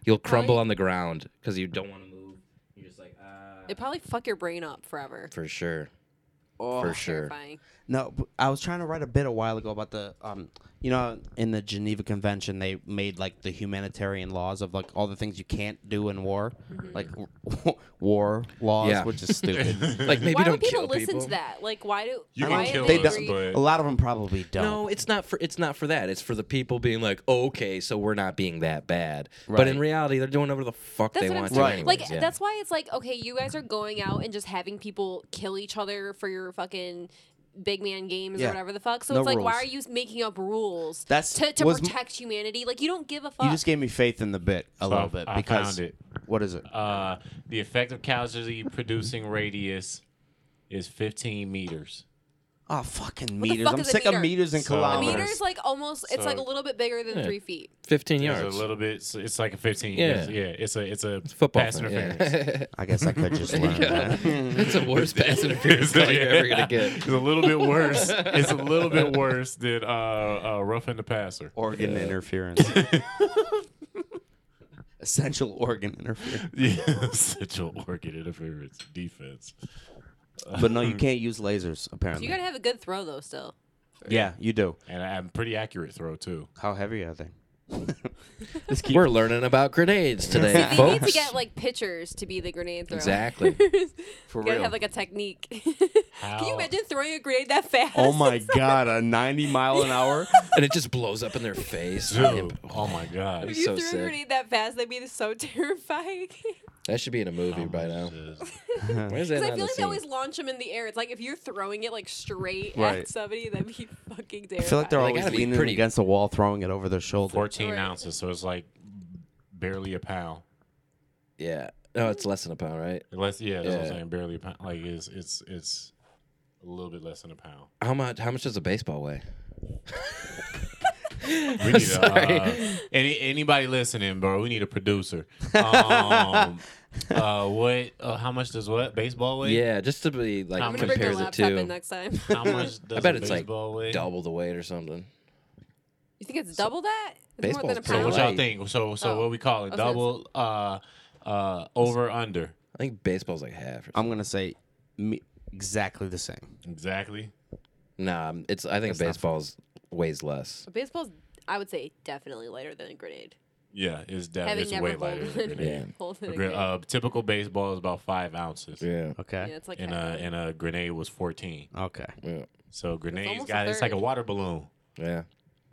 G: you'll crumble on the ground because you don't want to move. You're just like ah.
D: It probably fuck your brain up forever.
G: For sure. For sure.
D: Terrifying.
F: No, b- I was trying to write a bit a while ago about the, um, you know, in the Geneva Convention, they made like the humanitarian laws of like all the things you can't do in war,
D: Mm-hmm.
F: like w- war laws,
G: Yeah.
F: which is stupid.
G: Like maybe
D: Why
G: don't
D: would people
G: kill
D: listen
G: people.
D: to that? Like, why do?
E: You
D: why
E: can
D: do
E: kill
D: they
E: us,
D: agree?
E: but
F: a lot of them probably don't.
G: No, it's not for it's not for that. It's for the people being like, oh, okay, so we're not being that bad. But in
F: Right.
G: reality, they're doing whatever the fuck
D: That's
G: they
D: what I'm
G: want
D: saying.
G: to. Anyways,
D: Like
G: yeah.
D: that's why it's like okay, you guys are going out and just having people kill each other for your fucking big man games or
F: Yeah.
D: whatever the fuck. So
F: No
D: it's like, why
F: rules.
D: are you making up rules
F: That's-
D: to, to
F: was m-
D: protect humanity? Like you don't give a fuck.
F: you just gave me faith in the bit a little bit
E: I
F: because
E: found it.
F: what is it?
E: Uh, the effective casualty producing radius is 15 meters.
F: Oh, fucking
D: What the
F: meters!
D: fuck
F: I'm
D: is a
F: sick
D: meter?
F: of meters and
E: So- A
D: a
F: kilometers.
D: meter's like almost it's like a
E: So-
D: little bit bigger than three feet.
G: fifteen
E: It's
G: yards.
E: a little bit. so It's like a 15.
G: Yeah.
E: Yeah, yeah. It's a it's a
G: Football.
E: pass
G: thing,
E: interference.
G: yeah.
F: I guess I could just learn that.
G: it's the worst pass interference call you're ever gonna get.
E: It's a little bit worse. It's a little bit worse than uh, uh, roughing the passer.
F: Organ interference. Essential organ interference.
E: Yeah, central organ interference defense.
F: But no, you can't use lasers
D: So
F: apparently.
D: you gotta have a good throw though. Still,
F: yeah, you do.
E: And I'm pretty accurate throw too.
F: How heavy are they?
G: We're learning about grenades today,
D: you
G: folks.
D: need to get like pitchers to be the grenade thrower.
G: Exactly.
D: For you gotta
F: real.
D: have like a technique. Can you
E: How-
D: imagine throwing a grenade that fast?
F: Oh my god, a 90 mile an hour?
G: and it just blows up in their face.
E: Dude, oh my god.
D: If you
G: so
D: threw
G: sick.
D: a grenade that fast, that'd be so terrifying.
G: That should be in a movie by
F: Oh,
G: now. Where's
D: Because I feel
G: that? on the
D: like they
G: scene?
D: always launch them in the air. It's like if you're throwing it like straight at
F: Right.
D: somebody, that'd be fucking
F: I
D: terrifying.
F: feel like they're
G: They
F: always
G: gotta be
F: leaning
G: pretty-
F: against the wall, throwing it over their shoulder.
E: 14
D: Right.
E: ounces, so it's like barely a pound.
G: Yeah. No, it's less than a pound, right?
E: Unless yeah, that's what
G: Yeah.
E: I'm saying. Barely a pound. Like it's it's it's a little bit less than a pound.
G: How much? How much does a baseball weigh?
E: We need a, uh, any anybody listening, bro. We need a producer. Um, uh, what? Uh, how much does what baseball weigh?
G: Yeah, just to be like
E: How
D: I'm gonna bring your
G: compares it
D: laptop
G: to.
D: in next time.
E: How much does
G: I bet
E: a
G: it's like
E: baseball weigh?
G: double the weight or something.
D: You think it's double that? It's more than a
G: Baseball's pretty
E: So
D: pound.
E: what y'all
G: Right.
E: think? So so
D: Oh.
E: what we call it?
D: I was gonna
E: Double uh uh over under.
G: I think baseball's like half. Or something.
F: I'm going to say me, exactly the same.
E: Exactly.
G: Nah, um, it's. I think baseball's weighs less.
D: But baseball's, I would say, definitely lighter than a grenade.
E: Yeah, it's
D: Having
E: definitely it's
D: never
E: way lighter
D: hold
E: than a
D: one.
E: grenade.
D: Hold
E: A
D: it
E: gre- uh, typical baseball is about five ounces,
G: Yeah.
F: Okay.
D: yeah, it's like
E: and a
D: half of it.
E: and a grenade was fourteen.
F: Okay.
G: Yeah.
E: So grenades
D: almost a
E: got it's like a
D: third.
E: water balloon.
G: Yeah.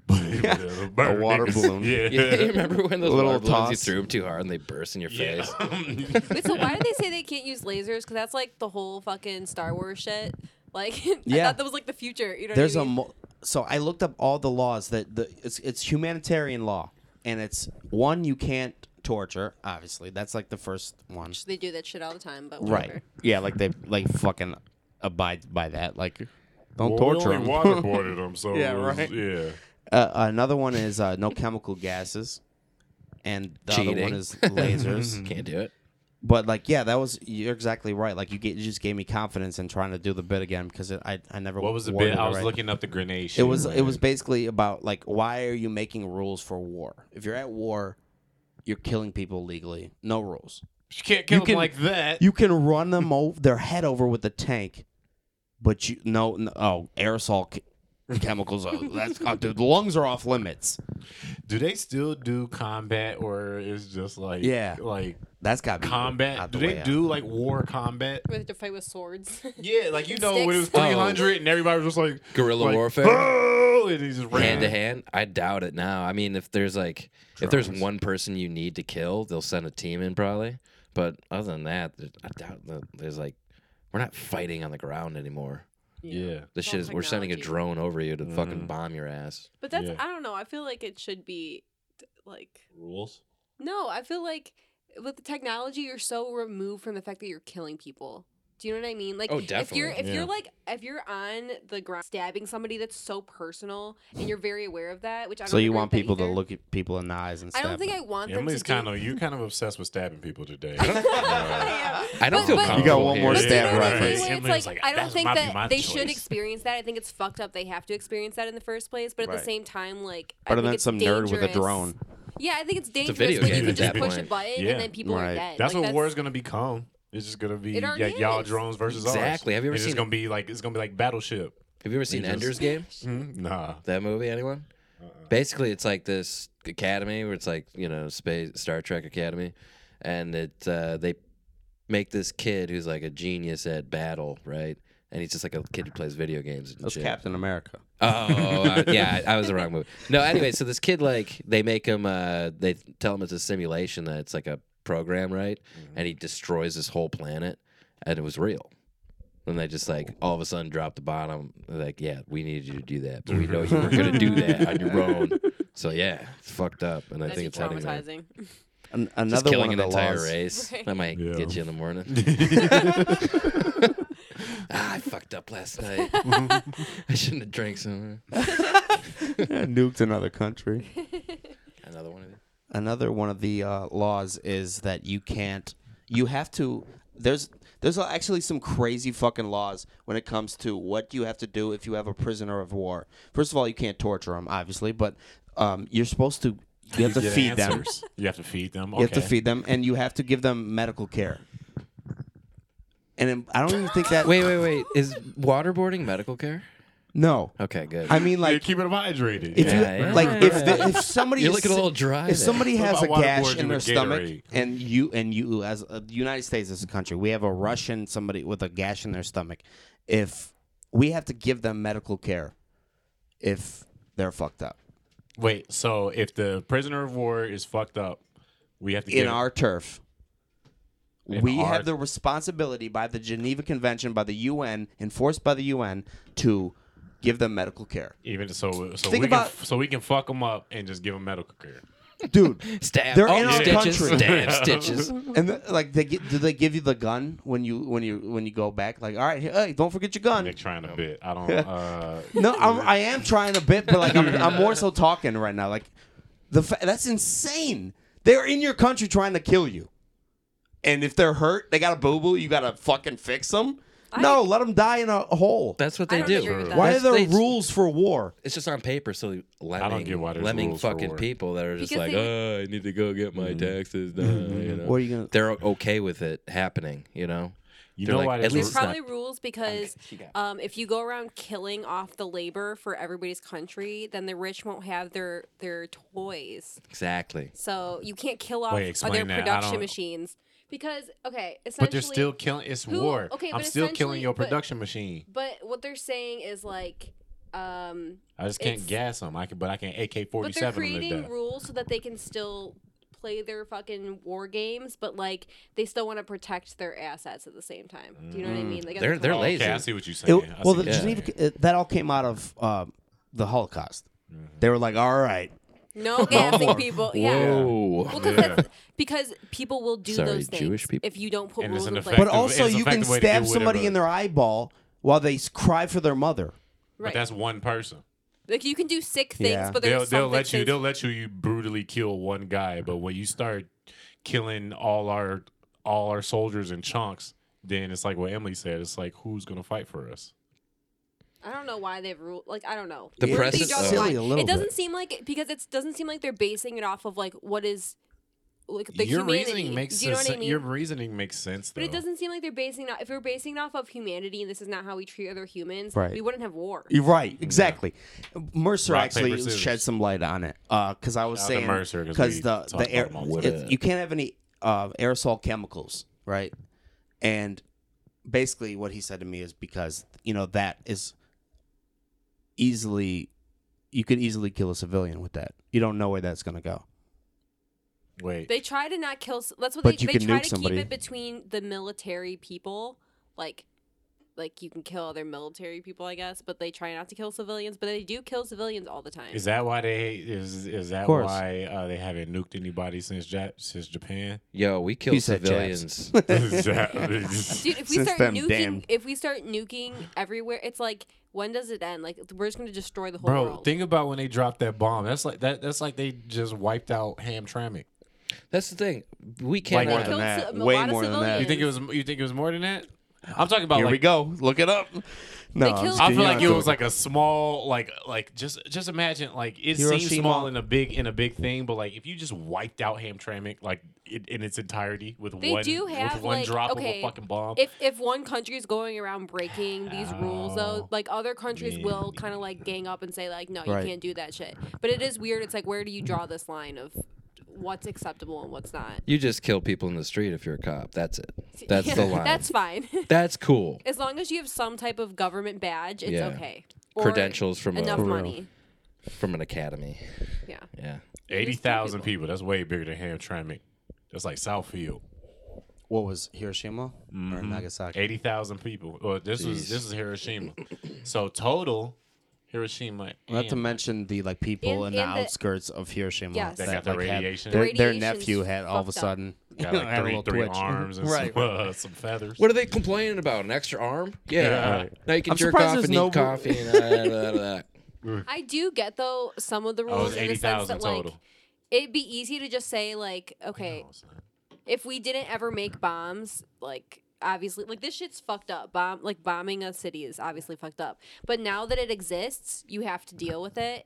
E: but it was a burn,
F: water
E: niggas.
F: balloon.
G: You
E: Yeah.
G: remember when those
F: Little
G: little balloons you
F: toss.
G: threw them too hard and they burst in your face?
E: yeah.
D: Wait, so why do they say they can't use lasers? Because that's like the whole fucking Star Wars shit. Like, I
F: Yeah.
D: thought that was like the future. You know,
F: There's
D: what
F: a
D: I mean?
F: mo- so I looked up all the laws that the it's it's humanitarian law and it's one you can't torture obviously that's like the first one
D: they do that shit all the time, but whatever.
F: right yeah like they like fucking abide by that like don't
E: Well,
F: torture
E: we
F: them.
E: only waterboarded them, so
F: Yeah,
E: it was-
F: right.
E: Yeah.
F: Uh, another one is uh, no chemical gases, and the other one
G: Cheating.
F: is lasers.
G: Can't do it.
F: but like, yeah, that was you're exactly right. Like you, get, you just gave me confidence in trying to do the bit again because it, I I never.
E: What was the
F: worded
E: bit? I was
F: right.
E: looking up the grenade.
F: It was it was basically about like why are you making rules for war? If you're at war, you're killing people legally, no rules.
E: You can't kill
F: you
E: him
F: can-
E: like that.
F: You can run them over their head over with a tank, but you no, no oh aerosol. Ke- chemicals oh, that's oh, dude the lungs are off limits
E: do they still do combat, or is just like
F: Yeah.
E: like
F: that's got
E: combat? Do they do like war combat?
D: We have to fight with swords.
E: Yeah, like you know when it was
D: Sticks.
E: three hundred and everybody was just like
G: Guerrilla
E: like,
G: warfare?
E: Oh, and he just ran
G: Hand to hand? I doubt it now. I mean, if there's like if there's one person you need to kill, they'll send a team in probably. But other than that, there- I doubt that there's like we're not fighting on the ground anymore.
E: Yeah.
G: The shit
D: all
G: is we're sending a
D: technology.
G: drone over you to fucking
E: Mhm.
G: bomb your ass.
D: But that's
E: Yeah.
D: I don't know. I feel like it should be t- like
E: Rules.
D: no. I feel like with the technology, you're so removed from the fact that you're killing people. Do you know what I mean? Like,
G: Oh,
D: If you're if
G: definitely,
E: yeah.
D: you're like if you're on the ground stabbing somebody, that's so personal, and you're very aware of that. Which I don't
F: So you
D: agree
F: want
D: with that
F: people to
D: either.
F: look at people in the eyes and
D: I
F: stab
D: don't think
F: them.
D: I want them
E: Emily's
D: to do-
E: kind of you kind of obsessed with stabbing people today.
D: I am.
G: Uh, I don't
D: But-
G: feel
D: but-
G: comfortable.
F: You got one
G: here.
F: more
E: Yeah,
F: stab
E: yeah,
D: But
E: right.
D: anyway,
F: reference.
D: it's
E: Emily's
D: like,
E: like,
D: I don't
E: "That's
D: think
E: my-
D: that
E: my
D: they should
E: choice."
D: experience that. I think it's fucked up. They have to experience that in the first place. But at
F: Right.
D: the same time, like, I
F: Better
D: think
F: than
D: it's
F: some nerd with a
D: dangerous.
F: drone.
D: Yeah, I think it's dangerous.
G: video
D: when
E: game
D: you can
E: at
D: just
E: that
D: push a
G: point.
D: button
E: Yeah.
D: and then people
F: Right.
D: are dead.
E: That's
D: like,
E: what war is gonna become. It's just gonna be
D: It
E: y-
D: already
E: y'all
D: is.
E: drones versus
G: Exactly.
E: ours.
G: Have you ever
E: it's
G: seen-
E: It's gonna be like it's gonna be like Battleship.
G: Have you ever seen
E: just-
G: Ender's Game?
E: Hmm? Nah.
G: That movie, anyone? Basically, it's like this academy where it's like you know space Star Trek Academy, and it uh, they make this kid who's like a genius at battle, right? And he's just like a kid who plays video games and
F: That's
G: shit.
F: Captain America.
G: Oh, uh, yeah, I I was the wrong movie. No, anyway, so this kid like they make him uh they tell him it's a simulation that it's like a program, right?
F: Mm-hmm.
G: And he destroys this whole planet and it was real. And they just like all of a sudden drop the bottom. They're like, yeah, we needed you to do that, but we know you were gonna do that on your own. So yeah, it's fucked up, and I think it's heading there.
D: traumatizing.
F: An-
G: Just
F: another
G: killing
F: one of
G: an
F: the
G: entire
F: laws.
G: race.
D: Right.
G: That might
E: Yeah.
G: get you in the morning. ah, I fucked up last night. I shouldn't have drank some.
F: nuked another country.
G: Another one of these.
F: Another one of the uh, laws is that you can't. You have to. There's there's actually some crazy fucking laws when it comes to what you have to do if you have a prisoner of war. First of all, you can't torture them, obviously, but um, you're supposed to. You have to
E: Yeah,
F: feed them.
E: answers. You have to feed them. Okay.
F: You have to feed them, and you have to give them medical care. And then- I don't even think that.
G: Wait, wait, wait. Is waterboarding medical care?
F: No.
G: Okay, good.
F: I mean,
E: Like,
F: like,
E: keep them hydrated.
F: If you
G: Yeah, yeah.
F: like, if the, if somebody
G: You're
F: is
G: looking a
F: si-
G: little dry
F: if
G: there.
F: somebody
E: What
F: has a
E: about water
F: gash
E: board
F: in
E: you
F: their
E: with
F: stomach,
E: Gatorade?
F: and you and you as uh, the United States as a country, we have a Russian somebody with a gash in their stomach. If we have to give them medical care, if they're fucked up
E: Wait, so if the prisoner of war is fucked up, we have to
F: in
E: give-
F: our turf.
E: In
F: we
E: our-
F: have the responsibility by the Geneva Convention, by the UN, enforced by the UN, to give them medical care.
E: even so so
F: Think
E: we
F: about-
E: can so we can fuck them up and just give them medical care.
F: Dude,
G: Stab.
F: They're
G: oh,
F: in our
G: stitches,
F: country.
G: Stab, stitches.
F: And the, like, they get, do they give you the gun when you when you when you go back? Like, all right, hey, don't forget your gun.
E: Nick trying to bit. I don't. Uh,
F: No, I'm, I am trying a bit, but like, I'm, I'm more so talking right now. Like, the fa- that's insane. They're in your country trying to kill you, and if they're hurt, they got a boo boo. You got to fucking fix them. no, let them die in a hole.
G: That's what
D: I
G: they
D: don't agree
G: do.
D: with that.
F: Why are
G: that's-
F: there
G: they-
F: rules for war?
G: It's just on paper, so lemming,
E: get why there's
G: lemming
E: rules for Mm-hmm.
G: fucking
E: war.
G: people that are just
D: Because
G: like,
D: they-
G: oh, I need to go get my taxes done.
E: Mm-hmm.
G: You know?
F: What are you gonna-
G: They're okay with it happening, you know?
E: you
G: They're
E: know
G: like,
E: why?
G: at
E: there's
G: least
E: ru-
G: it's not-
D: probably rules because um, if you go around killing off the labor for everybody's country, then the rich won't have their their toys.
G: Exactly.
D: So you can't kill off
E: Wait,
D: other
E: explain that. I
D: production
E: don't-
D: machines because okay, essentially,
E: but they're still killing. It's
D: Who-
E: war.
D: okay,
E: I'm
D: but
E: still killing
D: essentially-
E: your
D: but-
E: production machine.
D: But what they're saying is like um,
E: I just can't
D: It's-
E: gas them. I can, but I can AK forty
D: but they're
E: seven them to
D: creating
E: death.
D: rules so that they can still play their fucking war games, but like they still want to protect their assets at the same time. Do you know what I mean? Like as a
G: Mm. They're- they're
D: collective.
G: lazy.
E: Okay, I see what you're saying. I see
F: well,
E: what
F: the
E: you're
F: Geneva,
E: saying.
F: uh, that all came out of uh, the Holocaust. They were like, "All right,
D: No gassing people. Yeah.
G: Whoa.
D: Well, 'cause that's- because people will do
G: Sorry,
D: those things
G: Jewish people.
D: if you don't put
E: And it's
D: rules in
E: an
D: place.
E: effect-
F: But
E: effective-
F: also,
E: it's
F: you can
E: effective way to do
F: stab somebody
E: whatever.
F: in their eyeball while they s- cry for their mother.
E: But
D: right.
E: that's one person.
D: like you can do sick things,
F: Yeah.
D: but
E: They'll
D: there's
E: they'll
D: some
E: let you
D: things-
E: they'll let you you brutally kill one guy, but when you start killing all our all our soldiers in chunks, then it's like what Emily said. It's like who's gonna fight for us?
D: I don't know why they've ruled. Like I don't know.
G: The
D: Where
G: press
D: they
G: is
D: draw the
G: silly
D: line.
F: a little
D: It doesn't
F: bit.
D: seem like because it doesn't seem like they're basing it off of like what is like the
E: your
D: humanity.
E: reasoning makes
D: Do you know
E: sense.
D: what I mean?
E: Your reasoning makes sense, though.
D: But it doesn't seem like they're basing it off. If we're basing it off of humanity, and this is not how we treat other humans.
F: Right.
D: We wouldn't have war.
F: You're right, exactly. Mercer
E: Rock,
F: actually
E: paper, scissors.
F: shed some light on it because I was
E: Shout out to
F: saying
E: Mercer 'cause we
F: the
E: talk
F: the air,
E: about him all
F: it- you can't have any uh, aerosol chemicals, right? And basically, what he said to me is because you know that is easily you could easily kill a civilian with that. You don't know where that's going to go.
E: Wait,
D: They try to not kill. s- That's what
F: But
D: they
F: you
D: they
F: can
D: try
F: nuke
D: to
F: somebody.
D: keep it between the military people, like. Like you can kill other military people, I guess, but they try not to kill civilians. But they do kill civilians all the time.
E: is that why they is is that
F: course.
E: why uh, they haven't nuked anybody since Jap- since Japan?
G: Yo, we
F: He
G: killed
F: said
G: civilians.
E: Dude,
D: Dude, if we
F: Since
D: start
F: them
D: nuking,
F: damn-
D: if we start nuking everywhere, it's like when does it end? Like we're just gonna destroy the whole
E: Bro,
D: world.
E: think about when they dropped that bomb. That's like that. That's like they just wiped out Hamtramck.
G: That's the thing. We
E: Like,
G: can't.
E: more
D: They
E: than
D: killed
F: that.
D: ci- a
F: Way
D: lot of
F: more than that.
E: You think it was? You think it was more than that? I'm talking about
F: Here
E: like
F: we go. Look it up. No, I'm
D: killed-
F: just
E: I
F: kidding.
E: feel
F: You're
E: like
F: not
E: it was
F: joking.
E: like a small, like, like just just imagine, like it seems
F: Hiroshima.
E: small in a big in a big thing, but like if you just wiped out Hamtramck like it, in its entirety with
D: They
E: one
D: do have
E: with one
D: like
E: drop
D: okay,
E: of a fucking bomb,
D: If if one country is going around breaking these rules, though,
E: Oh.
D: like other countries
E: Yeah.
D: will kind of like gang up and say like, no, you
F: Right.
D: can't do that shit. But it is weird. It's like where do you draw this line of what's acceptable and what's not?
G: You just kill people in the street if you're a cop. That's it. That's the line.
D: That's fine.
G: That's cool.
D: as long as you have some type of government badge, it's
G: Yeah.
D: okay.
G: Credentials from a-
D: enough
G: For real.
D: money.
G: From an academy.
D: Yeah.
G: Yeah.
E: eighty thousand people. That's way bigger than Hamtramck. That's like Southfield,
F: what was Hiroshima or
E: Mm-hmm.
F: Nagasaki?
E: eighty thousand people. Well, this was this is Hiroshima. So total, Hiroshima.
F: Not to
E: and-
F: mention the like people
D: And-
F: in,
D: and
F: the
D: the-
F: outskirts of Hiroshima
D: Yes. That
E: got the
F: like, had-
E: radiation.
F: their, their
D: Radiation's
F: nephew had all of a
D: fucked up.
F: sudden
E: got like
F: had a
E: three,
F: little
E: three
F: twitch.
E: arms and
F: right.
E: some, uh, some feathers.
G: What are they complaining about? An extra arm? Yeah.
E: Yeah. Right.
G: Now you can
F: I'm
G: jerk
F: surprised
G: off
F: there's
G: and
F: no-
G: eat coffee and uh, blah, blah, blah.
D: I do get though some of the
E: Oh, it
D: rules
E: was
D: in
E: eighty
D: the sense
E: thousand
D: that like
E: total.
D: it'd be easy to just say like, okay, if we didn't ever make bombs, like obviously like this shit's fucked up. Bomb like bombing a city is obviously fucked up. But now that it exists, you have to deal with it.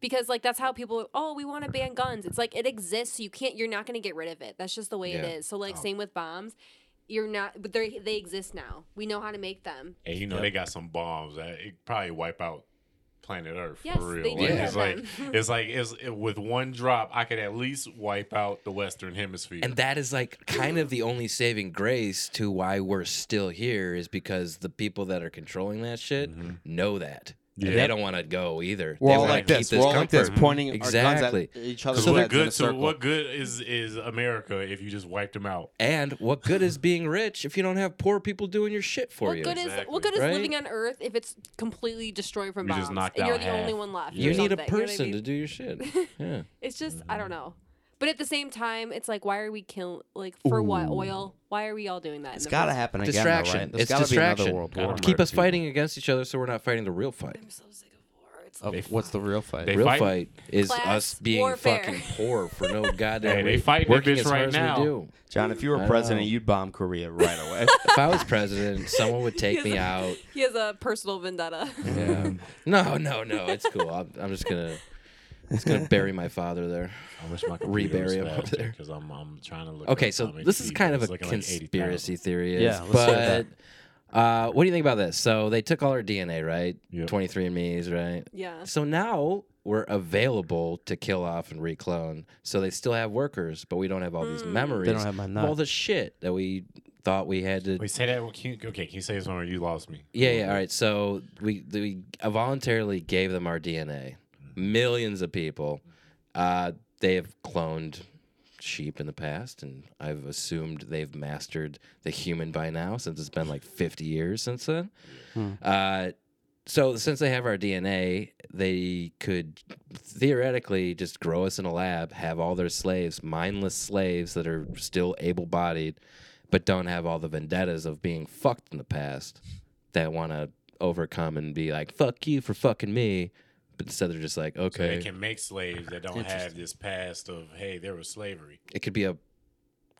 D: Because like that's how people oh we want to ban guns. It's like it exists. So you can't. You're not gonna get rid of it. That's just the way
G: Yeah. Oh.
D: it is. So like same with bombs. You're not, but they they exist now. We know how to make them.
E: And you know they got some bombs that it probably wipe out planet Earth
D: Yes,
E: for real.
D: they do
E: Like,
G: have
E: it's, like,
D: them.
E: it's like it's it- with one drop I could at least wipe out the Western Hemisphere.
G: And that is like kind of the only saving grace to why we're still here is because the people that are controlling that shit
E: Mm-hmm.
G: know that. And
E: Yeah.
G: they don't want to go either.
F: We're
G: they
F: all
G: wanna
F: like
G: keep
F: this. We're all like this,
G: comfort.
F: pointing our guns
G: exactly.
F: at each other.
E: Because what
F: in a
E: good to,
F: circle.
E: what good is is America if you just wiped them out?
G: And what good is being rich if you don't have poor people doing your shit for
D: What
G: you?
D: good is what good is
G: Right?
D: living on Earth if it's completely destroyed from
E: You
D: bombs
E: just knocked
D: and
E: out
D: you're the
E: half.
D: only one left?
G: you
D: or
G: need a
D: something, you know what I
G: person
D: mean?
G: to do your shit. Yeah.
D: It's just I don't know. But at the same time, it's like why are we killing like for what oil? Why are we all doing that? in
F: It's
D: the
F: got to
D: first-
F: happen again.
G: distraction.
F: Though, right? There's
G: It's
F: gotta Be
G: distraction.
F: another world
E: Gotta
F: war.
G: Keep
E: murder
G: us fighting agast each other so we're not fighting the real fight.
F: Of what's the real fight?
E: They
G: real
E: fight.
G: fight is
D: Class
G: us being
D: warfare.
G: fucking poor for no goddamn
E: Hey, they
G: reason.
E: fighting that
G: Working
E: bitch
G: as hard
E: right
G: as
E: now.
G: We do.
F: John, if you were
G: I
F: president,
G: know.
F: you'd bomb Korea right away.
G: If I was president, someone would take me out.
D: He has a personal vendetta.
G: Yeah. No, no, no. It's cool. I'm, I'm just gonna, just gonna bury my father there.
E: I wish my
G: Rebury him up there.
E: because I'm I'm trying to look.
G: Okay,
E: up
G: so
E: how many
G: this is
E: people.
G: kind of a
E: It's looking like 80,000.
G: conspiracy theory.
F: Yeah,
G: Yeah,
F: let's hear
G: but uh, what do you think about this? So they took all our DNA, right?
E: Yep.
G: 23andMe's, right?
D: yeah.
G: So now we're available to kill off and reclone. So they still have workers, but we don't have all these memories.
F: They don't have my
G: of
F: nut.
G: All the shit that we thought we had to
E: Wait, say that. Can you, okay, can you say this one where you lost me?
G: Yeah, yeah. All right. So we we voluntarily gave them our DNA. Millions of people. Uh, they have cloned sheep in the past, and I've assumed they've mastered the human by now, since it's been like 50 years since then. Uh, so since they have our DNA, they could theoretically just grow us in a lab, have all their slaves, mindless slaves that are still able-bodied, but don't have all the vendettas of being fucked in the past that want to overcome and be like fuck you for fucking me, but instead they're just like
E: So they
G: okay,
E: can make slaves that don't have this past of hey, there was slavery.
G: it could be a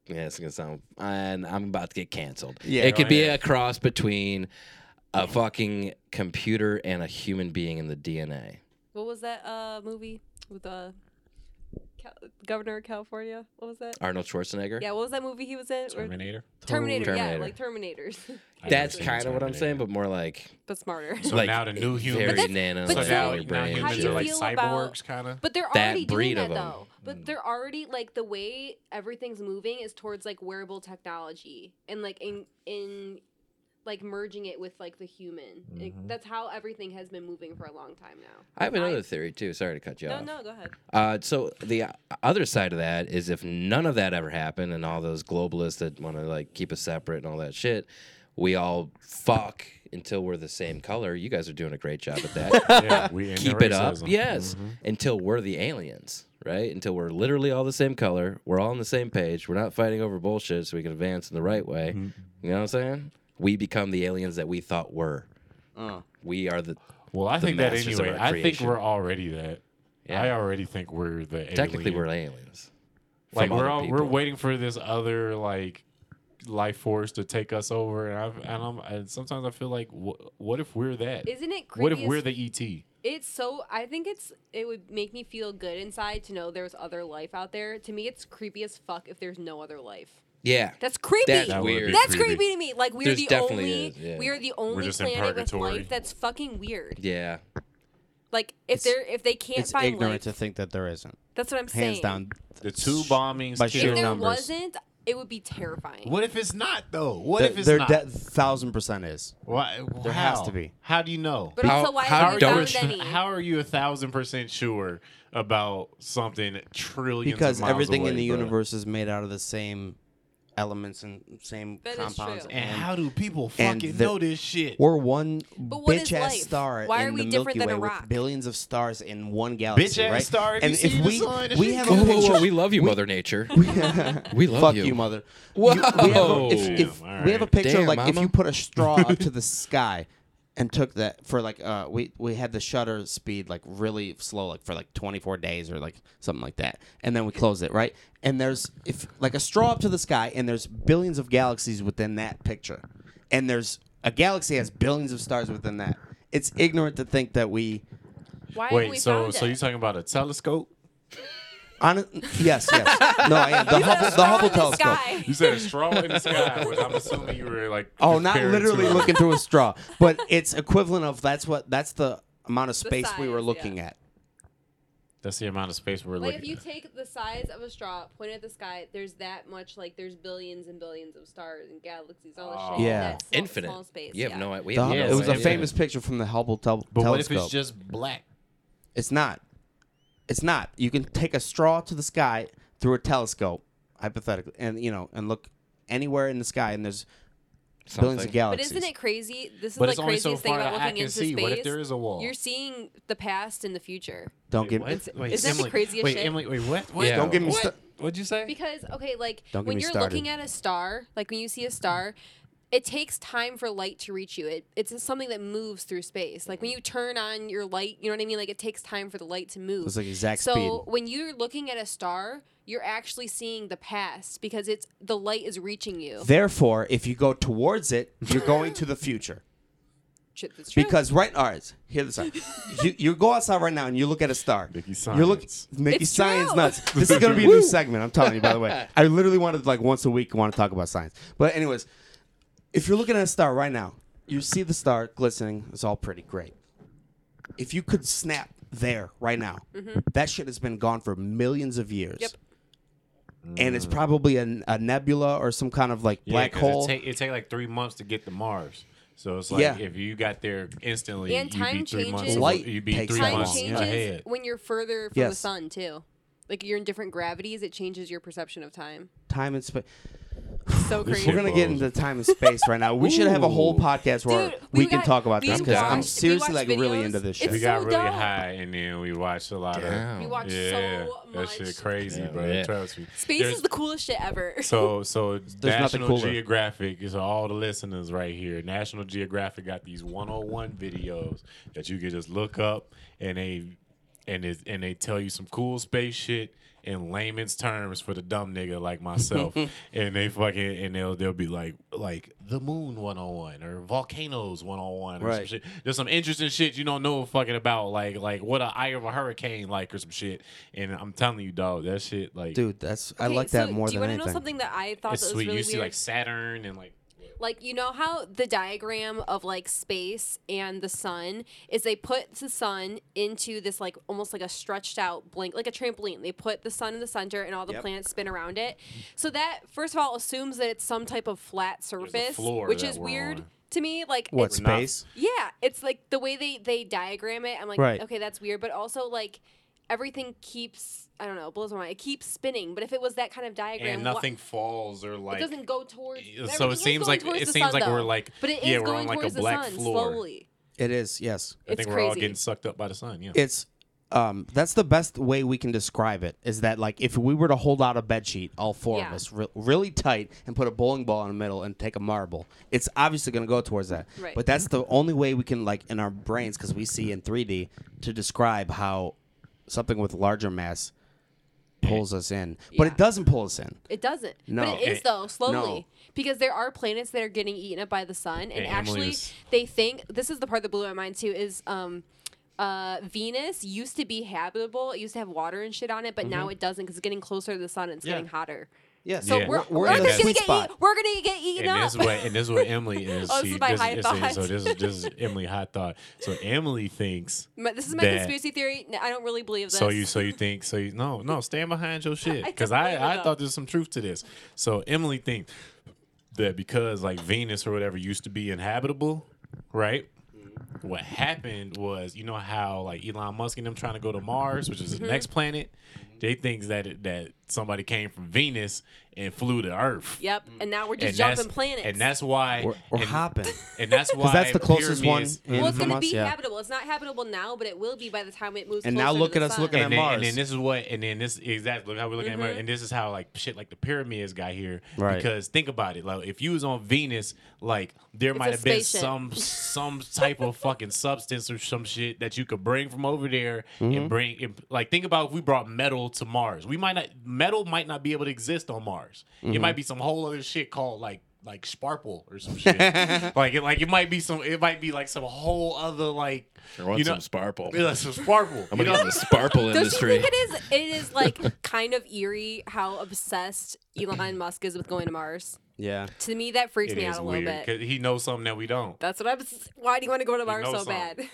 G: yeah, it's gonna sound and I'm about to get canceled.
F: Yeah,
G: it could
E: go
G: be
E: ahead.
G: a cross between a fucking computer and a human being in the DNA.
D: What was that uh, movie with uh, Cal- Governor of California? What was that?
G: Arnold Schwarzenegger.
D: Yeah, what was that movie he was in? Or-
E: Terminator.
D: Terminator, yeah,
G: Terminator.
D: like Terminators,
E: I've
G: That's
E: never seen
G: kind of what I'm
E: Terminator.
G: saying, but more like
D: but smarter.
E: So
G: like,
E: now the new
G: very
E: humans.
G: nano.
E: So
D: But
E: now,
D: like,
E: now
D: how do
E: humans
D: you
E: are like
D: feel about-
E: cyborgs, kind of.
D: But they're
G: that
D: already
G: breed
D: doing
G: of
D: that
G: 'em.
D: though. But they're already like the way everything's moving is towards like wearable technology and like in in like merging it with like the human. Like,
G: Mm-hmm.
D: that's how everything has been moving for a long time now.
G: I have another theory too. Sorry to cut you off.
D: No, no, go ahead.
G: Uh, so the uh, other side of that is if none of that ever happened and all those globalists that want to like keep us separate and all that shit, we all fuck until we're the same color. You guys are doing a great job at that.
E: yeah, we
G: Keep it up, yes,
F: Mm-hmm.
G: until we're the aliens, right? Until we're literally all the same color. We're all on the same page. We're not fighting over bullshit, so we can advance in the right way.
F: Mm-hmm.
G: You know what I'm saying? We become the aliens that we thought were.
F: Uh.
G: We are the
E: Well, I
G: the
E: think that
G: masters of
E: anyway.
G: our
E: I think
G: creation.
E: we're already that.
G: Yeah.
E: I already think we're the
G: technically
E: alien.
G: we're aliens.
E: like
G: from
E: we're
G: other
E: all, we're
G: people.
E: waiting for this other like life force to take us over, and I've, and, I'm, and sometimes I feel like wh- what if we're that?
D: Isn't it creepy?
E: what if
D: as
E: we're the E ET?
D: It's so I think it's it would make me feel good inside to know there's other life out there. To me, it's creepy as fuck if there's no other life.
G: Yeah,
D: That's creepy.
G: That's
E: That would
G: weird.
E: be
D: That's
E: creepy.
D: creepy. to me. Like we're
G: There's
D: the
G: definitely
D: only
G: is, yeah.
D: we are the only
E: just in
D: planet with
E: purgatory.
D: life that's fucking weird.
G: yeah.
D: Like if they're if they can't
F: It's
D: find
F: ignorant
D: life,
F: to think that there isn't.
D: that's what I'm
F: Hands
D: saying.
F: down.
E: The two bombings.
F: By
E: killed-
F: sheer
D: If there
F: numbers.
D: wasn't, it would be terrifying.
E: What if it's not though? What
F: Th-
E: if it's
F: there
E: not?
F: de- thousand percent is.
E: Why,
F: There
E: how?
F: has to be.
E: How do you know?
D: But also, why
G: how
D: have
G: don't-
D: you found any?
E: how are you a thousand percent sure about something trillions?
F: Because
E: of miles
F: everything in
E: away,
F: the
E: bro?
F: universe is made out of the same elements and same
D: That is
F: compounds.
D: true.
E: And, how do people
F: and
E: fucking
F: the-
E: know this shit?
F: We're one
D: what is
F: bitch ass
D: life?
F: star
D: Why are
F: in
D: we
F: the
D: different
F: Milky
D: than
F: Way
D: a
F: with
D: rock?
F: billions of stars in one galaxy,
E: Bitch-ass
F: right?
E: star, if
F: and
E: you
F: if
E: see the
F: we
E: sun, if
F: we
E: you
F: have
E: go-
F: a
G: Whoa,
F: picture,
G: whoa, whoa, we love you, Mother Nature. we love
F: fuck
G: you.
F: you, mother.
G: Whoa.
F: You- we have a, if, if
E: Damn, all
F: we have a
E: right.
F: picture
G: Damn,
F: like if
G: mama.
F: you put a straw up to the sky and took that for like uh we we had the shutter speed like really slow like for like 24 days or like something like that and then we close it right and there's if like a straw up to the sky and there's billions of galaxies within that picture and there's a galaxy has billions of stars within that it's ignorant to think that we
D: why have we
E: Wait, so
D: found
E: so
D: it?
E: you're talking about a telescope?
F: on yes yes no I am the Hubble the Hubble
D: in the
F: telescope
D: sky.
E: You said a straw in the sky, which I'm assuming you were like.
F: Oh, not
E: comparing to uh,
F: literally
E: a-
F: looking through a straw, but it's equivalent of that's what that's the amount of space we were
D: size,
F: looking
D: yeah.
F: at.
E: That's the amount of space we're
D: Like if
E: looking.
D: you take the size of a straw, point at the sky, there's that much. Like there's billions and billions of stars and galaxies, all
E: Oh.
D: this shit.
F: Yeah.
D: in that small,
G: Infinite.
D: Small space.
G: You have
D: yeah.
G: no idea. We
F: The
G: have
F: Hubble-
G: no
F: it was a
G: idea.
F: famous picture from the Hubble tel-
E: but what if
F: telescope.
E: it's just black?
F: It's not. It's not. You can take a straw to the sky through a telescope, hypothetically, and you know, and look anywhere in the sky, and there's billions
G: Something.
F: of galaxies.
D: But isn't it crazy? This is
E: But
D: like
E: it's only
D: craziest
E: so
D: thing
E: far
D: about
E: that I
D: looking
E: can
D: into
E: see.
D: space.
E: What if there is a wall?
D: You're seeing the past and the future.
F: Don't get me.
E: Wait,
D: isn't that the
E: Emily,
D: craziest
E: wait,
D: shit?
E: Emily, wait, what? what?
G: Yeah. Don't
F: get me
E: What?
F: sta-
E: What'd you say?
D: Because okay, like
F: Don't get
D: when
F: me
D: you're
F: started.
D: looking at a star, like when you see a star, it takes time for light to reach you. It, it's something that moves through space. Like when you turn on your light, you know what I mean. Like it takes time for the light to move.
F: It's like exact
D: so
F: speed.
D: when you're looking at a star, you're actually seeing the past because it's the light is reaching you.
F: Therefore, if you go towards it, you're going to the future.
D: Shit, that's true.
F: Because right, all right, hear this out. you, you go outside right now and you look at a star.
E: Mickey
F: You're look,
E: science.
F: Mickey
D: It's
F: science
D: true.
F: nuts. This is gonna be a new segment. I'm telling you. By the way, I literally wanted like once a week want to talk about science. But anyways, if you're looking at a star right now, you see the star glistening. It's all pretty great. If you could
D: Mm-hmm.
F: snap there right now, that shit has been gone for millions of years.
D: Yep.
F: and it's probably a, a nebula or some kind of like
E: Mm. Yeah,
F: black
E: 'cause
F: hole.
E: It take, it take like three months to get to Mars. So it's like
F: Yeah.
E: if you got there instantly,
D: And
E: you'd
D: time
E: be three months.
D: changes-
F: Light
E: you'd be
F: takes
E: three
F: that
D: time
E: months
F: long,
D: changes
E: ahead.
D: when you're further from the
F: Yes.
D: sun too. Like you're in different gravities, it changes your perception of time.
F: time and space.
D: So
E: This
D: crazy.
E: shit
F: We're gonna get
E: blows.
F: into time and space right now. We should have a whole
E: Ooh.
F: podcast where
D: Dude,
F: we,
D: we
F: can
D: got-
F: talk about this
D: we
F: because I'm
G: watched-
F: seriously
D: we
F: like
D: watched
F: really
D: videos.
F: into this
D: It's
E: We
F: shit.
E: got
D: so
E: really
D: dope.
E: high, and then we watched a lot
G: Damn.
E: of.
D: We watched
E: Yeah,
D: so
E: that
D: much.
E: shit crazy,
G: Yeah,
E: bro.
G: yeah.
E: Trust me.
D: Space
E: There's-
D: is the coolest shit ever.
E: So, so
F: nothing
E: National
F: cooler.
E: Geographic is all the listeners right here. National Geographic got these 101 videos that you can just look up, and they and it, and they tell you some cool space shit in layman's terms for the dumb nigga like myself. and they fucking and they'll they'll be like like the moon 101 or volcanoes 101 or some
F: Right.
E: shit. There's some interesting shit you don't know fucking about like like what a eye of a hurricane like or some shit. And I'm telling you, dog, that shit like
F: Dude, that's I
D: Okay,
F: like that
D: so
F: more
D: do you
F: than
D: wanna
F: anything.
D: know something that I thought
E: it's
D: that was
E: sweet.
D: really
E: you see
D: weird?
E: like Saturn and like
D: Like you know how the diagram of like space and the sun is they put the sun into this like almost like a stretched out blank like a trampoline. They put the sun in the center and all the planets spin around it. So that first of all assumes that it's some type of flat
E: a
D: surface,
E: floor
D: which
E: that
D: is
E: we're
D: weird
E: on.
D: to me. Like
F: what
D: it's-
E: not-
F: space?
D: Yeah, it's like the way they they diagram it. I'm like,
F: Right.
D: okay, that's weird, but also like everything keeps I don't know, it blows my mind. It keeps spinning, but if it was that kind of diagram,
E: and
D: wha-
E: nothing falls or like
D: it doesn't go towards.
E: Yeah, so
D: everything
E: it
D: is
E: seems
D: going
E: like-
D: towards
E: it
D: the
E: seems
D: sun,
E: like we're
D: though.
E: like-
D: but it is
E: yeah, we're
D: going
E: on, like, a
D: towards the
E: black
D: sun
E: floor.
D: slowly.
F: It is. Yes.
E: I
D: It's
E: think we're all
D: crazy.
E: getting sucked up by the sun. Yeah.
F: It's um that's the best way we can describe it is that like if we were to hold out a bed sheet all four of
D: Yeah.
F: us re- really tight and put a bowling ball in the middle and take a marble it's obviously going to go towards that
D: Right.
F: but that's the only way we can like in our brains cuz we see in 3D to describe how something with larger mass pulls us in but
D: Yeah.
F: it doesn't pull us in
D: It doesn't.
F: No.
D: But it is
E: It-
D: though, slowly. Because there are planets that are getting eaten up by the sun and
E: Hey, Emily
D: actually
E: is-
D: they think this is the part that blew my mind too is um uh, Venus used to be habitable. It used to have water and shit on it, but now it doesn't because it's getting closer to the sun and it's
F: Yeah.
D: getting hotter.
F: yes
D: So
E: Mm-hmm. Yeah.
D: we're,
E: We're
D: we're,
E: in the
D: just gonna
F: sweet
D: get
F: spot.
D: eat, we're gonna get eaten
E: and
D: up.
E: this is what and this is what Emily is.
D: Oh, this
E: she,
D: is my high
E: is- and So
D: thought.
E: this is this is Emily hot thought. So Emily thinks.
D: My- this is my
E: that-
D: conspiracy theory. No, I don't really believe this.
E: So you so you think so you no no stand behind your shit
D: I don't
E: because I
D: believe it,
E: I,
D: though.
E: thought there's some truth to this. So Emily thinks that because like Venus or whatever used to be inhabitable, right?
D: Mm-hmm.
E: What happened was you know how like Elon Musk and them trying to go to Mars, which
D: Mm-hmm.
E: is the next planet. They think that it, that somebody came from Venus and flew to Earth.
D: Yep. And now we're just
E: and that's-
D: jumping planets.
E: and that's why
F: we're, we're
E: and,
F: hopping
E: and that's why
F: cuz that's the closest one
E: pyramids-
F: in
D: Well, it's
F: from
D: going to
F: us,
D: be
F: yeah.
D: habitable. It's not habitable now, but it will be by the time it moves.
F: And now
D: closer
F: look
D: to
F: at
D: the
F: us
D: sun.
F: looking at
E: and then, and
F: Mars.
E: then this is what, and then this exactly look how we're looking
D: Mm-hmm.
E: at Mars, and this is how like shit like the pyramids got here.
F: Right.
E: Because think about it, like if you was on Venus, like there might
D: a
E: have been
D: spaceship.
E: some some type of fucking substance or some shit that you could bring from over there
F: Mm-hmm.
E: and bring. And, like think about if we brought metal to Mars, we might not metal might not be able to exist on Mars. It
F: Mm-hmm.
E: might be some whole other shit called like. Like sparkle or some shit, like it, like it might be some, it might be like some whole other like,
G: I want
E: you know,
G: some sparkle.
F: Oh.
E: yeah, some sparkle.
G: I'm
E: you
G: gonna
E: know?
G: get in the sparkle
D: Don't you
G: industry.
D: think it is? It is like kind of eerie how obsessed Elon Musk is with going to Mars.
F: yeah
D: To me, that freaks
E: It
D: me
E: is
D: out a little bit.
E: 'cause he knows something that we don't.
D: That's what I'm. s- Why do you want to go to Mars so
E: knows something.
D: bad?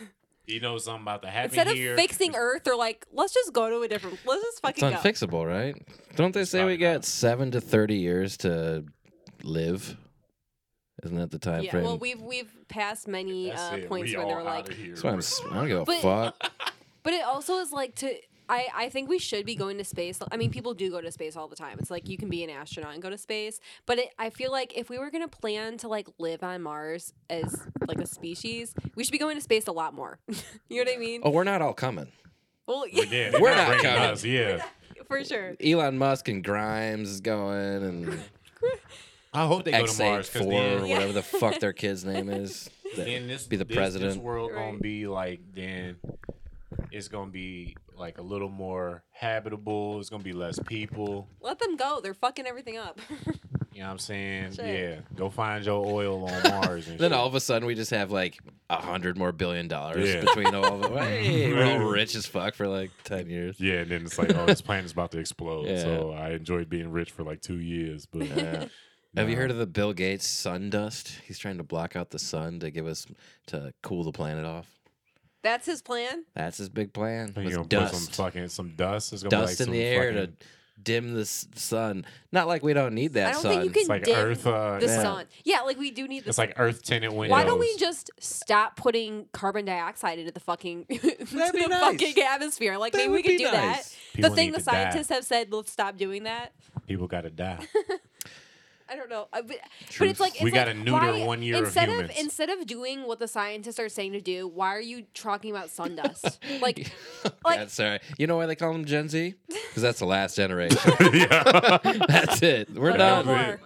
E: He knows something about the happen
D: Instead of
E: here.
D: fixing Earth, they're like, let's just go to a different. Let's just
G: It's
D: fucking go.
G: unfixable, right? Don't they say
E: probably
G: we got seven to thirty years to live? Isn't that the time
D: yeah.
G: frame?
D: Well, we've we've passed many
E: That's
D: uh,
E: it.
D: points
E: We
D: where they
E: are
D: were
E: outta
D: like,
E: here.
G: That's why I'm. s- I don't give a
D: But-
G: fuck.
D: But it also is like to. I, I think we should be going to space. I mean, people do go to space all the time. It's like you can be an astronaut and go to space. But it, I feel like if we were going to plan to like live on Mars as like a species, we should be going to space a lot more. you know what I mean?
G: Oh, we're not all coming.
D: Well,
E: Yeah, they
G: We're
E: gotta
G: not
E: bring
G: coming.
E: us, Yeah,
D: for sure.
G: Elon Musk and Grimes is going, and
E: I hope they go
G: X
E: to Mars
G: eight
E: because
G: four or
E: then,
D: Yeah.
G: whatever the fuck their kid's name is. That-
E: then this
G: be the
E: this-
G: president.
E: This world
D: Right.
E: gonna be like then it's gonna be like a little more habitable. It's gonna be less people.
D: Let them go. They're fucking everything up.
E: You know what I'm saying?
D: Shit.
E: Yeah, go find your oil on Mars. And
G: Then
E: shit.
G: all of a sudden we just have like a hundred more billion dollars
E: Yeah.
G: between all of us. Hey, we're all rich as fuck for like ten years.
E: Yeah, and then it's like, oh, this planet's about to explode.
G: Yeah.
E: So I enjoyed being rich for like two years, but
G: Have you heard of the Bill Gates sun dust? He's trying to block out the sun to give us to cool the planet off.
D: That's his plan.
G: That's his big plan.
E: You're
G: was
E: gonna put some
G: dust,
E: fucking some dust. It's gonna be
G: dust
E: like some
G: in the air to
E: fucking-
G: dim the s- sun. Not like we don't need that
D: I don't
G: sun.
D: think you can
E: like
D: dim
E: Earth, uh,
D: the
E: yeah.
D: sun. Yeah, like we do need the
E: It's
D: sun.
E: like earth tinted windows.
D: Why don't we just stop putting carbon dioxide into the fucking into
G: be
D: the
G: nice.
D: fucking atmosphere? Like
G: That
D: maybe
G: would
D: we could
G: be
D: do
G: nice.
D: that.
E: People
D: the thing
E: need
D: the
E: to die.
D: scientists have said, let's stop doing that.
E: People got to die.
D: I don't know, I- but, but
E: Truth.
D: it's like it's
E: We gotta
D: like,
E: neuter
D: why-
E: one year of
D: instead of,
E: humans.
D: instead of doing what the scientists are saying to do. Why are you talking about sundust? like, like
G: That's all right. You know why they call them Gen Z? Because that's the last generation.
E: yeah.
G: that's it. We're
D: no
G: done.
D: more.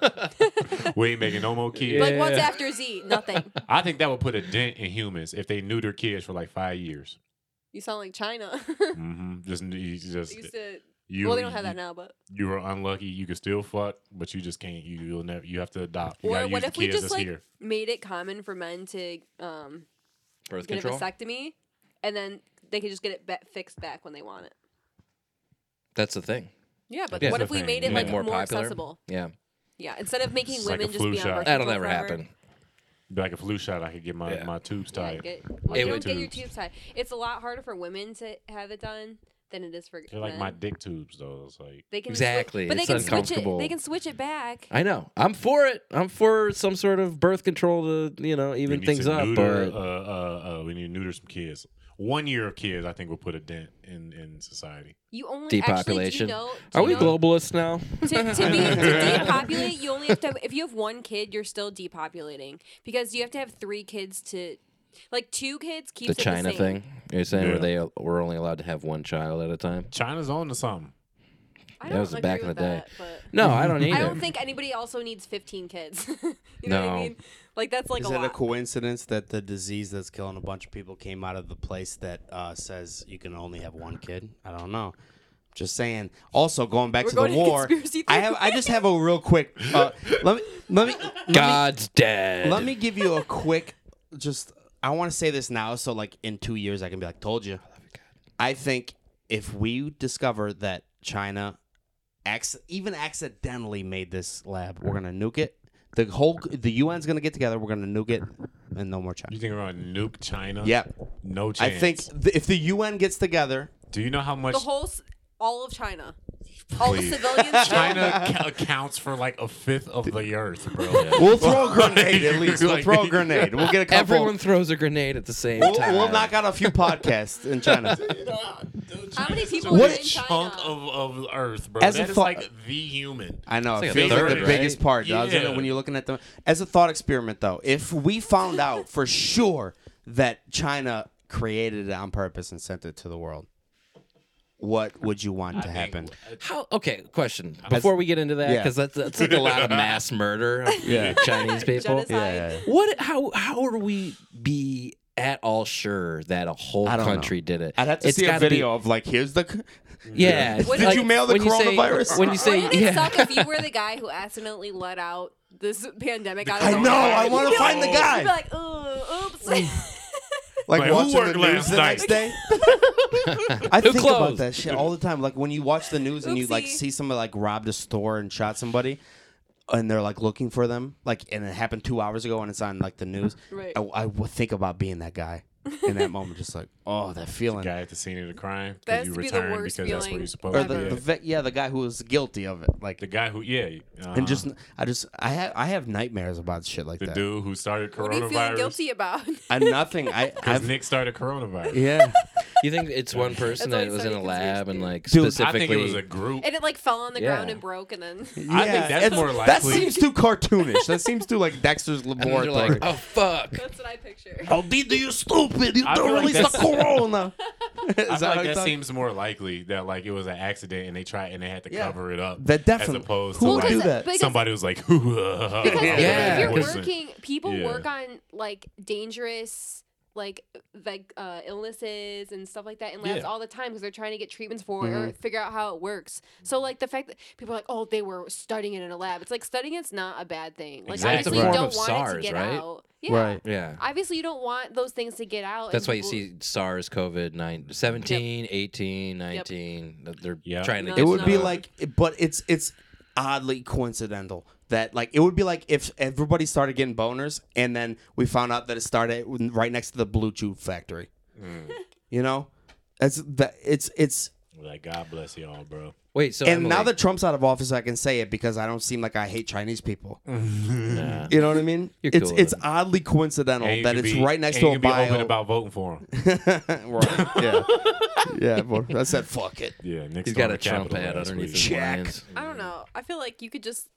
E: we ain't making no more kids.
D: like what's
G: Yeah.
D: after Z? Nothing.
E: I think that would put a dent in humans if they neutered kids for like five years.
D: You sound like China.
E: hmm Just, you just
D: Used to,
E: you.
D: well, they don't have
E: you-
D: that now, but
E: You were unlucky. You could still fuck, but you just can't. You, you'll never. You have to adopt. You
D: or
E: gotta
D: what
E: use the
D: if we
E: kids
D: just
E: that's
D: like
E: here.
D: made it common for men to um,
G: Birth
D: get
G: control.
D: a vasectomy, and then they could just get it ba- fixed back when they want it.
G: That's the thing.
D: Yeah, but
G: Yeah.
D: what
E: That's
D: if
E: the
D: we
E: thing.
D: made it
E: Yeah.
D: like
G: More
D: more,
G: popular.
D: accessible?
G: Yeah,
D: Yeah, instead of making
E: It's like
D: women
E: a
D: just
E: flu
D: be on
E: shot.
D: birth
G: that'll
D: control
G: never
D: forever.
G: happen.
E: Be like a flu shot. I could get my
G: Yeah.
E: my tubes
D: Yeah,
E: tied.
D: get,
E: My
D: you
E: dick
D: don't get your
E: tubes.
D: tubes tied. It's a lot harder for women to have it done than it is for
E: They're
D: men.
E: like my dick tubes though. It's like
D: they can swi-
G: Exactly,
D: but they
G: it's
D: can switch it.
G: uncomfortable.
D: They can switch it back.
G: I know. I'm for it. I'm for some sort of birth control to you know
E: we
G: even
E: need
G: things
E: to
G: up.
E: Neuter,
G: But
E: uh, uh, uh, we need to neuter some kids. One year of kids, I think, will put a dent in in society.
D: You only
G: Depopulation.
D: Actually, do you know, do
G: are
D: you
G: we
D: know-
G: globalists now?
D: to, to be to depopulate, you only have to. If you have one kid, you're still depopulating because you have to have three kids to, like two kids keeps
G: the
D: it
G: China
D: the same.
G: thing. You're saying where
E: Yeah.
G: they were only allowed to have one child at a time.
E: China's on to something.
D: I
G: That
D: don't
G: was
D: agree
G: back in
D: with
G: the day.
D: That, but
G: No, I don't either.
D: I don't think anybody also needs 15 kids. you know what
G: No.
D: I mean? Like that's like
F: Is
D: a
F: that
D: lot.
F: a coincidence that the disease that's killing a bunch of people came out of the place that uh, says you can only have one kid? I don't know. Just saying. Also, going back
D: We're
F: to
D: going
F: the
D: to
F: war,
D: conspiracy
F: I have. I just have a real quick. Uh, let me. Let me.
G: God's dead.
F: Let me give you a quick. Just I want to say this now, so like in two years I can be like, told you. I think if we discover that China, acc- even accidentally made this lab, we're gonna nuke it. The whole the UN's gonna get together. We're gonna nuke it, and no more China.
E: You think we're gonna nuke China?
F: Yep.
E: No
F: I
E: chance.
F: think th- if the UN gets together,
E: Do you know how much
D: the whole, s- all of China, all the
E: Please.
D: civilians.
E: China ca- accounts for like a fifth of the earth, bro?
F: we'll throw a grenade at least. We'll
E: Like-
F: throw a grenade. We'll get a couple.
G: Everyone throws a grenade at the same
F: We'll,
G: time.
F: we'll knock out a few podcasts in China.
D: How many people
F: What-
D: are in China?
E: chunk of, of Earth, bro.
F: As a
E: that is
F: fu-
E: like the human.
F: I know.
G: It's
F: it
G: like a
F: feels like
G: third,
F: the
G: right?
F: biggest part. I was
E: Yeah.
F: gonna- when you're looking at them, as a thought experiment, though, if we found out for sure that China created it on purpose and sent it to the world, what would you want to happen?
G: How? Okay, question. Before we get into that,
F: Yeah.
G: because that's that's like a lot of mass murder of Chinese people.
D: Genocide. Yeah,
G: What? How? How are we be at all sure that a whole
F: I don't know.
G: country did it?
F: I'd have to
G: It's
F: see a
G: gotta be-
F: video of like, here's the. c-
G: yeah.
D: Did
G: like,
F: you mail the
G: when say-
F: coronavirus?
G: when you say
D: Wouldn't it
G: yeah.
D: suck if you were the guy who accidentally let out this pandemic out of
F: I
D: the
F: know. I
D: way?
F: want to
E: No.
F: find the
D: You'd be
F: guy.
D: like, ooh, oops.
F: Like,
E: Like, who
F: watching
E: worked
F: the
E: last
F: news the
E: night?
F: next day. I
G: Who
F: think about
G: closed?
F: that shit all the time. Like when you watch the news and you like
D: Oopsie.
F: see somebody like robbed a store and shot somebody, and they're like looking for them. Like and it happened two hours ago and it's on like the news.
D: Right.
F: I, I would think about being that guy in that moment, just like oh that feeling.
E: Guy at the scene of the crime. 'cause
D: That has
E: you
D: to be the
E: returned
D: worst
E: because that's what
D: feeling
E: you're supposed
F: Or
E: to
F: the,
E: do.
F: the
E: The,
F: vet, yeah, the guy who was guilty of it, like,
E: guy who, yeah, uh
F: and just, I just, I have, I have nightmares about shit like
E: the
F: that.
E: dude who started
D: what are you feeling
E: coronavirus.
D: guilty about?
F: I nothing, I,
E: Because
F: I've,
E: Nick started coronavirus.
F: yeah,
G: You think it's one person
D: That's
G: that
D: why
G: was
D: I
G: in
D: said
G: a
D: you
G: lab
D: conspiracy
G: and like
F: Dude, I think
E: I think
G: specifically?
E: it was a group.
D: and it like fell on the ground
G: Yeah.
D: and broke, and then
E: I think
F: Yeah,
E: that's
F: it's-
E: more
F: That
E: likely.
F: seems too cartoonish. That seems too like Dexter's
G: and then
F: laboratory.
G: they're like, oh fuck.
D: that's what I picture.
F: How did you stupid? You
E: I feel
F: don't
E: like
F: release the
E: that's-
F: corona. Is
E: I feel
F: how
E: like
F: you
E: that
F: talk?
E: seems more likely that like it was an accident and they tried and they had to
F: Yeah.
E: cover it up.
F: That definitely.
E: As opposed
F: Who
E: to
F: would
E: like,
F: do that?
D: Because-
E: somebody was like,
F: Oh,
E: because
G: Yeah.
D: If you're
G: Poison.
D: working, people
E: Yeah.
D: work on like dangerous like like uh, illnesses and stuff like that in labs
E: Yeah.
D: all the time because they're trying to get treatments for
F: Mm-hmm.
D: it or figure out how it works. So like the fact that people are like, oh, they were studying it in a lab. It's like studying it's not a bad thing. Like
G: Exactly.
F: It's a
D: obviously you
F: form
D: don't
G: of
D: want it
G: SARS,
D: to get
G: right?
D: out. Yeah.
F: Right.
G: Yeah.
D: Obviously you don't want those things to get out.
G: That's
D: and
G: why you
D: people-
G: see SARS, COVID, nine, 17, 18, 19. that They're
E: Yep.
G: trying to
D: No,
G: get
F: It would
G: to
F: be
G: know.
F: like, but it's it's oddly coincidental that like it would be like if everybody started getting boners and then we found out that it started right next to the Bluetooth
G: Hmm.
F: factory. You know, that's that. It's it's
E: Like, God bless y'all, bro.
G: Wait, so
F: and
G: Emily,
F: now that Trump's out of office, I can say it because I don't seem like I hate Chinese people. You know what I mean?
G: You're
F: it's
G: cool.
F: it's oddly coincidental
E: And you
F: that
E: can
F: it's
E: be-
F: right next
E: and
F: to
E: you
F: a
E: can be
F: bio.
E: open about voting for him.
F: right. Yeah. Yeah. well, I said fuck it.
E: Yeah, next
G: he's got
E: door
G: a
E: to
G: Trump
E: Capitol
G: ad
E: last
G: underneath
E: week.
G: his
F: Check.
G: lines.
D: I don't know. I feel like you could just,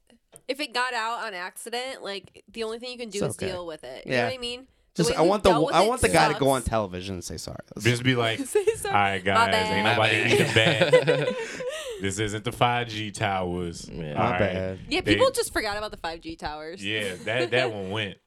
D: if it got out on accident, like the only thing you can do
F: It's
D: is
F: okay.
D: deal with it. You
F: Yeah.
D: know what I mean? The
F: Just
D: way
F: I
D: we've
F: want the
D: dealt with
F: I
D: it
F: want the guy to go on
D: sucks.
F: television and say sorry.
E: Just be like,
D: Say sorry.
E: all right,
D: My
E: guys,
D: bad.
E: ain't nobody eating bad. this isn't the 5G towers. All
G: Yeah.
F: My
E: right.
F: bad.
D: Yeah,
E: They-
D: people just forgot about the 5G towers.
E: Yeah, that that one went.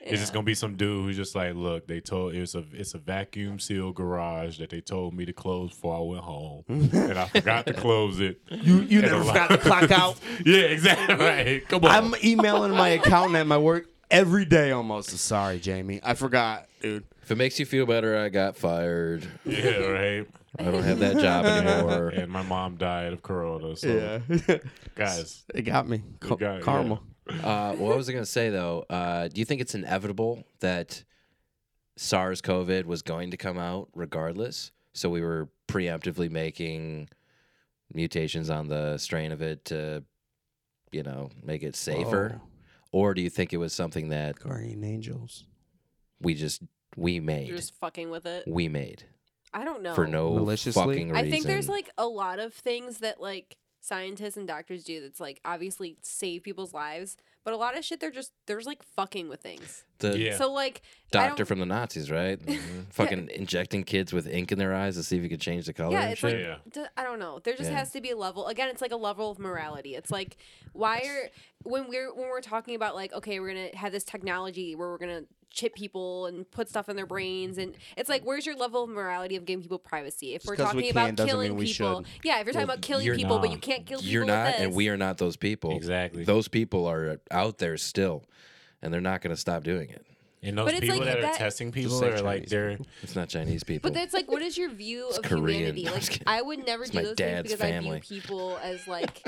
E: It's just gonna be some dude who's just like, look, they told it's a it's a vacuum sealed garage that they told me to close before I went home, and I forgot to close it. You
F: You never forgot the clock out.
E: yeah, exactly. Right. Come on.
F: I'm emailing my accountant at my work every day almost. Sorry, Jamie. I forgot, dude.
G: If it makes you feel better, I got fired.
E: yeah, right.
G: I don't have that job anymore.
E: And my mom died of corona. So
F: Yeah.
E: guys,
F: it got me. Ca-
E: got- yeah.
F: Karma.
G: Uh, what was I going to say though? Uh, do you think it's inevitable that SARS COVID was going to come out regardless? So we were preemptively making mutations on the strain of it to, you know, make it safer. Or do you think it was something that
F: Oh, Guardian angels.
G: we just we
D: You're
G: made,
D: just fucking with it.
G: we made
D: I don't know.
G: for no
F: Maliciously?
G: fucking reason?
D: I think there's like a lot of things that like scientists and doctors do that's like obviously save people's lives, but a lot of shit they're just there's like fucking with things.
G: the
E: Yeah.
D: So like I
G: doctor
D: don't-
G: from the Nazis, right? Fucking injecting kids with ink in their eyes to see if you could change the color.
D: yeah,
G: and
D: it's
G: shit.
D: like
E: Yeah.
D: d- I don't know. There just
G: Yeah.
D: has to be a level. Again, it's like a level of morality. It's like why are when we're when we're talking about like okay, we're gonna have this technology where we're gonna chip people and put stuff in their brains, and it's like where's your level of morality of giving people privacy? If we're
F: 'cause
D: talking
F: we can
D: about
F: doesn't
D: killing
F: mean we
D: people,
F: should.
D: yeah, if you're talking about killing
E: you're
D: people, but
E: not.
D: you can't kill
G: you're
D: people with
G: not, and
D: this.
G: we are not those people.
E: Exactly.
G: Those people are out there still, and they're not going to stop doing it.
E: and those
D: But it's
E: people
D: like
E: that,
D: that-
E: are testing people
F: say
E: are like
F: Chinese
E: they're
G: It's not Chinese people.
D: But that's like, what is your view of
G: Korean.
D: humanity?
G: I'm just
D: Like,
G: kidding.
D: I would never
G: It's
D: do
G: my
D: those things
G: dad's
D: because I
G: family.
D: view people as like,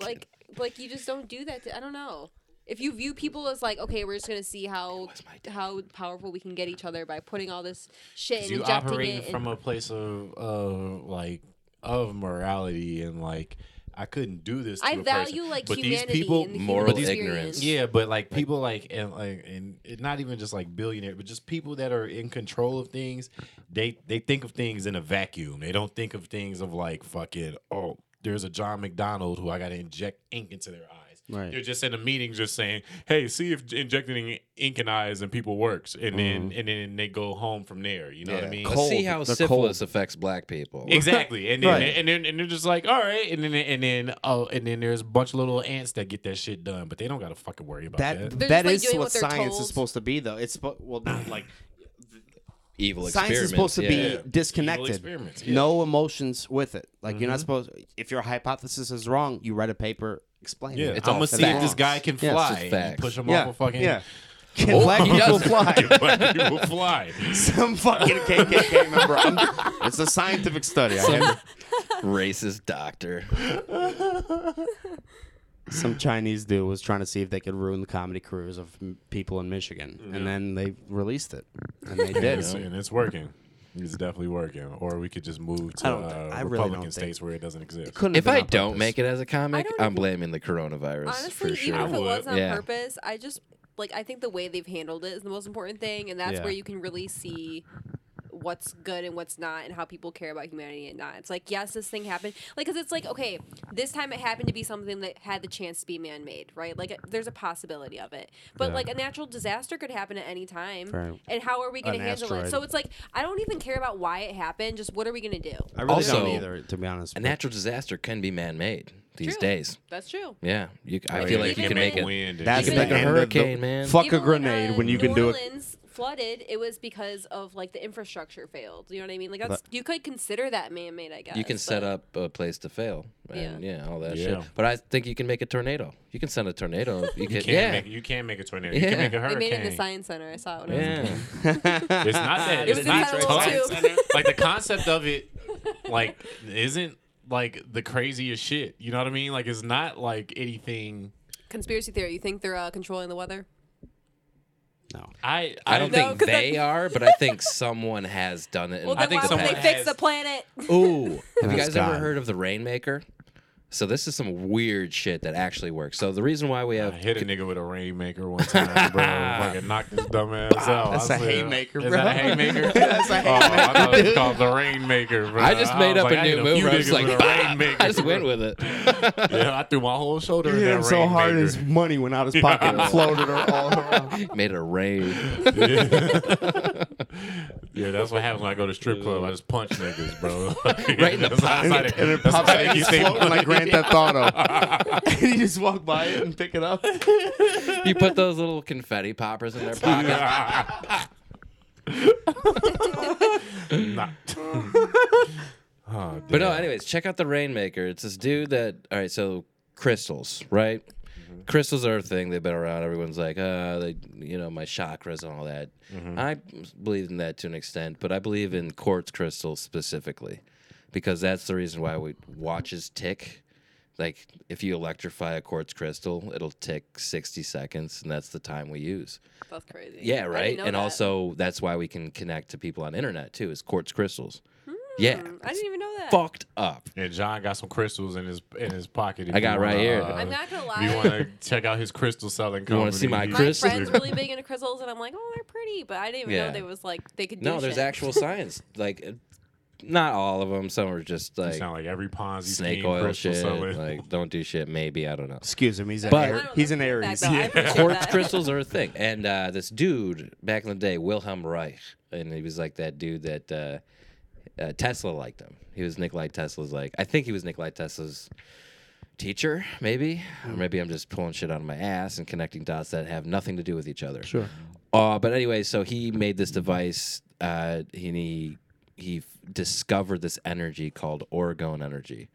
D: like, like you just don't do that. To, I don't know. If you view people as like, okay, we're just gonna see how how powerful we can get each other by putting all this shit and
E: you
D: injecting
E: operating
D: it. and-
E: from a place of of like of morality and like I couldn't do this. To
D: I
E: a
D: value
E: person.
D: like
E: but
D: humanity
E: these people,
D: and the
G: moral
D: human
G: ignorance.
D: experience.
E: Yeah, but like people like and like and it- not even just like billionaire, but just people that are in control of things, they they think of things in a vacuum. They don't think of things of like fucking oh, there's a John McDonald who I got to inject ink into their eyes.
F: Right.
E: They're just in a meeting, just saying, "Hey, see if injecting ink in eyes and people works," and then and then they go home from there. You know what I
F: Mm-hmm. Yeah.
E: mean?
G: Let's see
F: cold.
G: how
F: They're
G: syphilis
F: cold.
G: affects black people.
E: Exactly, and then
F: Right.
E: and then and they're just like, all right, and then and then oh, and then there's a bunch of little ants that get that shit done, but they don't gotta fucking worry about that.
F: That
D: They're
F: that
D: just, like,
F: is
D: doing
F: what,
D: what they're
F: science
D: told.
F: is supposed to be, though. It's spo- well, not like
G: Evil
F: science is supposed
G: experiments,
F: to
G: yeah.
F: be disconnected.
E: experiments, yeah. Mm-hmm.
F: No emotions with it. Like you're not supposed. If your hypothesis is wrong, you write a paper explaining.
E: Yeah,
F: it. It's
E: I'm
F: all
E: gonna see if
F: facts.
E: this guy can
G: Yeah, it's just
E: fly. You
G: facts.
E: push him
F: Yeah,
E: off a fucking. Oh,
F: yeah. Can black
G: he
F: people
G: does.
F: fly?
E: Black people fly.
F: Some fucking KKK member. I'm- it's a scientific study. I have
G: racist doctor.
F: some Chinese dude was trying to see if they could ruin the comedy careers of m- people in Michigan, and then they released it, and they did.
E: It's- and it's working. It's definitely working. Or we could just move to
F: I don't
E: uh,
F: think- I really
E: Republican
F: don't
E: states where it doesn't exist.
F: Couldn't have
G: If
F: been
G: I
F: on
G: don't
F: purpose.
G: make it as a comic,
D: don't
G: I'm
D: even-
G: blaming the coronavirus
D: Honestly,
G: for sure.
D: even if
E: I
D: it
E: would.
D: was on
G: Yeah.
D: purpose, I just like I think the way they've handled it is the most important thing, and that's
F: Yeah.
D: where you can really see what's good and what's not, and how people care about humanity and not. It's like yes, this thing happened, like because it's like okay, this time it happened to be something that had the chance to be man made, right? Like there's a possibility of it, but like a natural disaster could happen at any time,
F: Right.
D: and how are we going to
F: An
D: handle it?
F: asteroid.
D: So it's like I don't even care about why it happened, just what are we going to do?
F: I really
G: Also-
F: don't either, to be honest.
G: A natural disaster can be man-made these
D: True.
G: days.
D: That's true.
G: Yeah, you, I
E: Oh,
G: feel
E: yeah,
G: like
D: you can
G: you can
D: make
G: make it.
E: wind.
F: That's
G: You
E: you
G: can make
F: the
G: a
F: end of the-
G: hurricane, man.
F: Fuck
D: Even
F: a
D: when,
F: grenade
D: uh,
F: when you can
D: New
F: do it.
D: Orleans flooded. It was because of like the infrastructure failed. You know what I mean? Like that's you could consider that man-made. I guess
G: you can set
D: but-
G: up a place to fail and yeah, all that
E: Yeah.
G: shit. But I think you can make a tornado. You can send a tornado. You, can,
E: can't
G: yeah.
E: make you can't make a tornado. You
G: Yeah.
E: can make a
D: They
E: hurricane.
D: made it in the science center. I saw it. When I was a
G: yeah.
D: kid.
E: It's not
D: It
E: that. It's
D: was
E: not
D: in Taiwan,
E: tough.
D: too.
E: Like the concept of it, like isn't like the craziest shit. You know what I mean? Like it's not like anything.
D: Conspiracy theory. You think they're uh, controlling the weather?
E: I
G: I don't
D: No,
G: think
D: 'cause I-
G: they are, but I think someone has done it. In
D: Well,
G: the
D: then
E: think
D: why would
E: someone
D: they fix the
E: has- Oh,
D: planet?
G: Ooh, have you guys ever
F: God.
G: heard of the Rainmaker? So this is some weird shit that actually works. So the reason why we
E: I
G: have
E: hit a nigga with a rainmaker one time, bro. Fucking knocked his dumb ass out.
F: That's
E: I
F: a
E: said,
F: haymaker,
E: is
F: bro.
E: that a haymaker?
F: That's a
E: Oh, I thought it
F: haymaker.
E: was called the rainmaker, bro.
G: I just made
E: was
G: up
E: like,
G: a
E: I hit
G: new move.
E: few
G: I was
E: niggas
G: like,
E: with a
G: "Bah!"
E: rainmaker,
G: I just went
E: bro.
G: with it.
E: Yeah, I threw my whole shoulder
F: You
E: in
F: hit
E: that
F: him so hard
E: rainmaker.
F: his money went out his pocket and floated her all around.
G: Made it a rain.
E: yeah, that's what happens when I go to strip club. I just punch niggas, bro.
G: Right in the
E: That's how- that's
F: And,
E: how
F: it-
E: they-
F: and it
E: that's
F: pops
E: how
F: out
E: they
F: he's
E: keep
F: floating like
E: thinking-
F: Grand Theft Auto. and you just walk by it and pick it up.
G: You put those little confetti poppers in their pocket.
E: Nah. Oh,
G: But uh, no,
E: damn.
G: anyways, check out the Rainmaker. It's this dude that all right, so crystals, right? Crystals are a thing. They've been around. Everyone's like, uh, they, you know, my chakras and all that. I believe in that to an extent, but I believe in quartz crystals specifically because that's the reason why we watches tick. Like, if you electrify a quartz crystal, it'll tick 60 seconds, and that's the time we use.
D: That's crazy. I
G: Yeah,
D: didn't
G: right.
D: know
G: And
D: that.
G: also, that's why we can connect to people on internet too, is quartz crystals. Yeah.
D: Hmm, I didn't even know that.
G: Fucked up.
E: And John got some crystals in his in his pocket. if
G: I got
E: you
G: right
E: wanna,
G: here.
E: uh,
D: I'm not gonna
E: if you
D: lie.
E: want to check out his crystal selling company?
G: You wanna see my
E: you-
D: My
G: Chris-
D: friend's really big into crystals, and I'm like, oh, they're pretty, but I didn't even
G: Yeah.
D: know they was like they could. Do
G: No, there's
D: shit.
G: actual science. Like, uh, not all of them. Some are just
E: You
G: like
E: sound like every Ponzi
G: snake
E: scheme
G: oil
E: crystal
G: shit.
E: selling.
G: Like, don't do shit. Maybe I don't know.
F: Excuse him. He's, a
G: But-
F: Air-
D: I don't
F: he's an
D: know the
F: Aries.
D: fact, though. I appreciate
G: quartz
D: that.
G: crystals are a thing. And uh, this dude back in the day, Wilhelm Reich, and he was like that dude that uh, uh, Tesla liked him. He was Nikolai Tesla's like I think he was Nikolai Tesla's teacher, maybe, or maybe I'm just pulling shit out of my ass and connecting dots that have nothing to do with each other. Sure. Uh, but anyway, so he made this device, uh, and he he f- discovered this energy called orgone energy.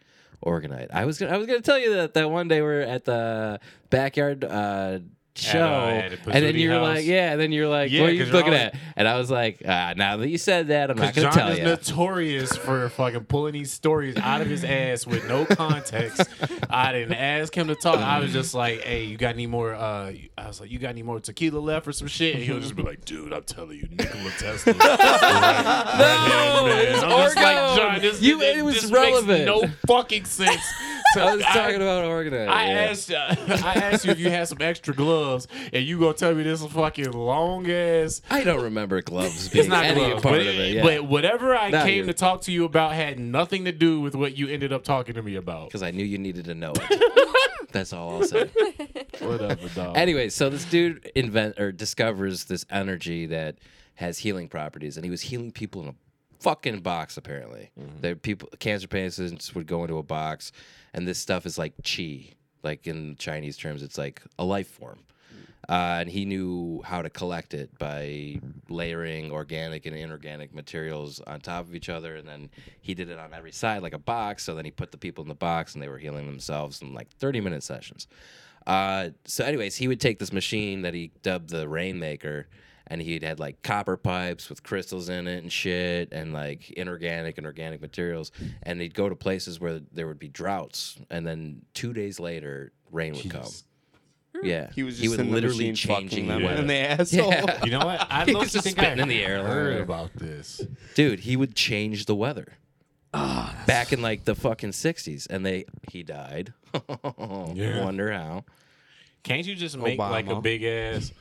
G: Organite. I was gonna, I was gonna tell you that that one day we we're at the backyard uh, show,
E: at a
G: and then
E: Pizzuti
G: you're
E: house.
G: like, yeah, and then you're like,
E: Yeah,
G: what are you
E: 'cause you're
G: looking
E: always-
G: at? And I was like, ah, now that you said that, I'm not
E: Because
G: gonna
E: John
G: tell
E: is
G: you.
E: notorious for fucking pulling these stories out of his ass with no context. I didn't ask him to talk. I was just like, "Hey, you got any more?" Uh, I was like, "You got any more tequila left or some shit?" And he'll just be like, "Dude, I'm telling you, Nikola Tesla." no,
G: it was Orgone. You- it was relevant.
E: no fucking sense. to-
G: I was talking about Organite.
E: I
G: Oh, yeah.
E: asked uh, I asked you if you had some extra gloves, and you gonna tell me this fucking long ass
G: I don't remember gloves being
E: It's not
G: any
E: gloves,
G: part
E: but,
G: of it. yeah.
E: but whatever I
G: Not
E: came
G: you.
E: to talk to you about had nothing to do with what you ended up talking to me about.
G: because I knew you needed to know it. That's all I'll say.
E: Oh. Whatever, dog.
G: Anyway, so this dude invent or discovers this energy that has healing properties, and he was healing people in a fucking box. Apparently,
E: Mm-hmm.
G: There- people cancer patients would go into a box, and this stuff is like chi, like in Chinese terms, it's like a life form. Uh, and he knew how to collect it by layering organic and inorganic materials on top of each other, and then he did it on every side like a box. So then he put the people in the box, and they were healing themselves in like thirty-minute sessions. Uh, so, anyways, he would take this machine that he dubbed the Rainmaker, and he'd had like copper pipes with crystals in it and shit, and like inorganic and organic materials. And he'd go to places where there would be droughts, and then two days later, rain would come. Yeah,
F: He was just
G: would
F: in the machine fucking them
E: weather.
F: in the asshole.
G: Yeah.
E: you know what? I
G: He
E: low-key
G: was just
E: think
G: spitting
E: I
G: in the air.
E: heard about this.
G: dude, he would change the weather.
F: Ah,
G: back in like the fucking sixties, and they he died.
E: Yeah.
G: Wonder how.
E: Can't you just make
F: Obama.
E: like a big ass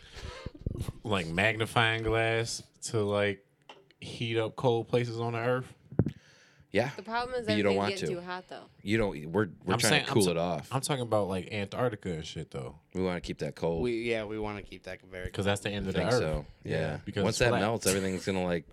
E: like magnifying glass to like heat up cold places on the earth?
G: Yeah,
D: The problem is
G: But you don't
D: everything's
G: want
D: getting
G: to.
D: too hot though.
G: you don't. We're we're
E: I'm
G: trying
E: saying-
G: to
E: I'm
G: cool
E: sa-
G: it off.
E: I'm talking about like Antarctica and shit though,
G: We want to keep that cold.
F: We, yeah, we want to keep that very
E: because that's the end of the
G: I think
E: earth.
G: so. Yeah.
E: because
G: once
E: it's
G: that
E: flat.
G: melts, everything's gonna like.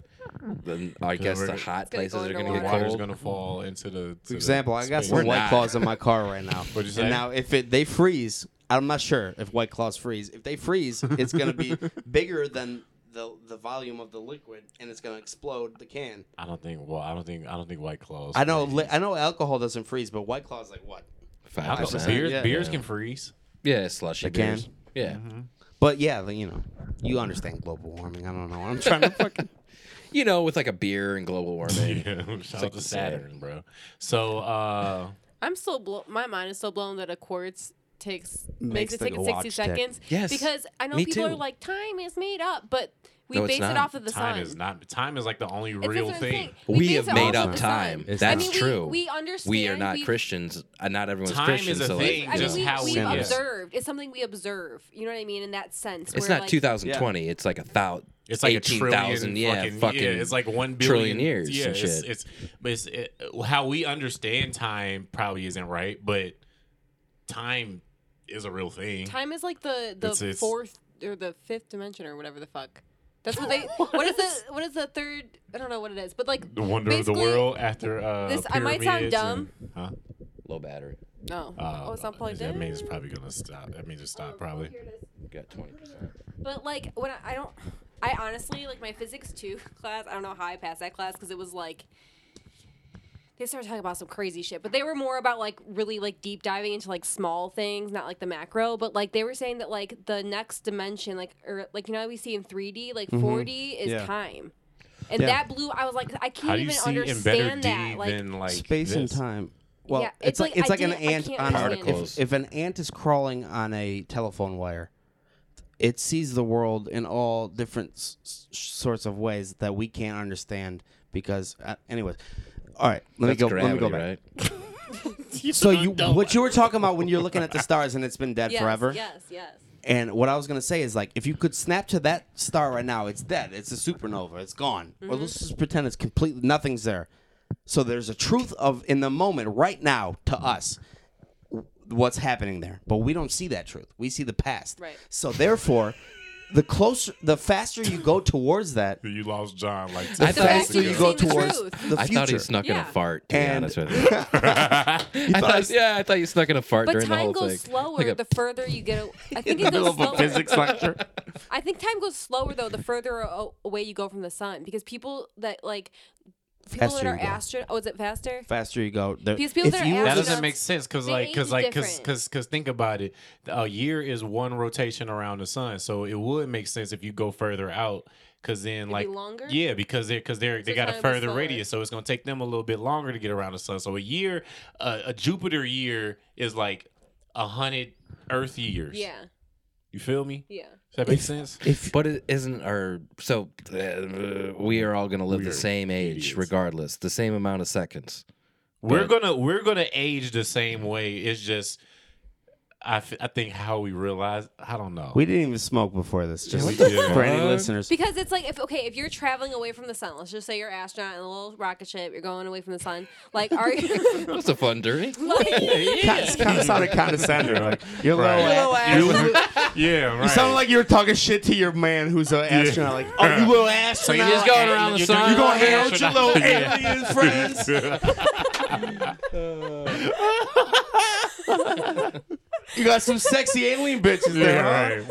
G: Then I
E: Because
G: guess
E: we're
G: the
E: gonna-
G: hot
D: It's gonna
G: places
D: go
E: The
G: are gonna get
D: underwater.
E: water's
G: cold.
E: gonna fall into the. to
F: For
E: the
F: example, I got
E: space.
F: some
G: We're
F: white
G: not.
F: claws in my car right now.
E: What'd you say?
F: And now if it they freeze, I'm not sure if white claws freeze. If they freeze, it's gonna be bigger than the the volume of the liquid, and it's gonna explode the can.
E: I don't think. Well, I don't think. I don't think white claws.
F: I know
E: freeze.
F: li- I know alcohol doesn't freeze, but white claws like what?
G: Five
E: Alcohol,
G: percent.
E: beers,
F: Yeah.
E: beers can freeze.
G: Yeah, slushy
F: They can.
G: beers. Yeah,
E: Mm-hmm.
F: But yeah, you know, you understand global warming. I don't know. I'm trying to fucking.
G: you know, with like a beer and global warming.
E: Yeah, shout
G: like
E: out to
G: the same.
E: Saturn, bro. So, uh,
D: I'm still blown. My mind is still blown that a quartz takes makes
F: Makes
D: it
F: the
D: take 60
F: watch tick.
D: seconds.
G: Yes,
D: Because I know
G: me
D: people
G: too.
D: are like, time is made up, but We
G: No, it's
D: base it
G: not.
D: off of the
E: time
D: sun.
E: is not time is like the only
D: It's- that's
E: real
D: what I'm
E: thing.
D: saying.
G: We,
D: base
G: have
D: it off
G: made up
D: of the
G: time.
D: sun.
G: That's
D: I mean, we-
G: true.
D: We understand.
G: We are not
D: we've-
G: Christians. Uh, Not everyone's
E: Time
G: Christian.
E: is a
G: so
E: thing,
D: I
G: Like,
D: mean,
E: just
D: we,
E: how
D: we
E: sin
F: is.
D: observed. It's something we observe. You know what I mean? In that sense,
G: it's
D: where,
G: not
D: like,
G: 2020. It's like a thousand.
E: It's like a trillion,
G: 18,000. Yeah,
E: fucking,
G: fucking.
E: yeah, it's like one
G: trillion
E: billion
G: years
E: Yeah,
G: and
E: it's,
G: shit.
E: it's but it's it, how we understand time probably isn't right, but time is a real thing.
D: Time is like the the
E: It's- it's-
D: fourth or the fifth dimension or whatever the fuck. That's what they. what is the what is the third? I don't know what it is, but like
E: the wonder of the
D: basically-
E: world after uh,
D: this- I might sound
E: pyramids and- huh?
G: low battery.
D: No.
E: Uh,
D: oh, it's not plugged
E: That
D: in.
E: means it's probably gonna stop. That means it stopped probably.
G: Got 20. percent
D: But like when I, I don't, I honestly like my physics two class. I don't know how I passed that class because it was like they started talking about some crazy shit. But they were more about like really like deep diving into like small things, not like the macro. But like they were saying that like the next dimension, like or like you know how we see in three D, like 4D is
F: Yeah.
D: time. And that blew. I was like, I
E: How
D: can't
E: do you
D: even
E: see in better
D: understand
E: D
D: that. Like,
E: than like
F: Space and
E: this?
F: time. Well,
D: Yeah, it's
F: it's, like,
D: like,
F: it's
D: I
F: like an
D: didn't- I
F: ant
D: can't
F: on a
D: understand it.
F: if, if an ant is crawling on a telephone wire, it sees the world in all different s- s- sorts of ways that we can't understand because uh, anyways. All right, let
G: That's
F: me go
G: gravity,
F: let me go back.
G: right?
F: So you what you were talking about when you're looking at the stars and it's been dead
D: yes,
F: forever?
D: Yes, yes.
F: And what I was gonna say is like, if you could snap to that star right now, it's dead. It's a supernova. It's gone. Or
D: Mm-hmm.
F: let's just pretend it's completely nothing's there. So there's a truth of in the moment right now to us w- what's happening there, but we don't see that truth. We see the past.
D: Right.
F: So therefore, the closer, the faster you go towards that,
E: You lost John like
G: I
F: the
G: thought-
F: faster you go
D: Seeing the
F: towards
D: truth.
F: the future.
G: I thought he snuck in
D: Yeah.
G: a fart. To
F: And-
G: be honest with you. I thought, yeah, I thought you snuck in a fart
D: But
G: during the
D: time
G: whole
D: goes
G: thing.
D: slower
G: Like a-
D: the further you get. A, I think it goes slower.
E: lecture.
D: I think time goes slower though the further a- away you go from the sun because people that like people
F: Faster
D: that are
F: you go.
D: astro oh is it faster?
F: faster you go. The,
D: Because people
F: if
D: that are
F: you were
E: That
D: astronauts-
E: doesn't make sense because
D: They
E: like
D: age
E: because
D: is
E: like because
D: different.
E: because because think about it. A year is one rotation around the sun, so it would make sense if you go further out. Because then
D: be
E: like
D: longer?
E: yeah, because they're because they're they
D: So
E: got a
D: time is
E: further
D: slower.
E: radius, so it's gonna take them a little bit longer to get around the sun. So a year, uh, a Jupiter year is like a hundred Earth years.
D: Yeah.
E: you feel me?
D: Yeah.
E: Does that make sense?
F: if
G: But it isn't our so uh, we are all going to live the
E: Weird
G: same age
E: idiots.
G: regardless, the same amount of seconds.
E: We're
G: But-
E: gonna we're gonna age the same way. It's just I, f- I think how we realize I don't know.
F: we didn't even smoke before this, just
E: we did.
F: for any listeners.
D: Because it's like if okay, if you're traveling away from the sun, let's just say you're an astronaut in a little rocket ship, you're going away from the sun. Like are you
G: That was a fun journey.
F: It's kind of sounded condescending. Like you're
E: Right.
F: little
D: Little
F: ass.
D: ass.
F: You, you
E: yeah, right.
F: sound like you were talking shit to your man who's an astronaut. Like, oh, you little astronaut. So
E: you're just going around the sun.
F: You gonna
E: You're
F: hang out with your little
E: astronaut.
F: alien friends? You got some sexy alien bitches there.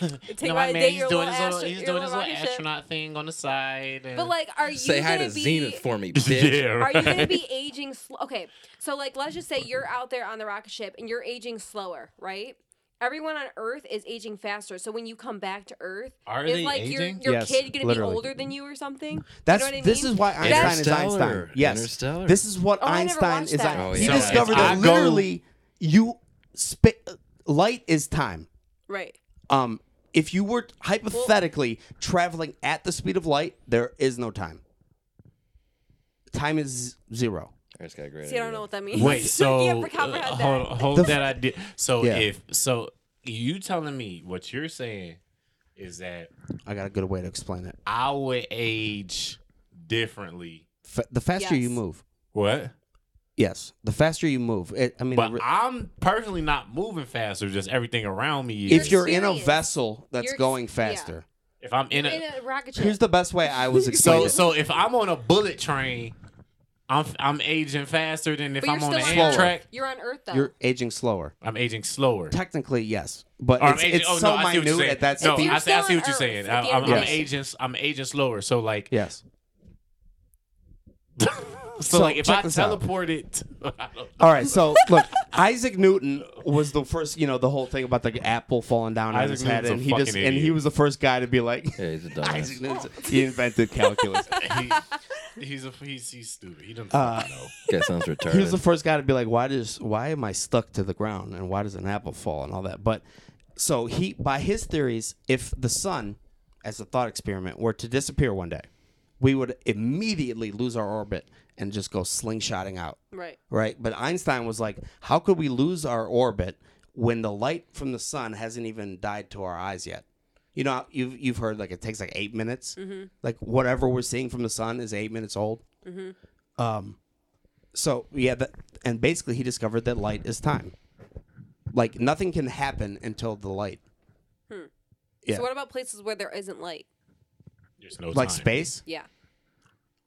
F: huh?
D: take
E: my
D: a
E: man,
D: date,
E: he's
D: your
E: doing
D: little
E: his little,
D: astro-
E: he's
D: your
E: doing his little
D: rocket ship?
E: astronaut thing on the side. And
D: But like are you
G: Say hi
D: gonna
G: to
D: be,
G: Zenith for me, bitch.
D: Are you going to be aging slow? Okay, so like let's just say you're out there on the rocket ship and you're aging slower, right? Everyone on Earth is aging faster. So when you come back to Earth,
E: Are
D: is
E: they
D: like
E: aging?
D: your your
F: Yes,
D: kid going to be
F: literally.
D: older than you or something?
F: That's
D: you know what I mean?
F: this is why Einstein is Einstein.
G: Interstellar.
F: Yes,
G: Interstellar.
F: this is what
D: Oh, I never
F: Einstein
D: watched
F: is.
D: that.
G: Oh,
F: He
G: yeah.
F: discovered
E: So
F: that
E: it's- I go-
F: literally you spa light is time.
D: right.
F: Um, if you were hypothetically traveling at the speed of light, there is no time. Time is zero.
G: I just got a great
D: See, I don't
G: idea.
D: know what that means.
E: Wait, so
D: you have
E: uh,
D: to comprehend
E: hold
D: that.
E: hold
F: The f-
E: that idea. So
F: Yeah.
E: if so, you telling me what you're saying is that
F: I got a good way to explain it.
E: I would age differently.
F: Fa the faster you
D: Yes.
F: move,
E: What?
F: yes, the faster you move. It, I mean,
E: But
F: re-
E: I'm personally not moving faster. Just everything around me. Is,
F: if you're in a
D: experience.
F: vessel that's
D: Your
F: going
D: ex- yeah.
F: faster,
E: if I'm in
D: In
E: a
D: a rocket ship.
F: here's the best way I was explaining.
E: so
F: it.
E: so if I'm on a bullet train, I'm I'm aging faster than if
D: but you're
E: I'm on
D: still
E: an
D: on
E: Amtrak.
D: Earth. You're on Earth though.
F: You're aging slower.
E: I'm aging slower.
F: Technically, yes, but
E: Or I'm
F: it's,
E: aging-
F: it's
E: oh,
F: so
E: no, I see what you're
F: minute
E: saying.
F: at that
E: no,
F: speed.
E: I, see- I see
D: You're
E: what
D: still
E: you're
D: on
E: saying.
D: Earth at
E: I,
D: the
E: am
D: end of
E: I'm
D: the day.
E: aging. I'm aging slower. So like,
F: yes.
E: so,
F: So
E: like, if
F: check
E: I
F: this out.
E: teleported, I don't
F: All right, so look, Isaac Newton was the first, you know, the whole thing about the apple falling down on
E: Isaac
F: his head,
E: Newton's a
F: and he just
E: fucking
F: and he
E: idiot.
F: was the first guy to be like,
G: Yeah, he's a
F: Isaac
G: dumbass.
F: Newton, he invented calculus.
E: know. He- he's a he's, he's stupid. He doesn't
F: Uh,
E: fucking know.
G: That sounds
F: he was the
G: retarded.
F: first guy to be like, why does why am I stuck to the ground, and why does an apple fall, and all that. But so he, by his theories, if the sun as a thought experiment were to disappear one day, we would immediately lose our orbit and just go slingshotting out,
D: Right.
F: right? But Einstein was like, how could we lose our orbit when the light from the sun hasn't even died to our eyes yet? You know, you've you've heard like it takes like eight minutes. Like whatever we're seeing from the sun is eight minutes old. Um, so yeah, that, and basically he discovered that light is time. Like nothing can happen until the light, Yeah.
D: So what about places where there isn't light?
E: There's no
F: like
E: time.
F: space.
D: Yeah.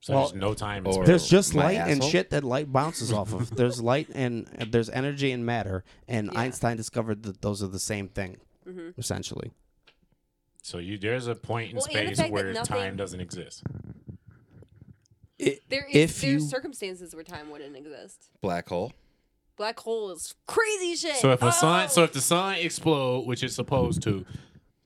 E: So
F: Well,
E: there's no time. and
G: or-
E: space.
F: There's just
G: my
F: light and
G: asshole?
F: shit that light bounces off of. There's light and uh, there's energy and matter, and
D: Yeah. Mm-hmm.
F: Einstein discovered that those are the same thing, essentially.
E: so you there's a point in
D: Well, and the
E: space
D: fact that
E: where
D: nothing-
E: time doesn't exist.
D: There is
F: If
D: there's
F: you-
D: circumstances where time wouldn't exist.
G: Black hole.
D: Black hole is crazy shit.
E: So if a sun,
D: Oh!
E: so if the sun explode, which it's supposed to,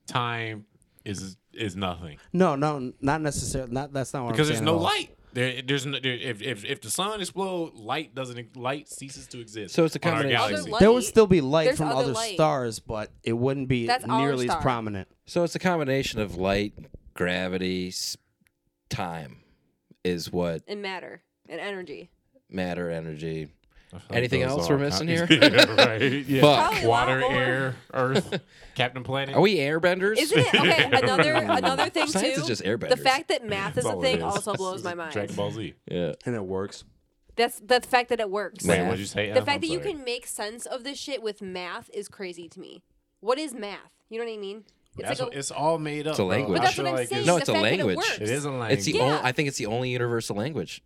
E: time is is nothing
F: No, no, not necessarily. Not that's not what
E: because there's
F: I'm saying
E: no
F: at all.
E: light. There, there's no, there, if, if if the sun explodes, light doesn't light ceases to exist.
G: So it's a
E: on our
G: combination.
E: galaxy.
D: Other light-
F: There would still be light
D: There's
F: from
D: other
F: other
D: light.
F: stars, but it wouldn't be
D: That's our
F: nearly as
D: star.
F: prominent.
G: So it's a combination of light, gravity, s- time is what
D: and matter and energy.
G: matter, energy.
E: I feel
G: Anything
E: those
G: else
E: are
G: we're missing
E: con-
G: here?
E: yeah, right. Yeah.
G: Fuck.
D: Probably a lot
E: Water,
D: more.
E: air, earth, Captain Planet.
G: Are we airbenders?
D: Isn't it okay? Another another thing
G: Science
D: too.
G: is just airbenders.
D: the fact that math is
E: That's
D: a
E: all it
D: thing
E: is.
D: also blows my mind.
E: Dragon Ball Z.
G: Yeah.
F: And it works.
D: That's the fact that it works.
E: Wait,
G: Math.
E: what'd you say?
D: The
E: Em?
D: fact
E: I'm
D: that you
E: sorry.
D: can make sense of this shit with math is crazy to me. What is math? You know what I mean? It's
E: That's
D: like
E: what-
D: a,
E: it's all made up.
G: It's a
E: bro.
G: language.
E: I
D: But that's
E: feel
D: what I'm
E: like
D: saying.
G: No,
D: the
G: it's a
D: fact that it
G: language.
D: works.
E: It is a language.
G: It's the
D: Yeah.
G: only. I think it's the only universal language.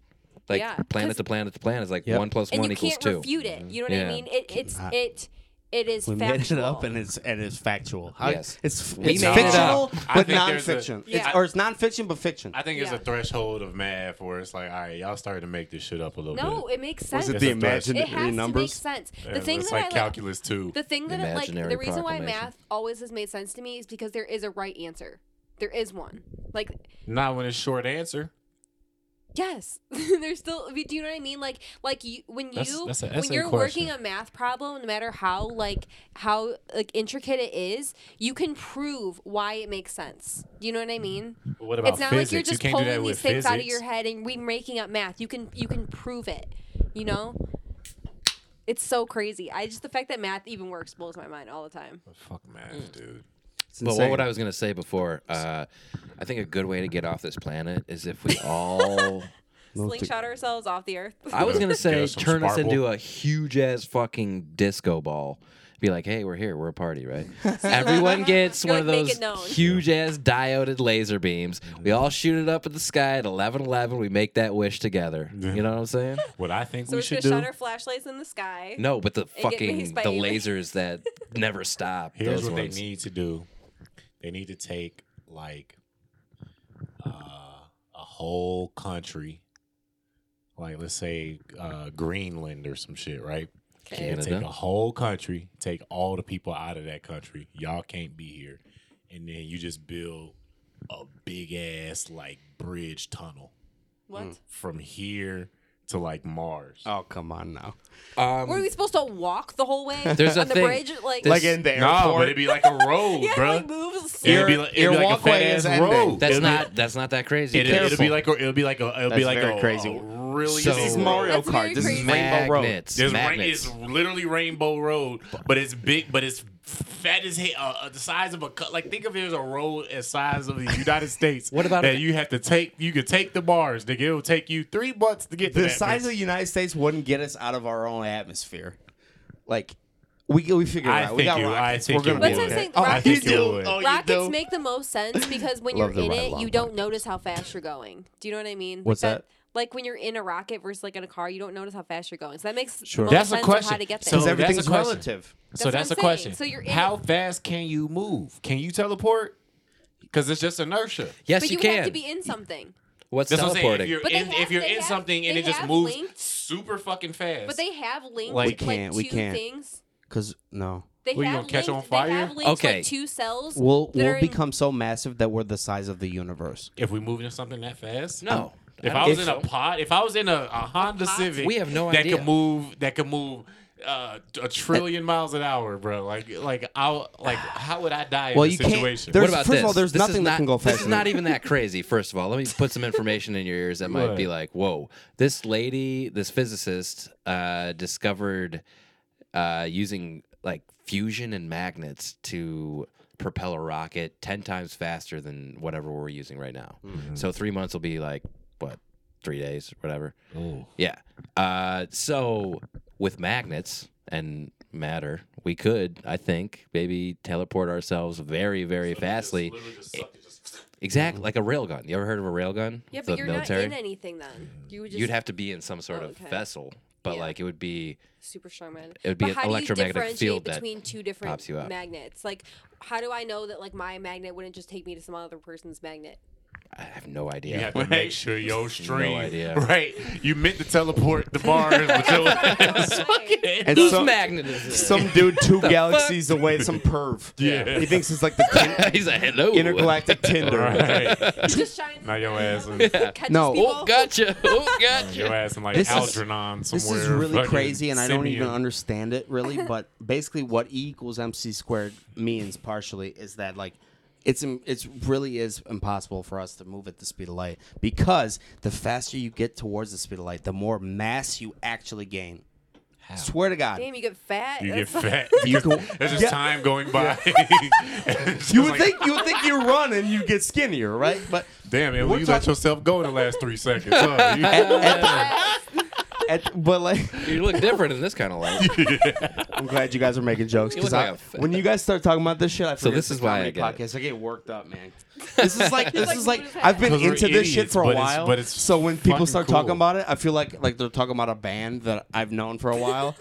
G: Like
D: Yeah,
G: planet
D: 'cause-
G: to planet to planet is like
F: Yep.
G: one plus
D: and
G: one
D: you
G: equals
D: can't
G: two.
D: refute it. You know what I
G: Yeah.
D: mean? It, it's
F: Cannot.
D: it it is
F: We
D: factual.
F: made it up, and it's and it's factual. How-
G: Yes.
F: it's
G: We
F: it's
G: made it
F: fictional,
E: up. I
F: but
E: think there's a-
F: non-fiction.
D: Yeah.
F: It's- or it's non-fiction, but fiction.
E: I think it's
D: Yeah.
E: a threshold of math where it's like, all right, y'all started to make this shit up a little bit.
D: no, it makes sense.
E: it
D: It,
E: the imaginary
D: has to make sense.
E: Yeah,
D: the thing
E: it's
D: that
E: like
D: I like,
E: calculus too.
D: the thing that I like,
G: Imaginary
D: the reason why
G: proclamation.
D: math always has made sense to me is because there is a right answer. There is one. Like
E: Not when it's short answer.
D: Yes, there's still. Do you know what I mean? Like, like you when
E: That's-
D: you
E: that's an
D: when
E: essay
D: you're working
E: question.
D: a math problem, no matter how like how like intricate it is, you can prove why it makes sense. Do you know what I mean?
E: What about
D: it's not
E: physics?
D: like you're just
E: you can't do that
D: pulling
E: with
D: these things
E: physics.
D: out of your head and remaking up math. You can you can prove it. You know. It's so crazy. I just the fact that math even works blows my mind all the time.
E: Fuck math,
D: Mm.
E: dude.
F: It's
G: But what
F: insane.
G: what I was gonna say before, uh, I think a good way to get off this planet is if we all.
D: Slingshot ourselves off the earth.
G: I was gonna
E: Get
G: say
E: us some
G: turn us
E: Sparkle.
G: into a huge ass fucking disco ball. Be like, hey, we're here, we're a party, right? Everyone gets
D: You're
G: one
D: like,
G: of
D: "Make it known."
G: those huge ass dioded laser beams. We all shoot it up at the sky at eleven eleven. We make that wish together. You know what I'm saying?
E: What I think
D: so
E: we
D: we're just
E: should
D: gonna
E: do.
D: shine our flashlights in the sky.
G: No, but the
D: get
G: fucking
D: raised by
G: the
D: aliens.
G: lasers that never stop.
E: Here's
G: those
E: what
G: ones.
E: they need to do. They need to take like uh, a whole country, like let's say uh, Greenland or some shit, right? They
G: Canada.
E: Take a whole country, take all the people out of that country. Y'all can't be here, and then you just build a big ass like bridge tunnel
D: What?
E: from here to like Mars.
F: oh come on now!
G: Um,
D: Were we supposed to walk the whole way
G: There's a
D: on the
G: thing.
D: bridge? Like,
G: This-
F: Like in the airport.
E: no, but it'd be like a road,
D: yeah,
E: bro.
D: like moves.
E: it'd be
F: Your-
E: like,
F: your
E: it'd be like a
F: walkway
E: fat
F: is
E: ass
F: ending.
E: road.
G: that's
E: It'll be-
G: not that's not that crazy.
E: It, it'll be like a, it'll be like a it'll be
F: That's
E: like
F: very
E: a,
F: crazy.
E: a really
G: So-
F: This is
G: That's
F: Mario
D: very
F: Kart. This is
D: crazy.
F: Rainbow Road.
G: magnets.
E: There's ra-
G: magnets.
E: it's literally Rainbow Road, but it's big, but it's fat as hell, uh, uh, the size of a cu- like think of it as a road as size of the United States.
G: What about
E: that?
G: it?
E: You have to take you could take the bars. Nigga, it'll take you three months to get to
F: The
E: that
F: size of
E: bitch.
F: the United States wouldn't get us out of our own atmosphere. Like we we figured it
E: I
F: out. we
E: think
F: got
E: you- I
F: rockets.
E: think
F: We're gonna
E: you
D: would. That's
F: be
D: what I'm
F: okay.
D: saying,
F: Oh,
D: rockets-
F: you
E: I think you
F: do.
E: would.
F: Oh, you
D: Rockets
F: do.
D: make the most sense because when
F: Love
D: you're
F: the
D: in
F: ride
D: it,
F: along
D: you don't
F: podcast.
D: notice how fast you're going. Do you know what I mean? Like
F: What's that?
D: Like when you're in a rocket versus like in a car, you don't notice how fast you're going. So that makes
E: Sure.
D: most
E: That's a
D: sense of how
E: question.
D: to get there.
E: So-
F: Because
E: that's a
F: everything's
E: question.
F: relative.
D: That's
E: So that's a
D: what I'm saying.
E: question.
D: So you're in
E: how
D: it.
E: fast can you move? Can you teleport? Because it's just inertia.
G: yes,
D: but you,
G: you,
D: would
G: can.
D: have to be in something.
G: What's
E: That's what I'm saying. If
G: teleporting?
E: you're
D: But they
E: in,
D: have-
E: if you're
D: they
E: in
D: have-
E: something and
D: they
E: it just
D: have
E: moves
D: linked.
E: super fucking fast,
D: But they have linked like,
E: Like- We
F: can't, we
D: 2
F: can't.
D: things.
F: Because no,
D: They
E: What, you
D: have
E: gonna catch
D: linked,
E: on fire?
D: They have linked
G: Okay.
D: like two cells.
F: we'll
D: that are
F: we'll
D: in-
F: become so massive that we're the size of the universe.
E: if we move into something that fast,
G: no.
E: If
G: don't
E: I was
G: think
E: in a
G: so.
E: pod, if I was in a, a Honda Civic,
G: We have no
E: that
G: idea.
E: could move, that could move uh, a trillion miles an hour, bro. Like, like I, like how would I die
F: Well,
E: in
F: you
E: this
F: can't-
E: situation?
F: there's-
G: what about
F: first
G: this?
F: of all, there's
G: This is
F: nothing that
G: not,
F: can go
G: This
F: faster
G: is
F: than
G: not even that crazy. First of all, let me put some information in your ears that might be like, "Whoa, this lady, this physicist, uh, discovered uh, using like fusion and magnets to propel a rocket ten times faster than whatever we're using right now."
F: Mm-hmm.
G: So three months will be like what, three days, whatever. Yeah. Uh, so with magnets and matter, we could, I think, maybe teleport ourselves very, very fastly. Exactly, like a railgun. You ever heard of a railgun?
D: Yeah,
G: The
D: but you're not in anything then. You would just
G: You'd have to be in some sort
D: Oh,
G: of
D: okay.
G: vessel, but
D: Yeah.
G: like it would be
D: super strong magnet.
G: It would be
D: But
G: an
D: how do you
G: electromagnetic
D: differentiate
G: field that
D: between two different
G: pops you up.
D: magnets. Like, how do I know that like my magnet wouldn't just take me to some other person's magnet?
G: I have no
E: You
G: idea.
E: have to make sure your stream,
G: idea.
E: right? You meant to teleport the bars, but your ass
D: Right.
F: And
G: Whose
F: some,
G: magnet is this?
F: some dude two galaxies away, some perv.
E: Yeah.
F: He thinks it's like the tin-
G: He's like, hello.
F: intergalactic Tinder.
E: Right.
D: just trying
E: Now
D: to
E: your ass, is,
D: catch
F: No.
D: people.
G: Oh, gotcha. Oh, gotcha.
E: your ass, in like
F: This is-
E: Algernon
F: This
E: somewhere.
F: is really
E: fucking
F: crazy, and I don't even
E: simian.
F: understand it really. But basically, what E equals mc squared means partially is that like it's im- it's really is impossible for us to move at the speed of light because the faster you get towards the speed of light, the more mass you actually gain. Swear to God,
D: Damn, you get fat.
E: You get
D: That's-
E: fat.
F: You
E: You
F: go-
E: There's just
F: Yeah.
E: time going by. It's just
F: you would
E: like,
F: think you would think you run and you get skinnier, right? But
E: damn it,
F: We're
E: well, you let
F: talking-
E: yourself go in the last three seconds. huh? You-
F: at, but like.
G: You look different in this kind of light.
F: I'm glad you guys are making jokes
G: You look
F: because I
G: like a-
F: when you guys start talking about this shit, I forget
G: this
F: it's a
G: is why I
F: comedy
G: get it.
F: podcast. I get worked up, man. This is like this
D: like,
F: is like
D: what is
F: I've been
E: Because we're
F: into this shit
E: idiots,
F: for a
E: but it's-
F: while.
E: but it's
F: so when people
E: fucking
F: start
E: cool.
F: talking about it, I feel like like they're talking about a band that I've known for a while,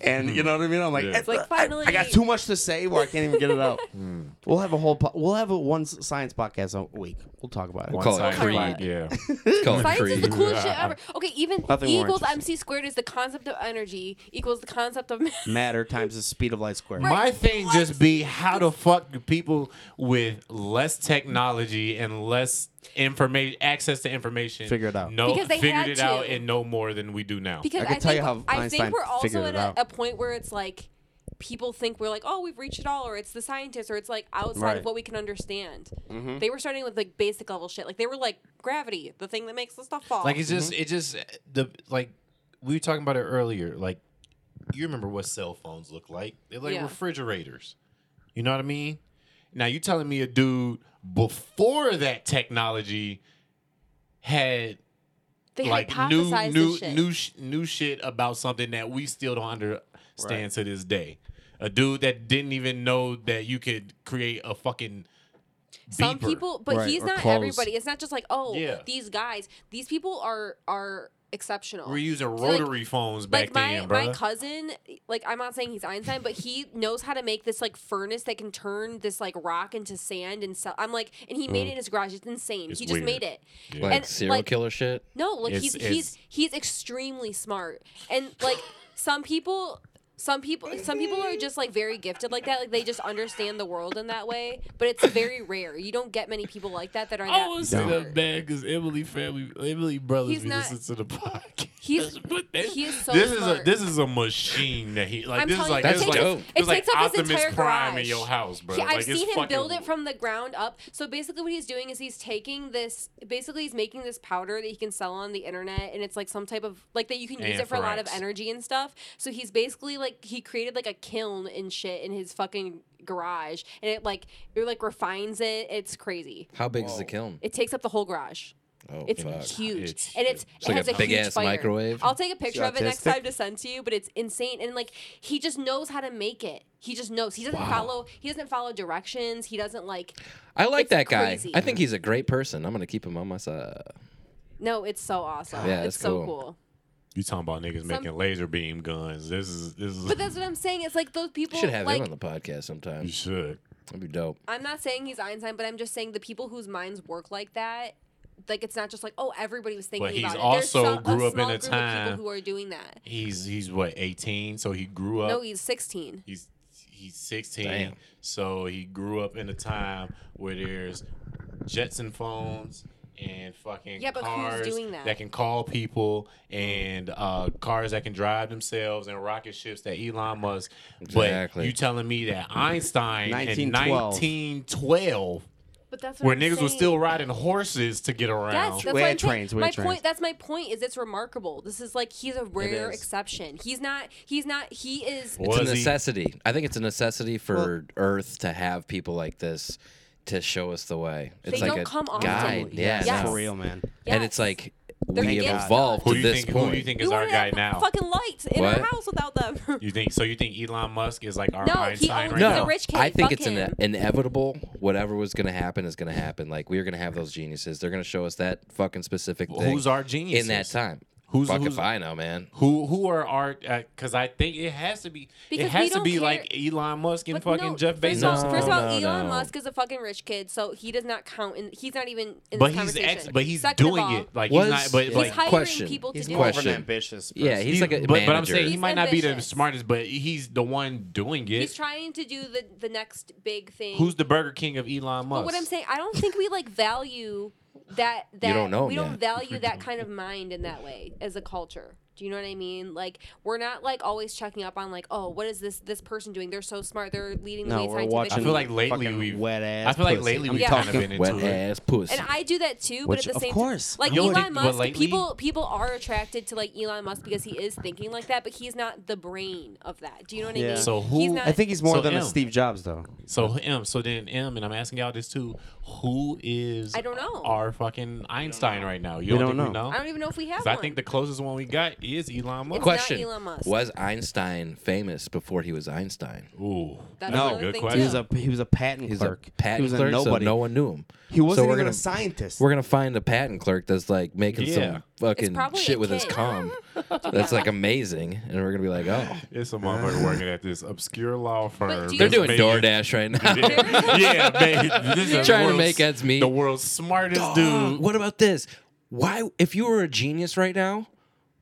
F: and you know what I mean. I'm like,
E: Yeah.
F: "Eh,
E: It's Hmm.
D: like,
F: I- I, got
D: finally-
F: too much to say where I can't even get it out. we'll have a whole po- we'll have a one s- science podcast a week. We'll talk about it.
E: One
G: call it
E: side
D: Creed.
E: light, Yeah.
G: It's called
D: Science is the
G: Creed.
D: coolest shit ever. Okay, even
F: Nothing
D: E
F: more
D: equals
F: interesting.
D: MC squared is the concept of energy equals the concept of mass.
F: Matter times the speed of light squared.
E: My thing just be how the fuck do people with less technology and less information access to information
F: Figure it out.
E: No,
D: Because they
E: figured
D: had
E: it out
D: to.
E: and know more than we do now.
D: Because
F: I
D: I,
F: can
D: think,
F: tell you how
D: I
F: Einstein
D: think we're also
F: figured
D: at
F: it out.
D: a, a point where it's like people think we're like, oh, we've reached it all, or it's the scientists, or it's like outside
F: Right. Mm-hmm.
D: of what we can understand. They were starting with like basic level shit. Like they were like gravity, the thing that makes the stuff fall.
E: Like it's just it just the like we were talking about it earlier. Like you remember what cell phones look like? They're like
D: Yeah.
E: refrigerators. You know what I mean? Now you telling me a dude before that technology had
D: they
E: like new
D: hypothesized
E: new
D: this shit.
E: new sh- new shit about something that we still don't understand to this day. A dude that didn't even know that you could create a fucking
D: some
E: beeper.
D: people but
F: Right,
D: he's
F: or
D: not
F: clothes.
D: everybody it's not just like oh
E: Yeah.
D: these guys these people are are exceptional
E: we're using
D: Oh, Like-
E: rotary phones back
D: like my
E: then, bro.
D: my cousin like i'm not saying he's einstein but he knows how to make this like furnace that can turn this like rock into sand and so i'm like and he made it in his garage it's insane
E: Mm. It's
D: he just
E: weird.
D: made it
G: Like
D: And,
G: serial
D: like-
G: killer shit.
D: no, like
E: It's-
D: he's
E: it's-
D: he's he's extremely smart. And like some people some people some people are just like very gifted like that. Like they just understand the world in that way, but it's very rare. You don't get many people like that that are
E: I
D: that
E: was
D: smart.
E: in that bad because Emily family, Emily brothers,
D: He's
E: be
D: not-
E: listening to the podcast.
D: He's-
E: But that-
D: he is so
E: this is a
D: smart.
E: this is a machine that he like.
D: I'm
E: this is
D: telling
E: like
D: you,
E: this
D: it
E: is
D: takes,
E: like,
G: dope.
E: this
D: it
E: is like
D: takes up his
E: Optimus
D: entire
E: Prime
D: garage.
E: in your house, bro.
D: He-
E: like,
D: I've
E: it's
D: seen him
E: fucking-
D: build it from the ground up. So basically, what he's doing is he's taking this. Basically, he's making this powder that he can sell on the internet, and it's like some type of like that you can use it for a lot of
E: Anthrax.
D: energy and stuff. So he's basically like he created like a kiln and shit in his fucking garage, and it like it like refines it. It's crazy.
G: How big is the kiln?
D: It takes up the whole garage.
G: Oh,
D: It's
G: fuck.
D: huge,
E: It's
D: and it's, it
G: like
D: has
G: a
D: a,
G: big
D: huge
G: ass
D: fire.
G: microwave.
D: I'll take a picture of it next
F: autistic.
D: time to send to you, but it's insane. And like he just knows how to make it. He just knows. He doesn't follow. He doesn't follow directions. He doesn't like.
G: I like
D: It's
G: that guy.
D: crazy.
G: I think he's a great person. I'm gonna keep him on my side.
D: No, it's so awesome.
G: Yeah,
D: it's
G: that's
D: so
G: cool.
D: cool.
E: You talking about niggas making laser beam guns? This is this is.
D: But that's what I'm saying. It's like those people.
G: You should have
D: like,
G: him on the podcast
E: you
G: sometime.
E: should.
G: That'd be dope.
D: I'm not saying he's Einstein, but I'm just saying the people whose minds work like that. Like it's not just like oh everybody was thinking
E: But he's
D: about
E: also
D: it. There's some,
E: grew
D: a
E: up in
D: small
E: a
D: group of
E: time-
D: people who are doing that.
E: He's he's what 18, so he grew up.
D: No, he's 16.
E: he's he's 16
G: Damn.
E: so he grew up in a time where there's jetson phones and fucking
D: Yeah, but who's
E: cars
D: doing that?
E: can call people and uh, cars that can drive themselves and rocket ships that Elon Musk. But
G: Exactly.
E: you telling me that Einstein in
F: 1912.
E: 1912
D: But that's what
E: where
D: I'm
E: niggas
D: saying.
E: were still riding horses to get around.
D: Yes, that's
F: We
D: what
F: had
D: I'm saying.
F: trains, we
D: my
F: had trains.
D: point. That's my point. Is it's remarkable. This is like he's a rare
G: is.
D: exception. He's not. He's not. He is.
E: Well,
G: It's a
E: Was he-
G: necessity. I think it's a necessity for Earth to have people like this to show us the way. It's
D: They
G: like
D: don't
G: a
D: come often.
G: guide. Yeah.
D: Yes.
F: For real, man.
D: Yes.
G: And it's like
D: They're
G: we
D: against
G: have evolved
E: who
G: to
E: do you
G: this
E: think?
G: point.
E: Who do you think
D: We
E: is our
D: wouldn't
E: guy
D: have
E: now?
D: Fucking lights in our
G: What?
D: house without them.
E: You think so? You think Elon Musk is like our
D: No, he
E: Einstein
D: owns
E: right
D: the
G: no,
E: now?
D: rich kid,
G: I think
D: fuck
G: it's ine-
D: him.
G: inevitable. Whatever was going to happen is going to happen. Like we are going to have those geniuses. They're going to show us that fucking specific thing.
E: Who's our geniuses?
G: in that time?
E: Who's-
G: Fuck
E: who's-
G: if I know, man.
E: Who who are our? Because I think it has to be.
D: Because
E: it
D: we
E: has to
D: don't
E: be
D: care-
E: like Elon Musk and
D: But
E: fucking
D: no,
E: Jeff Bezos.
D: First of all,
G: No,
D: first of all,
G: no,
D: Elon
G: no.
D: Musk is a fucking rich kid, so he does not count. In, he's not even in
E: but
D: this
E: he's
D: conversation.
E: ex, but he's
D: Second of
E: doing
D: all,
E: it. Like
G: Was-
E: he's not. But
G: he's
D: He's
E: like
D: hiring
G: question.
D: people to
F: He's
D: do it.
F: more of an
G: Question.
F: ambitious. Person.
G: Yeah, he's like a
E: but,
G: manager.
E: but I'm saying he
D: He's
E: might not be the
D: ambitious.
E: smartest, but he's the one doing it.
D: He's trying to do the the next big thing.
E: Who's the Burger King of Elon Musk?
D: But what I'm saying, I don't think we like value that. That
G: don't know
D: we
G: him
D: don't
G: yet.
D: value that kind of mind in that way as a culture. Do you know what I mean? Like we're not like always checking up on like, oh, what is this this person doing? They're so smart. They're leading the
F: No,
D: way
F: we're
D: scientific
F: watching
E: I feel like
F: fucking
E: lately we've
F: wet ass
E: I feel like
F: pussy.
E: lately
F: I'm
E: we've
D: talking
E: kind of been
G: Wet
E: into it.
G: ass pussy.
D: And I do that too, but
F: Which,
D: at the
F: of
D: same
F: course.
D: time, like
E: You don't
D: Elon
E: think- but
D: Musk,
E: lately-
D: people people are attracted to like Elon Musk because he is thinking like that, but he's not the brain of that. Do you know what I
F: Yeah.
D: mean?
E: So
D: He's
E: who-
D: not,
F: I think he's more
E: So
F: than a
E: him.
F: Steve Jobs though.
E: So M, so then M, and I'm asking y'all this too. Who is
D: I don't know.
E: our fucking Einstein right now? You
F: We
E: don't,
F: don't
E: think
F: know.
E: we
D: I
E: know?
D: don't even know if we have
E: 'Cause
D: one.
E: I think the closest one we got is Elon Musk.
D: not
G: Question:
D: Elon Musk.
G: Was Einstein famous before he was Einstein?
E: Ooh,
D: That's
E: no,
D: another
E: good
D: thing,
E: question.
F: He
D: too.
F: was a he was a patent
G: He's
F: clerk.
G: a patent
F: he was
G: clerk,
F: a
G: so
F: nobody.
G: no one knew him.
F: He wasn't
G: so we're
F: even
G: gonna,
F: a scientist.
G: We're gonna find a patent clerk that's like making
E: Yeah.
G: some fucking
D: probably a
G: shit with his
D: kid.
G: cum. that's like amazing, and we're gonna be like, oh,
E: It's a motherfucker working at this obscure law firm.
D: do you-
G: they're doing
E: Vegas.
G: DoorDash right now.
E: yeah, man. This is
G: Trying to
E: the world's-
G: make ends meet.
E: The world's smartest
G: Dude,
E: dude.
G: what about this? Why, if you were a genius right now,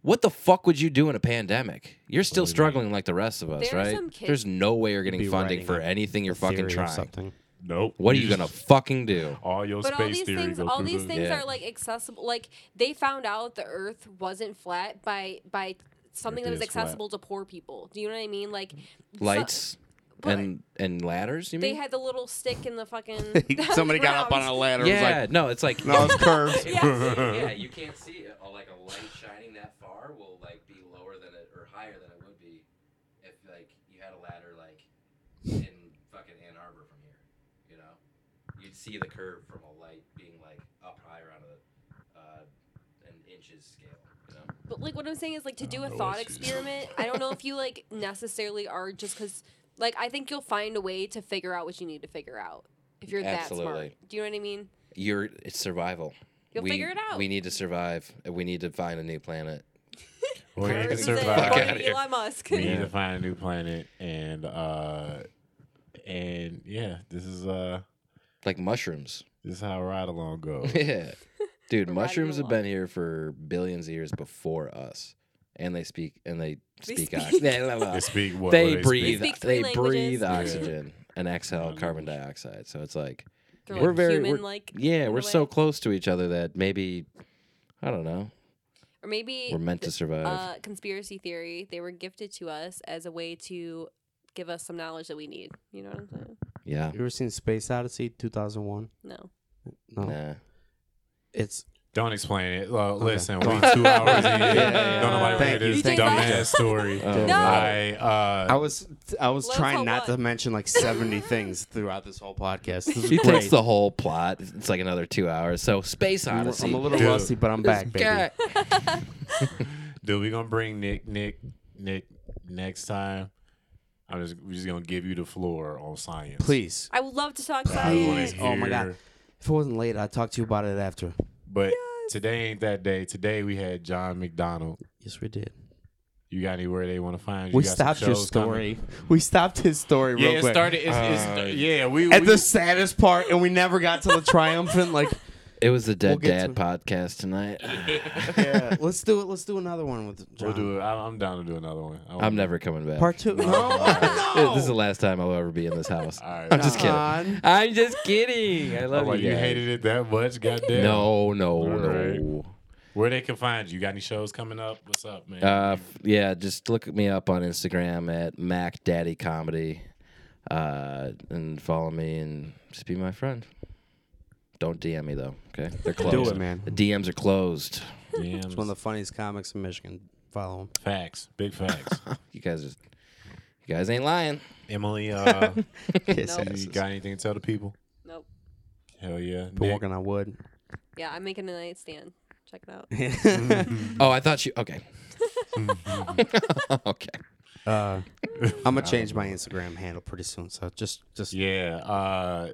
G: what the fuck would you do in a pandemic? You're still struggling like the rest of us,
D: There are
G: right?
D: some kids-
G: There's no way you're getting
F: Be
G: funding
F: writing
G: for
F: a-
G: anything you're fucking
F: Theory or
G: trying.
F: something.
E: Nope.
G: What are you gonna fucking do?
E: All your
D: but
E: space
D: all these
E: theory
D: things
E: go
D: all
E: through
D: these
E: the-
D: things
G: Yeah.
D: are like accessible like they found out the earth wasn't flat by by something that
E: Earth
D: was
E: is flat.
D: accessible to poor people do you know what i mean like so-
G: Lights
D: but-
G: and and ladders? You
D: they
G: mean?
D: had the little stick in the fucking
F: Somebody got up on a ladder. and
G: yeah, no, it's like
F: Was like, no, it's curved.
G: yeah, you can't see it. Uh, Like a light shining that far will like be lower than it or higher than it would be if like you had a ladder like in fucking Ann Arbor from here. You know, you'd see the curve from a light being like up higher on a uh, an inches scale. You know?
D: But like what I'm saying is like to do
E: Oh,
D: a thought experiment, I don't know if you like necessarily are just because like I think you'll find a way to figure out what you need to figure out if you're that
G: Absolutely.
D: smart. Do you know what I mean?
G: You're it's survival.
D: You'll
G: we,
D: figure it out.
G: We need to survive. and We need to find a new planet.
E: We're
D: Or
E: gonna
D: is it
E: survive.
G: Fuck
D: according
G: outta
D: to
G: here.
D: Elon Musk.
E: We need to find a new planet and uh and yeah, this is uh
G: Like mushrooms.
E: this is how ride along goes.
G: Yeah. Dude,
D: Riding
G: mushrooms have
D: along.
G: been here for billions of years before us. And they speak and they speak
D: speak.
G: oxygen. They,
E: They speak what? what
G: they
E: do speak?
G: breathe
D: They speak
G: they
D: three
G: breathe
D: languages.
G: oxygen and exhale carbon dioxide. So it's like
D: They're,
G: we're
D: like,
G: very we're-
D: human-like
G: yeah,
D: in a
G: we're so
D: way.
G: close to each other that maybe I don't know.
D: Or maybe
G: We're meant to
D: th-
G: survive.
D: Uh, conspiracy theory. They were gifted to us as a way to give us some knowledge that we need. You know what I'm saying?
G: yeah.
F: You ever seen Space Odyssey 2001?
D: No.
F: No.
G: Nah.
F: It's
E: Don't explain it. Well, Listen, we
F: Go
E: two
F: on.
E: hours in.
F: yeah,
E: Don't nobody want to hear
F: Thank you,
E: this
D: thank you.
E: dumbass story.
G: Oh,
D: No.
E: I uh
F: I was I was
D: Let's
F: trying
D: hope
F: not
D: what?
F: to mention like 70 things throughout this whole podcast. This is
G: He
F: great.
G: takes the whole plot. It's like another two hours. So space
F: I'm
G: odyssey.
F: a little
E: Dude.
F: rusty, but I'm back, baby.
G: God.
E: Dude, we gonna bring Nick, Nick, Nick next time. I'm just we're just gonna give you the floor on science.
F: Please.
D: I would love to talk about
E: I wanna
D: it.
F: Please. Oh my
E: hear-
F: god. If it wasn't late, I'd talk to you about it after.
E: But today ain't that day. Today we had John McDonald.
F: Yes, we did.
E: You got anywhere they want to find you?
F: We
E: got some
F: stopped your
E: shows coming?
F: story. We stopped his story real
E: Yeah, it
F: quick.
E: Uh, started. It's, it's, yeah, we.
F: At
E: we
F: the saddest part, and we never got to the triumphant. Like
G: It was the Dead
F: We'll get
G: Dad
F: to-
G: podcast tonight.
F: yeah, let's do it. Let's do another one with John.
E: We'll do it. I- I'm down to do another one. I
G: I'm never coming back.
F: Part two. No,
G: This is the last time I'll ever be in this house.
E: All right.
G: I'm just kidding.
F: John.
G: I'm just kidding. I love
E: Oh,
G: you.
E: you
G: guys.
E: hated it that much? Goddamn.
G: No, no,
E: Alright.
G: no.
E: Where they can find you? You got any shows coming up? What's up, man?
G: Uh, f- yeah, just look me up on Instagram at Mac Daddy Comedy, uh, and follow me and just be my friend. Don't DM me though. Okay, they're closed.
F: Do it, man.
G: The DMs are closed.
E: DMs.
F: It's one of the funniest comics in Michigan. Follow him.
E: facts. Big facts.
G: You guys, just, you guys ain't lying.
E: Emily, uh, you
D: Nope.
E: got anything to tell the people?
D: Nope.
E: Hell yeah.
F: But
E: Nick?
F: walking on wood.
D: Yeah, I'm making a nightstand. Check it out.
G: Oh, I thought you. Okay. okay.
F: Uh, I'm gonna change my Instagram handle pretty soon. So just, just
E: Yeah, uh,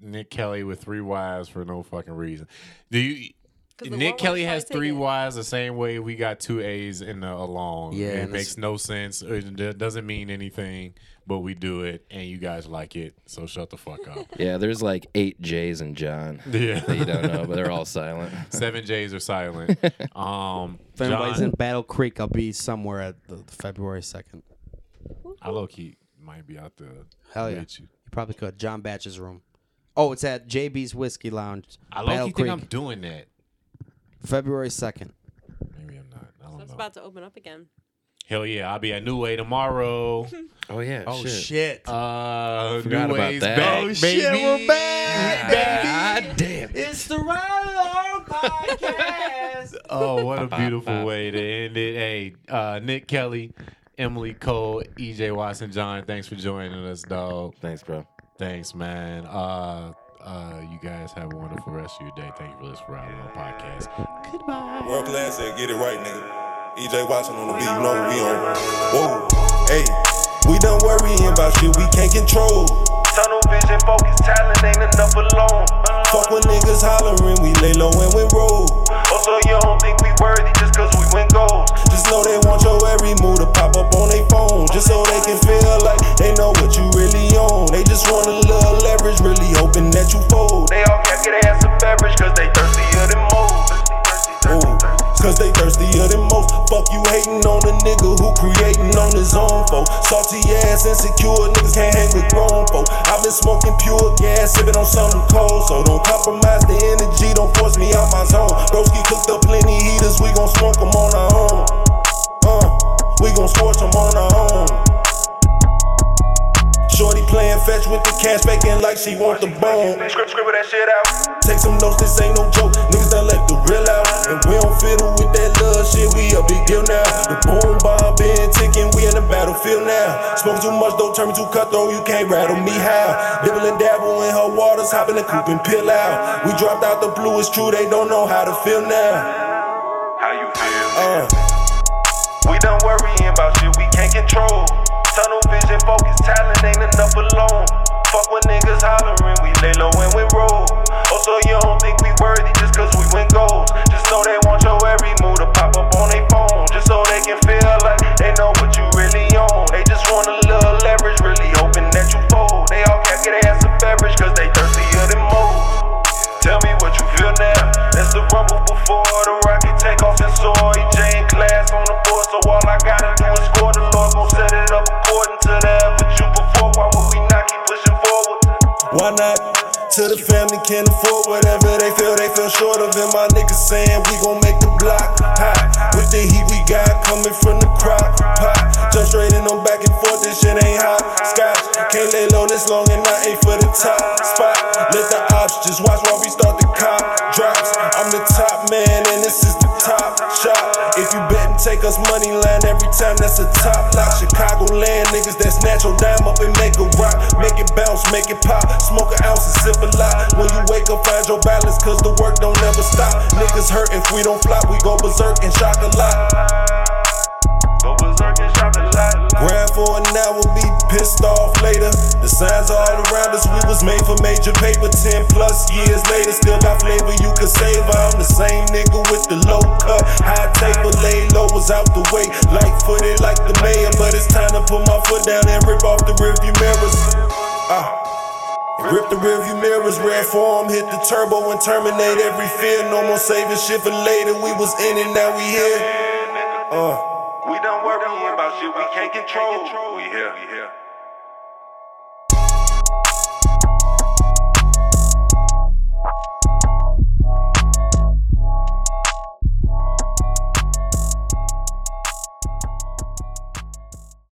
E: Nick Kelly with three Ys for no fucking reason. Do you?
D: 'Cause the
E: Nick
D: one
E: Kelly
D: word
E: has
D: try to
E: three
D: take it.
E: Ys the same way we got two A's in the along.
F: Yeah,
E: it
F: and
E: makes no sense. It do- doesn't mean anything, but we do it, and you guys like it. So shut the fuck up.
G: Yeah, there's like eight J's in John. You
E: yeah,
G: don't know, but they're all silent.
E: seven J's are silent. Um,
F: if anybody's in
E: John,
F: Battle Creek, I'll be somewhere at the, February second.
E: I low key might be out there.
F: Hell yeah,
E: with
F: you.
E: you.
F: probably could. John Batch's room. Oh, it's at JB's Whiskey Lounge,
E: I low
F: Battle
E: key
F: Creek,
E: think I'm doing that.
F: February second.
E: Maybe I'm not. I
D: So
E: don't
D: it's
E: know.
D: about to open up again.
E: Hell yeah, I'll be at New Way tomorrow.
G: Oh yeah.
F: Oh shit!
E: Uh,
G: Forgot
E: new
G: about
E: ways
G: that.
E: back,
G: Oh,
F: shit,
E: baby.
F: we're back,
E: Back.
G: God damn.
F: It's the Ride Along Podcast.
E: Oh, what a beautiful way to end it. Hey, uh, Nick Kelly, Emily Cole, EJ Watson, John. Thanks for joining us, dog.
G: Thanks, bro.
E: Thanks, man. Uh, uh, you guys have a wonderful rest of your day. Thank you for listening to Ride Along Podcast.
C: World class said, get it right, nigga. EJ Watson on the beat, you know what we on. Whoa, hey, we done worrying about shit we can't control.
J: Tunnel vision, focus, talent ain't enough alone.
C: Fuck when niggas hollering, we lay low and we roll.
J: Oh, so you don't think we worthy just cause we win gold?
C: Just know they want your every move to pop up on they phone. Just so they can feel like they know what you really on. They just want a little leverage, really hoping that you fold.
J: They all can't get ass a beverage cause they thirstier than most.
C: Ooh, Cause they thirstier than most. Fuck you hating on a nigga who creating on his own folk. Salty ass, insecure niggas can't hang with grown folk. I've been smoking pure gas, sipping on something cold. So don't compromise the energy, don't force me out my zone. Broski cooked up plenty heaters, we gon' smoke 'em on our own. Uh, we gon' scorch 'em on our own. Shorty playing fetch with the cash, baking like she want the bone.
J: Script, scribble that shit out.
C: Take some notes, this ain't no joke. Niggas done let the real out. And we don't fiddle with that love shit, we a big deal now. The boom bomb been ticking, we in the battlefield now. Smoke too much, don't turn me too cutthroat, you can't rattle me how. Dibble and dabble in her waters, hop in the coop and peel out. We dropped out the blue, it's true, they don't know how to feel now.
J: How you feel?
C: Uh.
J: We done worrying about shit we can't control. Tunnel vision, focus, talent ain't enough alone. Fuck when niggas hollering, we lay low and we roll. Oh, so you don't think we worthy just cause we win goals. Just know they want your every move to pop up on they phone. Just so they can feel like they know what you really on. They just want a little leverage, really hoping that you fold. They all can't get ass a beverage cause they thirstier than most. Tell me what you feel now. That's the rumble before the rocket take off and soar. EJ in class on the board, so all I gotta do is score. The Lord gon' set it up according to the effort you before. Why would we not keep pushing forward?
C: Why not? To the family can afford whatever they feel they feel short of. And my niggas saying we gon' make the block hot. With the heat we got coming from the crock pot. Jump straight in on back and forth, this shit ain't hot. Scotch, can't lay low this long and I ain't for the top spot. Let the ops just watch while we start the cop drops. I'm the top man and this is the top shot. If you bet and take us money line every time, that's a top lock. Chicago land niggas that snatch your dime up and make a rock. Make it bounce, make it pop. Smoke an ounce and sip a lot. When you wake up, find your balance, cause the work don't never stop. Niggas hurt if we don't flop, we go berserk and shock a lot.
J: Go berserk and shock a lot.
C: Grind for an hour, be pissed off later. The signs are all around us, we was made for major paper. Ten plus years later, still got flavor you can save. I'm the same nigga with the low cut, high taper, lay low was out the way. Light footed like the mayor, but it's time to put my foot down and rip off the rearview mirrors. Ah. Rip the rearview mirrors, red form, hit the turbo and terminate every fear. No more saving shit for later. We was in it, now we here. Uh. We don't worry about shit we can't control. We here.